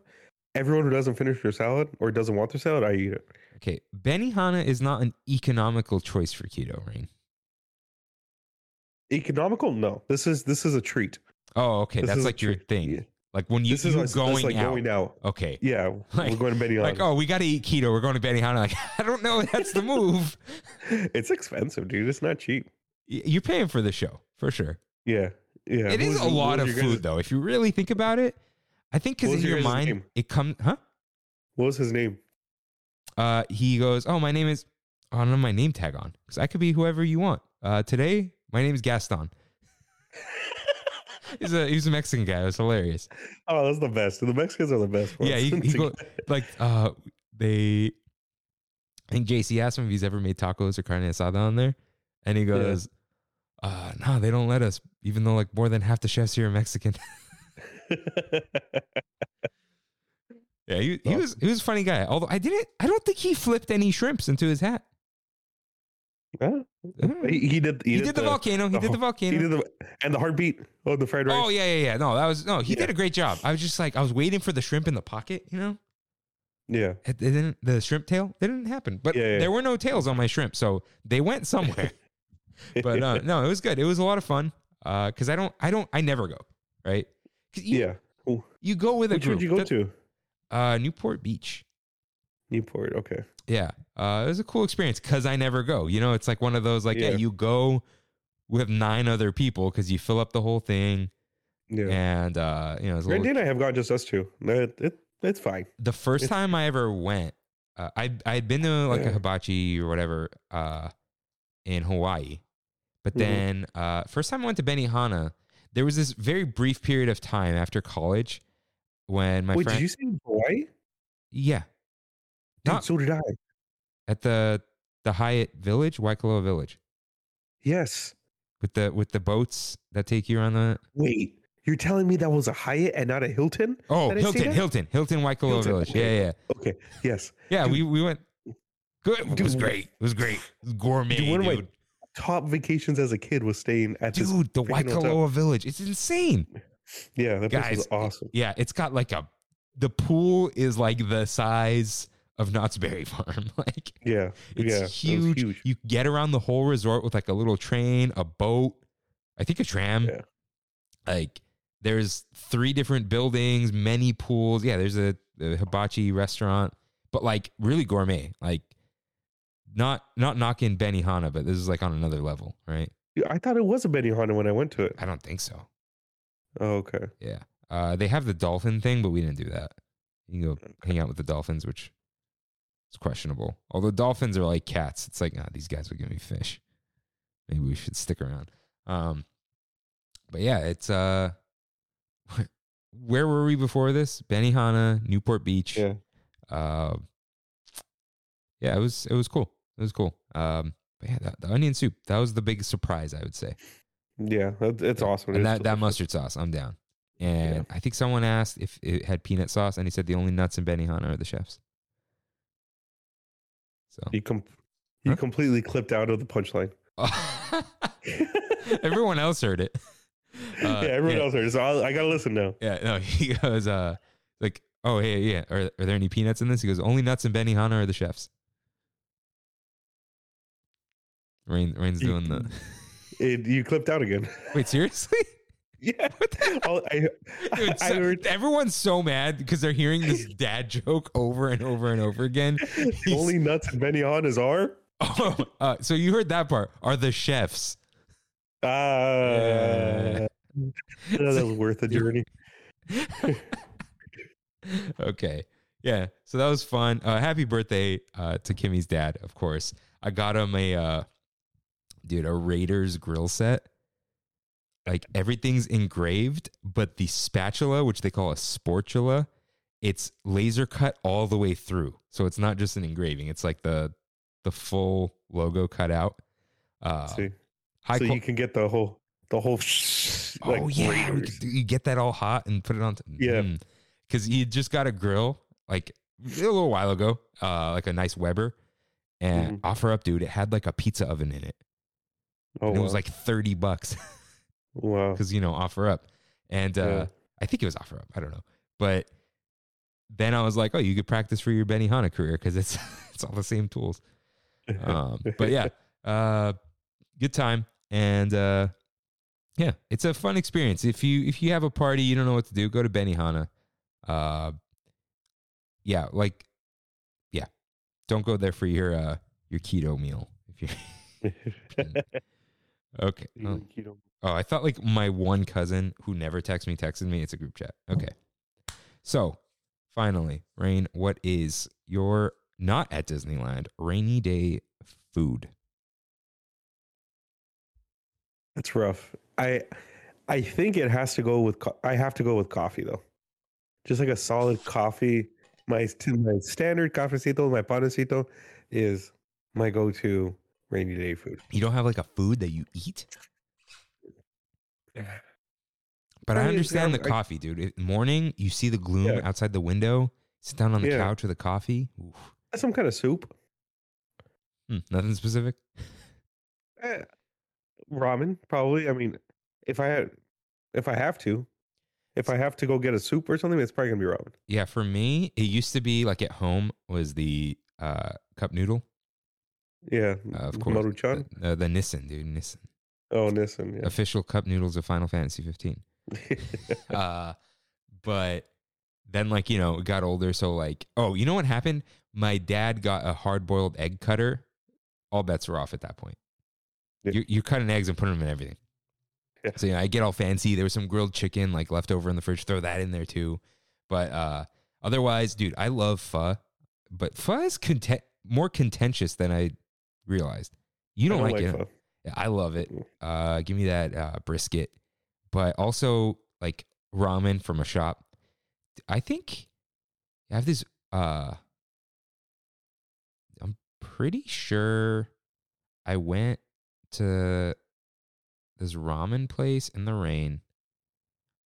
Speaker 2: everyone who doesn't finish their salad or doesn't want their salad, I eat it.
Speaker 1: Okay, Benihana is not an economical choice for keto, Rain.
Speaker 2: Economical? No. This is this is a treat.
Speaker 1: Oh, okay,
Speaker 2: This
Speaker 1: that's
Speaker 2: is a
Speaker 1: like your
Speaker 2: treat.
Speaker 1: thing.
Speaker 2: Yeah.
Speaker 1: Like when you,
Speaker 2: this is
Speaker 1: you
Speaker 2: us- that's
Speaker 1: going,
Speaker 2: like
Speaker 1: out.
Speaker 2: going out.
Speaker 1: Okay,
Speaker 2: Yeah,
Speaker 1: Like-
Speaker 2: we're going to Benihana.
Speaker 1: like oh, we got to eat keto. We're going to Benihana. Like I don't know, that's the move.
Speaker 2: It's expensive, dude. It's not cheap.
Speaker 1: Y- You're paying for the show for sure.
Speaker 2: Yeah,
Speaker 1: it
Speaker 2: yeah. What
Speaker 1: is
Speaker 2: was
Speaker 1: a
Speaker 2: your- what
Speaker 1: lot
Speaker 2: was
Speaker 1: of
Speaker 2: your
Speaker 1: food
Speaker 2: guys'
Speaker 1: though. If you really think about it, I think because
Speaker 2: What
Speaker 1: in
Speaker 2: was your
Speaker 1: your
Speaker 2: guys'
Speaker 1: mind
Speaker 2: name?
Speaker 1: it comes, huh?
Speaker 2: What was his name?
Speaker 1: uh, he goes, "Oh, my name is. I don't have my name tag on because I could be whoever you want. Uh, today, my name is Gaston. he's a he's a Mexican guy. It was hilarious.
Speaker 2: Oh, that's the best. The Mexicans are the best.
Speaker 1: Yeah, he-
Speaker 2: ones
Speaker 1: he
Speaker 2: to
Speaker 1: go-
Speaker 2: get.
Speaker 1: Like uh, they. I think JC asked him if he's ever made tacos or carne asada on there, and he goes, uh, "No, they don't let us, even though like more than half the chefs here are Mexican." yeah, he, he
Speaker 2: Awesome.
Speaker 1: was he was a funny guy. Although I didn't, I don't think he flipped any shrimps into his hat.
Speaker 2: Huh?
Speaker 1: I don't know.
Speaker 2: he, he did. He,
Speaker 1: He, did the, volcano. He
Speaker 2: the
Speaker 1: did the
Speaker 2: whole-
Speaker 1: volcano.
Speaker 2: He did the and the heartbeat. Oh, the fried rice.
Speaker 1: Oh yeah, yeah, yeah. No, that was no. He
Speaker 2: Yeah.
Speaker 1: did a great job. I was just like, I was waiting for the shrimp in the pocket. You know,
Speaker 2: yeah.
Speaker 1: it, it didn't. The shrimp tail it didn't happen. But
Speaker 2: Yeah, yeah.
Speaker 1: there were no tails on my shrimp, so they went somewhere. but uh, no, it was good. It was a lot of fun. Uh, cause I don't, I don't, I never go right. 'Cause you,
Speaker 2: yeah. Cool.
Speaker 1: you go with a
Speaker 2: Which
Speaker 1: group.
Speaker 2: would you go
Speaker 1: That-
Speaker 2: to?
Speaker 1: Uh, Newport Beach.
Speaker 2: Newport. Okay.
Speaker 1: Yeah, uh, it was a cool experience because I never go. You know, it's like one of those like, yeah,
Speaker 2: Yeah.
Speaker 1: you go with nine other people because you fill up the whole thing,
Speaker 2: Yeah.
Speaker 1: and uh, you know, it's a
Speaker 2: Randy
Speaker 1: little
Speaker 2: and I have gone just us two. It, it, it's fine.
Speaker 1: the first
Speaker 2: It's-
Speaker 1: time I ever went, uh, I I had been to like a hibachi or whatever uh, in Hawaii, but
Speaker 2: Mhm.
Speaker 1: then uh, first time I went to Benihana, there was this very brief period of time after college when my
Speaker 2: Wait,
Speaker 1: friend,
Speaker 2: did you see Hawaii? Dude,
Speaker 1: yeah, Not-
Speaker 2: so did I.
Speaker 1: at the the Hyatt Village, Waikoloa Village,
Speaker 2: Yes.
Speaker 1: with the with the boats that take you around the
Speaker 2: Wait, you're telling me that was a Hyatt and not a Hilton?
Speaker 1: oh
Speaker 2: Did I say
Speaker 1: Hilton,
Speaker 2: that?
Speaker 1: Hilton, Hilton, Waikoloa
Speaker 2: Hilton,
Speaker 1: Village,
Speaker 2: okay.
Speaker 1: yeah, yeah,
Speaker 2: Okay. Yes.
Speaker 1: yeah.
Speaker 2: Dude.
Speaker 1: we we went. Good. It was
Speaker 2: Dude.
Speaker 1: great. It was great. It was gourmet,
Speaker 2: Dude, one of my-
Speaker 1: dude.
Speaker 2: Top vacations as a kid was staying at this.
Speaker 1: Dude, the
Speaker 2: freaking hotel.
Speaker 1: Waikoloa Village. It's insane.
Speaker 2: Yeah, that place
Speaker 1: guys,
Speaker 2: was awesome.
Speaker 1: Yeah, it's got like a the pool is like the size of Knott's Berry Farm. Like
Speaker 2: Yeah. yeah.
Speaker 1: it's
Speaker 2: that was
Speaker 1: huge. You get around the whole resort with like a little train, a boat, I think a tram.
Speaker 2: Yeah.
Speaker 1: Like there's three different buildings, many pools. Yeah, there's a, a hibachi restaurant, but like really gourmet. Like not not knocking Benihana, but this is like on another level, right?
Speaker 2: Dude, I thought it was a Benihana when I went to it.
Speaker 1: I don't think so.
Speaker 2: Oh, okay.
Speaker 1: Yeah. Uh, they have the dolphin thing, but we didn't do that. You can go hang out with the dolphins, which is questionable. Although dolphins are like cats. It's like, ah, these guys would give me fish. Maybe we should stick around. Um, but yeah, it's uh, where were we before this? Benihana, Newport Beach.
Speaker 2: Yeah.
Speaker 1: Uh, yeah, it was it was cool. It was cool. Um, but yeah, the, the onion soup that was the big surprise, I would say.
Speaker 2: Yeah. That, it's awesome.
Speaker 1: And
Speaker 2: It's
Speaker 1: that, that
Speaker 2: delicious.
Speaker 1: mustard sauce, I'm down. And I think someone asked if it had peanut sauce, and he said the only nuts in Benihana are the chefs.
Speaker 2: You, com- you
Speaker 1: Huh?
Speaker 2: completely clipped out of the punchline.
Speaker 1: So
Speaker 2: yeah,
Speaker 1: everyone else heard it. Uh,
Speaker 2: everyone
Speaker 1: yeah,
Speaker 2: else heard it. So I'll, I got to listen now.
Speaker 1: Yeah, no, he goes, uh, like, oh, hey, yeah, are, are there any peanuts in this? He goes, only nuts in Benihana are the chefs. Rain, Rain's
Speaker 2: You-
Speaker 1: doing the.
Speaker 2: It, you clipped out again.
Speaker 1: Wait, seriously?
Speaker 2: yeah. All, I,
Speaker 1: Dude,
Speaker 2: I
Speaker 1: so-
Speaker 2: heard
Speaker 1: everyone's so mad because they're hearing this dad joke over and over and over again. He's-
Speaker 2: only nuts and Benihanas are.
Speaker 1: Oh, uh, so you heard that part? Are the chefs?
Speaker 2: Ah,
Speaker 1: Yeah.
Speaker 2: that was worth the journey.
Speaker 1: Okay, yeah. So that was fun. Uh, happy birthday uh, to Kimmy's dad, of course. I got him a uh, dude a Raiders grill set. Like everything's engraved, but the spatula, which they call a sportula, it's laser cut all the way through. So it's not just an engraving; it's like the the full logo cut out. Uh,
Speaker 2: See,
Speaker 1: High
Speaker 2: so
Speaker 1: qual-
Speaker 2: you can get the whole the whole. sh-
Speaker 1: oh
Speaker 2: like,
Speaker 1: yeah, we
Speaker 2: flavors.
Speaker 1: could do- you get that all hot and put it on. t-
Speaker 2: Yeah.
Speaker 1: because you just got a grill like a little while ago, uh, like a nice Weber, and
Speaker 2: Mm-hmm.
Speaker 1: offer up, dude. It had like a pizza oven in it.
Speaker 2: Oh,
Speaker 1: and it was
Speaker 2: wow.
Speaker 1: like thirty bucks
Speaker 2: wow.
Speaker 1: because you know offer up, and uh,
Speaker 2: Yeah.
Speaker 1: I think it was offer up. I don't know, but then I was like, oh, you could practice for your Benny Hanna career because it's it's all the same tools. Um, but yeah, uh, good time and uh, yeah, it's a fun experience. If you if you have a party, you don't know what to do, go to Benihana. Uh, yeah, like yeah, don't go there for your uh, your keto meal. If you okay, oh, Oh, I thought like my one cousin who never texts me texted me. It's a group chat. Okay. So finally, Rain, what is your not at Disneyland rainy day food?
Speaker 2: That's rough. I I think it has to go with co- I have to go with coffee though. Just like a solid coffee. My to my standard cafecito, my panecito is my go-to rainy day food.
Speaker 1: You don't have like a food that you eat?
Speaker 2: Yeah.
Speaker 1: But
Speaker 2: I
Speaker 1: I
Speaker 2: mean,
Speaker 1: understand the
Speaker 2: yeah, I-
Speaker 1: coffee, dude. It, morning, you see the gloom
Speaker 2: Yeah.
Speaker 1: outside the window, sit down on the
Speaker 2: Yeah.
Speaker 1: couch with a coffee. Oof.
Speaker 2: Some kind of soup.
Speaker 1: Hmm, nothing specific.
Speaker 2: Eh, ramen, probably. I mean, if I had if I have to. If I have to go get a soup or something, it's probably gonna be ramen.
Speaker 1: Yeah, for me, it used to be like at home was the uh, cup noodle,
Speaker 2: Yeah.
Speaker 1: uh, of course.
Speaker 2: Maruchan.
Speaker 1: The, uh, the Nissan, dude, Nissan.
Speaker 2: Oh, Nissan. Yeah.
Speaker 1: official cup noodles of Final Fantasy 15. Uh, but then, like, you know, it got older. So, like, oh, you know what happened? My dad got a hard boiled egg cutter. All bets were off at that point.
Speaker 2: Yeah.
Speaker 1: You're, you're cutting eggs and putting them in everything.
Speaker 2: Yeah.
Speaker 1: So, you know, I get all fancy. There was some grilled chicken, like, left over in the fridge. Throw that in there, too. But uh, otherwise, dude, I love pho, but pho is content- more contentious than I realized. You don't,
Speaker 2: I
Speaker 1: like, it.
Speaker 2: pho.
Speaker 1: Yeah, I love it.
Speaker 2: Mm.
Speaker 1: Uh, give me that uh, brisket, but also like ramen from a shop. I think I have this. Uh, I'm pretty sure I went to this ramen place in the rain.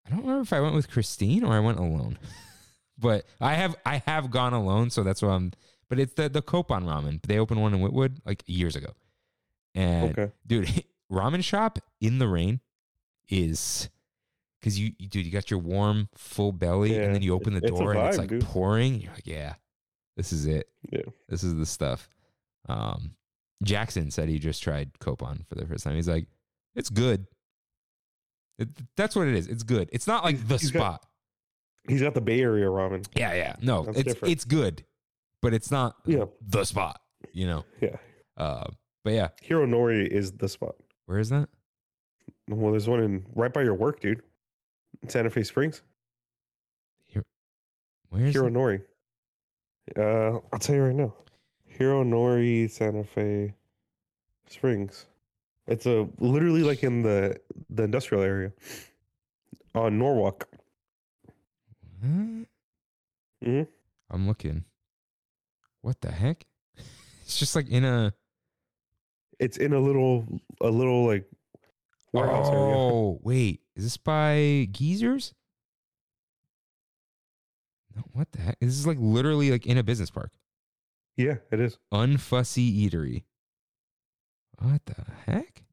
Speaker 1: I don't remember if I went with Christine or I went alone, but I have I have gone alone, so that's why I'm. But it's the the Copan ramen. They opened one in Whitwood like years ago, and
Speaker 2: Okay.
Speaker 1: dude ramen shop in the rain is because you, you- dude you got your warm full belly
Speaker 2: Yeah,
Speaker 1: and then you open the
Speaker 2: it's- it's a
Speaker 1: door and it's
Speaker 2: vibe,
Speaker 1: like
Speaker 2: dude.
Speaker 1: pouring you're like yeah this is it
Speaker 2: Yeah.
Speaker 1: this is the stuff um jackson said he just tried copon for the first time he's like it's good it, that's what it is it's good it's not like
Speaker 2: He's-
Speaker 1: the
Speaker 2: he's got-
Speaker 1: spot
Speaker 2: He's got the Bay Area ramen.
Speaker 1: yeah yeah no
Speaker 2: That's
Speaker 1: it's
Speaker 2: different.
Speaker 1: it's good but it's not
Speaker 2: Yeah.
Speaker 1: the spot you know
Speaker 2: Yeah.
Speaker 1: uh but yeah
Speaker 2: Hiro Nori is the spot.
Speaker 1: where is that
Speaker 2: Well, there's one in right by your work, dude. In Santa Fe Springs.
Speaker 1: where is
Speaker 2: Hiro
Speaker 1: that?
Speaker 2: Nori. Uh, I'll tell you right now. Hiro Nori Santa Fe Springs. It's a literally like in the the industrial area on Norwalk.
Speaker 1: Huh?
Speaker 2: Mhm.
Speaker 1: I'm looking. What the heck? It's just like in a
Speaker 2: It's in a little a little like warehouse area.
Speaker 1: Oh wait, is this by Geezers? No, what the heck? This is like literally like in a business park.
Speaker 2: Yeah, it is.
Speaker 1: Unfussy Eatery. What the heck?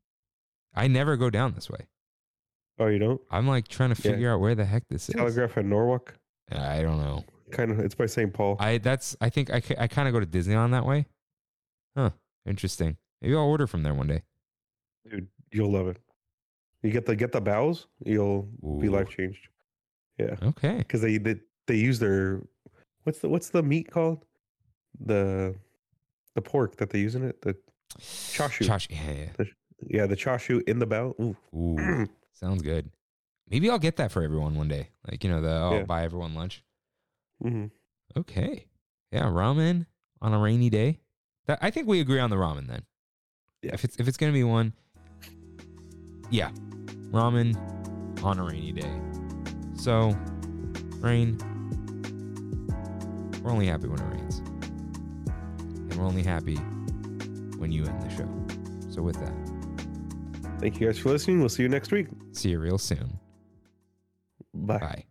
Speaker 1: I never go down this way.
Speaker 2: Oh, you don't?
Speaker 1: I'm like trying to
Speaker 2: Yeah.
Speaker 1: figure out where the heck this is.
Speaker 2: Telegraph at Norwalk.
Speaker 1: I don't know.
Speaker 2: Kind of. It's by St. Paul.
Speaker 1: I that's I think I ca- I kind of go to Disneyland that way. Huh, interesting. Maybe I'll order from there one day.
Speaker 2: Dude, you'll love it. You get the get the bows, you'll be
Speaker 1: Ooh.
Speaker 2: life changed. Yeah,
Speaker 1: Okay.
Speaker 2: because they, they they use their what's the what's the meat called the the pork that they use in it the Chashu.
Speaker 1: Chash- yeah,
Speaker 2: yeah the chashu in the bow. Ooh,
Speaker 1: yeah. Ooh, sounds good. Maybe I'll get that for everyone one day. Like, you know, the I'll
Speaker 2: Yeah.
Speaker 1: buy everyone lunch.
Speaker 2: mhm.
Speaker 1: Okay. Yeah, ramen on a rainy day. That, I think we agree on the ramen then.
Speaker 2: Yeah.
Speaker 1: If it's if it's gonna be one, yeah, ramen on a rainy day. So, rain. We're only happy when it rains, and we're only happy when you end the show. So with that,
Speaker 2: Thank you guys for listening. We'll see you next week.
Speaker 1: See you real soon.
Speaker 2: Bye.
Speaker 1: Bye.